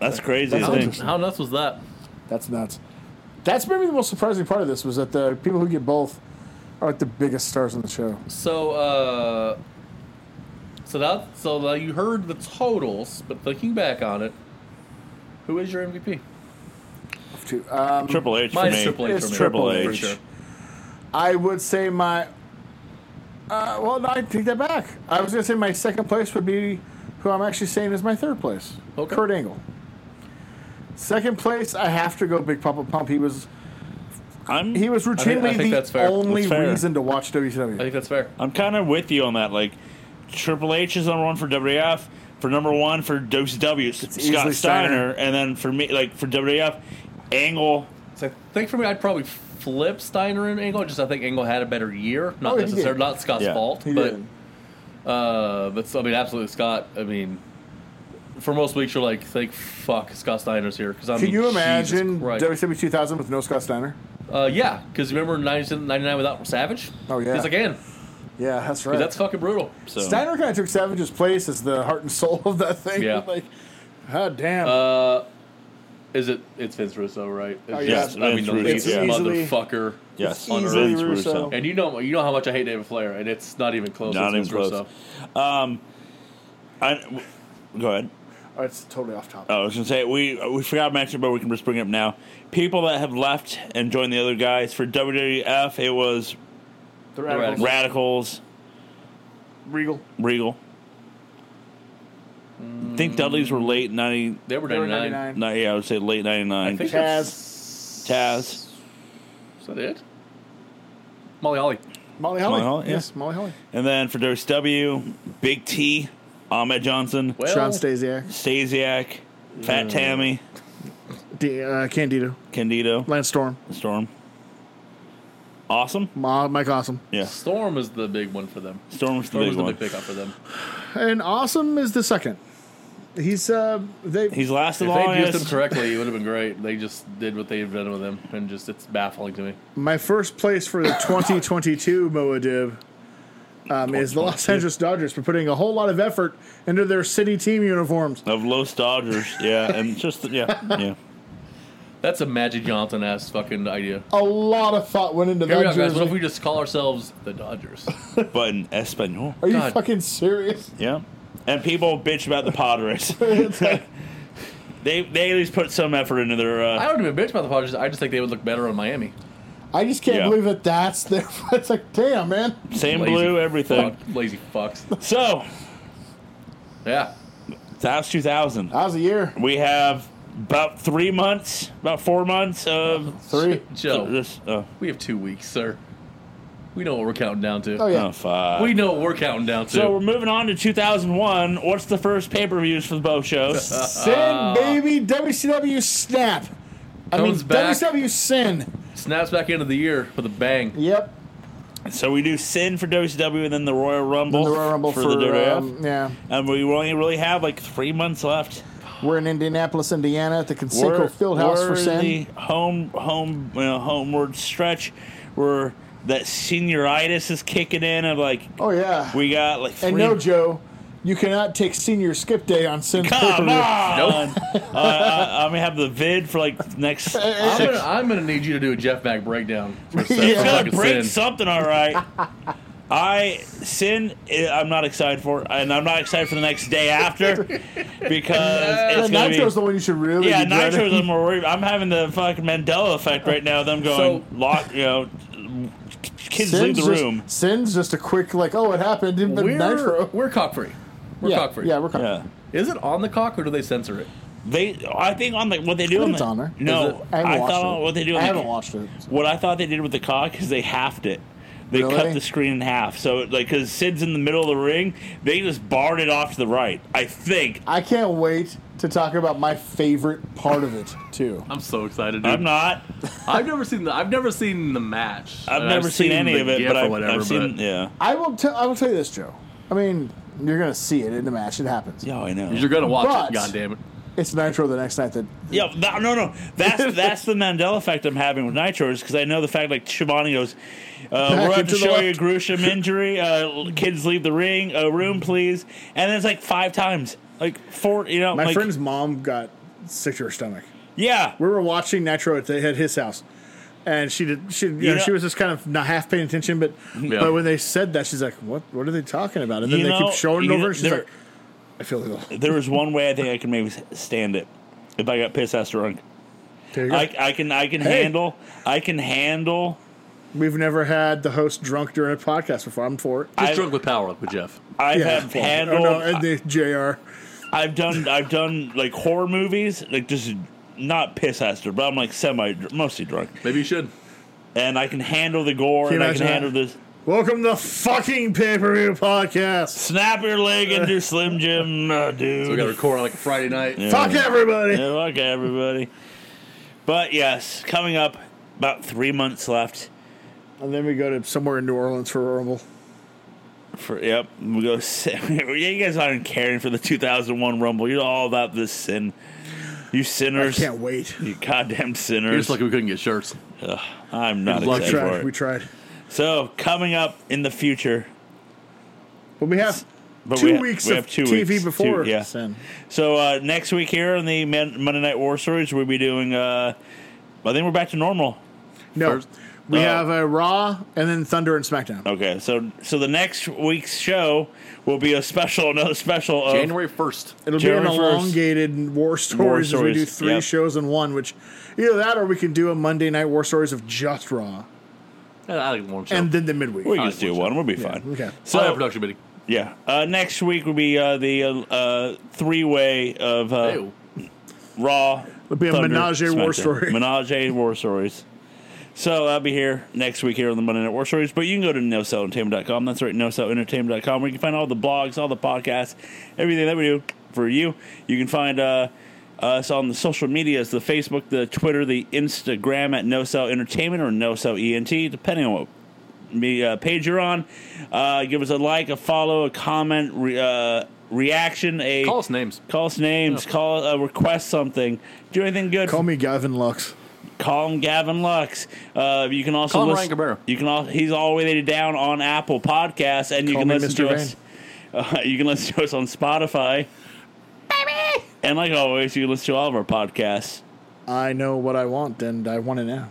Speaker 1: That's crazy.
Speaker 3: That's
Speaker 1: to think.
Speaker 3: interesting.
Speaker 2: How nuts was that?
Speaker 3: That's nuts. That's maybe the most surprising part of this was that the people who get both are like the biggest stars on the show.
Speaker 2: So, uh, so that so now you heard the totals, but thinking back on it, who is your MVP?
Speaker 3: Um,
Speaker 1: Triple H for
Speaker 2: Mine's
Speaker 1: me.
Speaker 2: Triple H
Speaker 3: It's
Speaker 2: for me.
Speaker 1: Triple
Speaker 2: for
Speaker 1: H.
Speaker 2: sure.
Speaker 3: I would say my Uh, well, no, I take that back. I was going to say my second place would be who I'm actually saying is my third place.
Speaker 2: Okay.
Speaker 3: Kurt Angle. Second place, I have to go Big Papa Pump. He was
Speaker 1: I'm
Speaker 3: he was
Speaker 2: think- I
Speaker 3: routinely
Speaker 2: think that's
Speaker 3: the
Speaker 2: fair.
Speaker 3: only
Speaker 1: That's fair.
Speaker 3: reason to watch WCW.
Speaker 2: I think that's fair.
Speaker 1: I'm kind of with you on that. Like Triple H is number one for WWF, for number one for WCW,
Speaker 3: easily
Speaker 1: Scott Steiner,
Speaker 3: Steiner.
Speaker 1: and then for me, like for WWF, Angle.
Speaker 2: So I think for me, I'd probably flip Steiner and Angle. Just I think Angle had a better year. Not
Speaker 3: Oh, he did.
Speaker 2: necessarily not Scott's
Speaker 1: Yeah,
Speaker 2: fault,
Speaker 3: He
Speaker 2: but
Speaker 3: did.
Speaker 2: uh, but so, I mean, absolutely Scott. I mean, for most weeks you're like, thank fuck Scott Steiner's here because I
Speaker 3: Can
Speaker 2: mean,
Speaker 3: you
Speaker 2: Jesus
Speaker 3: imagine
Speaker 2: Christ.
Speaker 3: WCW 2000 with no Scott Steiner?
Speaker 2: Uh, yeah, because remember 90 99 without Savage?
Speaker 3: Oh, yeah.
Speaker 2: Yes, I can. 'Cause
Speaker 3: Yeah, that's right.
Speaker 2: That's fucking brutal.
Speaker 1: So
Speaker 3: Steiner kind of took Savage's place as the heart and soul of that thing.
Speaker 2: Yeah.
Speaker 3: <laughs> like, God damn.
Speaker 2: Uh, is it? It's Vince Russo, right? It's
Speaker 3: Oh, yeah.
Speaker 2: just, I mean,
Speaker 1: Vince
Speaker 2: the
Speaker 1: Russo.
Speaker 2: least
Speaker 1: It's
Speaker 3: easily-
Speaker 2: motherfucker.
Speaker 1: yes,
Speaker 3: easily
Speaker 1: Vince
Speaker 3: Russo.
Speaker 1: Russo.
Speaker 2: And you know, you know how much I hate David Flair, and it's not even close.
Speaker 1: Not
Speaker 2: it's
Speaker 1: even
Speaker 2: Vince
Speaker 1: close.
Speaker 2: Russo.
Speaker 1: Um, I, w- go ahead.
Speaker 3: oh, it's totally off topic.
Speaker 2: uh,
Speaker 1: Oh, I was gonna say we we forgot to mention, but we can just bring it up now. People that have left and joined the other guys for WWF, it was
Speaker 3: the Radicals.
Speaker 2: Rad-
Speaker 1: Radicals,
Speaker 3: Regal.
Speaker 1: Regal. I think Dudley's were late ninety.
Speaker 2: They were
Speaker 3: They were
Speaker 2: 99.
Speaker 3: 99.
Speaker 1: No, yeah, I would say late ninety
Speaker 2: I
Speaker 1: nine.
Speaker 2: think
Speaker 3: Taz.
Speaker 2: that's-
Speaker 1: Taz.
Speaker 2: Is that it? Molly Holly.
Speaker 3: Molly Holly.
Speaker 1: Molly Holly, yeah.
Speaker 3: Yes, Molly Holly.
Speaker 1: And then for WSW, Big T, Ahmed Johnson,
Speaker 2: Well,
Speaker 3: Sean Stasiak.
Speaker 1: Stasiak,
Speaker 2: Mm.
Speaker 1: Fat Tammy,
Speaker 3: D- uh, Candido.
Speaker 1: Candido,
Speaker 3: Lance Storm.
Speaker 1: Storm. Awesome.
Speaker 3: Ma- Mike Awesome.
Speaker 1: Yeah.
Speaker 2: Storm is the big one for them.
Speaker 1: Storm was the
Speaker 2: Storm
Speaker 1: big
Speaker 2: is the
Speaker 1: one.
Speaker 2: big pickup for them.
Speaker 3: And Awesome is the second. He's, uh, they.
Speaker 1: He's lasted
Speaker 2: If they'd used
Speaker 1: longest.
Speaker 2: him correctly, it would have been great. They just did what they invented with him, and just it's baffling to me.
Speaker 3: My first place for the 2022 <coughs> Moa Dib um, is the Los Angeles Dodgers for putting a whole lot of effort into their city team uniforms.
Speaker 1: of Los Dodgers.
Speaker 2: <laughs>
Speaker 1: Yeah, and just yeah, yeah.
Speaker 2: That's a Magic Johnson ass fucking idea.
Speaker 3: A lot of thought went into
Speaker 2: Here we
Speaker 3: that
Speaker 2: are, guys.
Speaker 3: jersey.
Speaker 2: What if we just call ourselves the Dodgers?
Speaker 1: But in Espanol.
Speaker 3: Are you
Speaker 2: God.
Speaker 3: fucking serious?
Speaker 1: Yeah. And people bitch about the
Speaker 2: <laughs>
Speaker 1: Padres. <laughs> they they at least put some effort into their.
Speaker 2: I
Speaker 1: Uh,
Speaker 2: don't even bitch about the Dodgers. I just think they would look better on Miami.
Speaker 3: I just can't
Speaker 1: Yeah.
Speaker 3: believe that that's their. <laughs> It's like, damn, man.
Speaker 1: same
Speaker 2: Lazy
Speaker 1: blue, everything.
Speaker 2: fuck- lazy fucks.
Speaker 1: So
Speaker 2: Yeah.
Speaker 1: that's 2000.
Speaker 3: That was a year.
Speaker 1: We have about three months, about four months of
Speaker 3: Three.
Speaker 2: Joe,
Speaker 1: this. Oh,
Speaker 2: we have two weeks, sir. We know what we're counting down to.
Speaker 3: Oh, yeah.
Speaker 1: oh, fuck.
Speaker 2: We know what we're counting down to.
Speaker 1: so we're moving on to 2001. What's the first pay per views for both
Speaker 3: <laughs>
Speaker 1: shows?
Speaker 3: Sin, baby. WCW snap. I
Speaker 2: Uh, Comes
Speaker 3: mean,
Speaker 2: back.
Speaker 3: WCW sin.
Speaker 2: Snaps back into the year with a bang.
Speaker 3: Yep.
Speaker 1: so we do Sin for WCW and then the Royal Rumble,
Speaker 3: The Royal Rumble for,
Speaker 1: the WWF.
Speaker 3: um, yeah.
Speaker 1: and we only really have like three months left.
Speaker 3: We're in Indianapolis, Indiana at the Conseco Fieldhouse
Speaker 1: we're
Speaker 3: for sin.
Speaker 1: the home, home, you know, homeward stretch where that senioritis is kicking in. Of like,
Speaker 3: oh yeah.
Speaker 1: we got like three.
Speaker 3: and no, Joe, you cannot take senior skip day on sin's
Speaker 1: Come
Speaker 3: pay-per-view.
Speaker 1: on! Uh, I, I'm gonna have the vid for like next.
Speaker 2: I'm
Speaker 1: six-
Speaker 2: gonna, I'm gonna need you to do a Jeff Mack breakdown. For Seth
Speaker 1: It's gonna
Speaker 2: fucking
Speaker 1: break
Speaker 2: Sin.
Speaker 1: something, all right. I sin. eh, I'm not excited for, and I'm not excited for the next day
Speaker 3: <laughs>
Speaker 1: after because it's
Speaker 3: And
Speaker 1: gonna
Speaker 3: Nitro's
Speaker 1: be.
Speaker 3: the one you should really
Speaker 1: Yeah,
Speaker 3: be dreading.
Speaker 1: nitro's. I'm more worried. I'm having the fucking Mandela effect right now. Them going lock. You know, kids
Speaker 3: Sin's
Speaker 1: leave the
Speaker 3: just, <laughs>
Speaker 1: room.
Speaker 3: Sin's just a quick like, oh, it happened, but
Speaker 2: We're,
Speaker 3: Nitro.
Speaker 2: we're cock free. We're
Speaker 3: yeah,
Speaker 2: cock free.
Speaker 3: yeah, we're cock.
Speaker 1: Yeah.
Speaker 2: Is it on the cock or do they censor it?
Speaker 1: They, I think on the what they do.
Speaker 3: think
Speaker 1: on
Speaker 3: it's
Speaker 1: the-
Speaker 3: on there.
Speaker 1: No,
Speaker 2: Is it?
Speaker 3: I haven't
Speaker 1: I
Speaker 3: watched
Speaker 1: thought
Speaker 3: it.
Speaker 1: what they do. on
Speaker 3: I
Speaker 1: the-
Speaker 3: haven't watched it.
Speaker 1: What I thought they did with the cock is they halved it. They cut
Speaker 3: Really?
Speaker 1: the screen in half. So, like, because Sid's in the middle of the ring, they just barred it off to the right. I think.
Speaker 3: I can't wait to talk about my favorite part of it too.
Speaker 2: I'm so excited. Dude.
Speaker 1: I'm not.
Speaker 2: I've never seen the. I've never seen the match.
Speaker 1: I've
Speaker 2: And
Speaker 1: never seen, any
Speaker 2: the
Speaker 1: of it,
Speaker 2: gif
Speaker 1: but
Speaker 2: or
Speaker 1: I've,
Speaker 2: whatever,
Speaker 1: I've seen.
Speaker 2: but-
Speaker 1: Yeah.
Speaker 3: I will tell. I will tell you this, Joe. I mean, you're gonna see it in the match. It happens.
Speaker 1: Yeah, I know.
Speaker 2: You're gonna watch
Speaker 3: But-
Speaker 2: it. God damn it.
Speaker 3: It's Nitro the next night. That
Speaker 1: Yeah, no, no, no. That's
Speaker 2: <laughs>
Speaker 1: that's the Mandela effect I'm having with Nitro is because I know the fact like Shivani goes, uh,
Speaker 3: Back
Speaker 1: "We're about
Speaker 3: into
Speaker 1: to
Speaker 3: the
Speaker 1: show you a
Speaker 3: <laughs> left."
Speaker 1: gruesome injury. Uh, kids, leave the ring, uh, room, please." And then it's like five times, like four. You know,
Speaker 3: my
Speaker 1: like,
Speaker 3: friend's mom got sick to her stomach.
Speaker 1: Yeah,
Speaker 3: We were watching Nitro at, the, at his house, and she did. She you know,
Speaker 1: know-
Speaker 3: she was just kind of not half paying attention, but
Speaker 2: Yeah.
Speaker 3: but when they said that, she's like, "What? What are they talking about?" And then
Speaker 1: You
Speaker 3: they
Speaker 1: know,
Speaker 3: keep showing it
Speaker 1: you
Speaker 3: over.
Speaker 1: know,
Speaker 3: and she's
Speaker 1: there-
Speaker 3: like, "I feel like oh,
Speaker 1: there was one way I think I can maybe s- stand it if I got piss ass drunk.
Speaker 3: there you go.
Speaker 1: I, I can I can handle I can handle
Speaker 3: We've never had the host drunk during a podcast before. I'm for it.
Speaker 2: Just
Speaker 1: I-
Speaker 2: drunk with power, like with Jeff.
Speaker 1: I
Speaker 3: Yeah,
Speaker 1: have
Speaker 3: for it.
Speaker 1: handled.
Speaker 3: Oh, no, and the Jr.
Speaker 1: I've done I've done like horror movies, like just not piss hester, but I'm like semi mostly drunk,
Speaker 2: Maybe you should.
Speaker 1: and I can handle the gore
Speaker 3: Can you
Speaker 1: and I can
Speaker 3: imagine
Speaker 1: handle
Speaker 3: that?
Speaker 1: this.
Speaker 3: Welcome to the fucking pay per view podcast.
Speaker 1: Snap your leg into Slim Jim, uh, dude.
Speaker 2: So we got to record on like a Friday night.
Speaker 1: Yeah.
Speaker 3: Fuck everybody.
Speaker 1: <laughs> Yeah, okay, everybody. But yes, coming up, about three months left.
Speaker 3: And then we go to somewhere in New Orleans for a Rumble.
Speaker 1: For yep, we go. <laughs> sin- yeah, you guys aren't caring for the 2001 Rumble. You're all about this sin. You
Speaker 3: I
Speaker 1: sinners.
Speaker 3: can't wait.
Speaker 1: You goddamn
Speaker 2: You're
Speaker 1: sinners.
Speaker 2: just lucky we couldn't get shirts.
Speaker 1: Ugh, I'm not
Speaker 2: Good luck,
Speaker 1: excited
Speaker 3: Tried.
Speaker 1: for
Speaker 3: We
Speaker 1: it.
Speaker 3: tried.
Speaker 1: So coming up in the future,
Speaker 3: But we have
Speaker 1: but
Speaker 3: two
Speaker 1: we ha-
Speaker 3: weeks
Speaker 1: we
Speaker 3: of
Speaker 1: have two
Speaker 3: TV
Speaker 1: weeks.
Speaker 3: before.
Speaker 1: Two- yeah.
Speaker 3: Sin.
Speaker 1: So uh, next week here on the Man- Monday Night War Stories, we'll be doing. Uh, I think we're back to normal.
Speaker 3: No.
Speaker 2: First-
Speaker 3: we
Speaker 1: Oh.
Speaker 3: have a Raw and then Thunder and SmackDown.
Speaker 1: Okay, so so the next week's show will be a special, another special of
Speaker 2: January 1st.
Speaker 3: It'll
Speaker 1: January
Speaker 3: be an
Speaker 1: 1st.
Speaker 3: elongated War Stories, as we do
Speaker 1: Stories,
Speaker 3: three
Speaker 1: yep.
Speaker 3: shows in one, which either that or we can do a Monday night War Stories of just Raw
Speaker 2: Yeah, I think one show.
Speaker 3: and then the Oh. midweek.
Speaker 1: We
Speaker 2: I
Speaker 1: can just do
Speaker 2: watch
Speaker 1: one. We'll be fine.
Speaker 3: okay.
Speaker 2: so,
Speaker 1: So
Speaker 2: production meeting.
Speaker 1: yeah, uh, next week will be uh, the uh, uh, three way of uh,
Speaker 2: Ew.
Speaker 1: Raw. It'll
Speaker 3: be a menage a war story.
Speaker 1: Menage a war stories. So I'll be here next week here on the Monday Night War Stories. But you can go to nocellentertainment.com. That's right, nocellentertainment.com, where you can find all the blogs, all the podcasts, everything that we do for you. You can find uh, us on the social medias, the Facebook, the Twitter, the Instagram at NoCell Entertainment or NoCell ENT, depending on what me uh, page you're on. Uh, give us a like, a follow, a comment, re- uh, reaction, a
Speaker 2: Call us names.
Speaker 1: Call us names. Call uh, request something. Do anything good.
Speaker 3: Call
Speaker 1: Call,
Speaker 3: me Gavin Lux.
Speaker 1: him Gavin Lux. Uh, you can also
Speaker 2: Call him
Speaker 1: listen,
Speaker 2: Ryan Cabrera.
Speaker 1: You can all, he's all the way down on Apple Podcasts, and you
Speaker 3: Call
Speaker 1: can
Speaker 3: me
Speaker 1: listen
Speaker 3: Mr.
Speaker 1: to us. <laughs> Uh, you can listen to us on Spotify. Baby. And like always, you can listen to all of our podcasts.
Speaker 3: I know what I want and I want it now.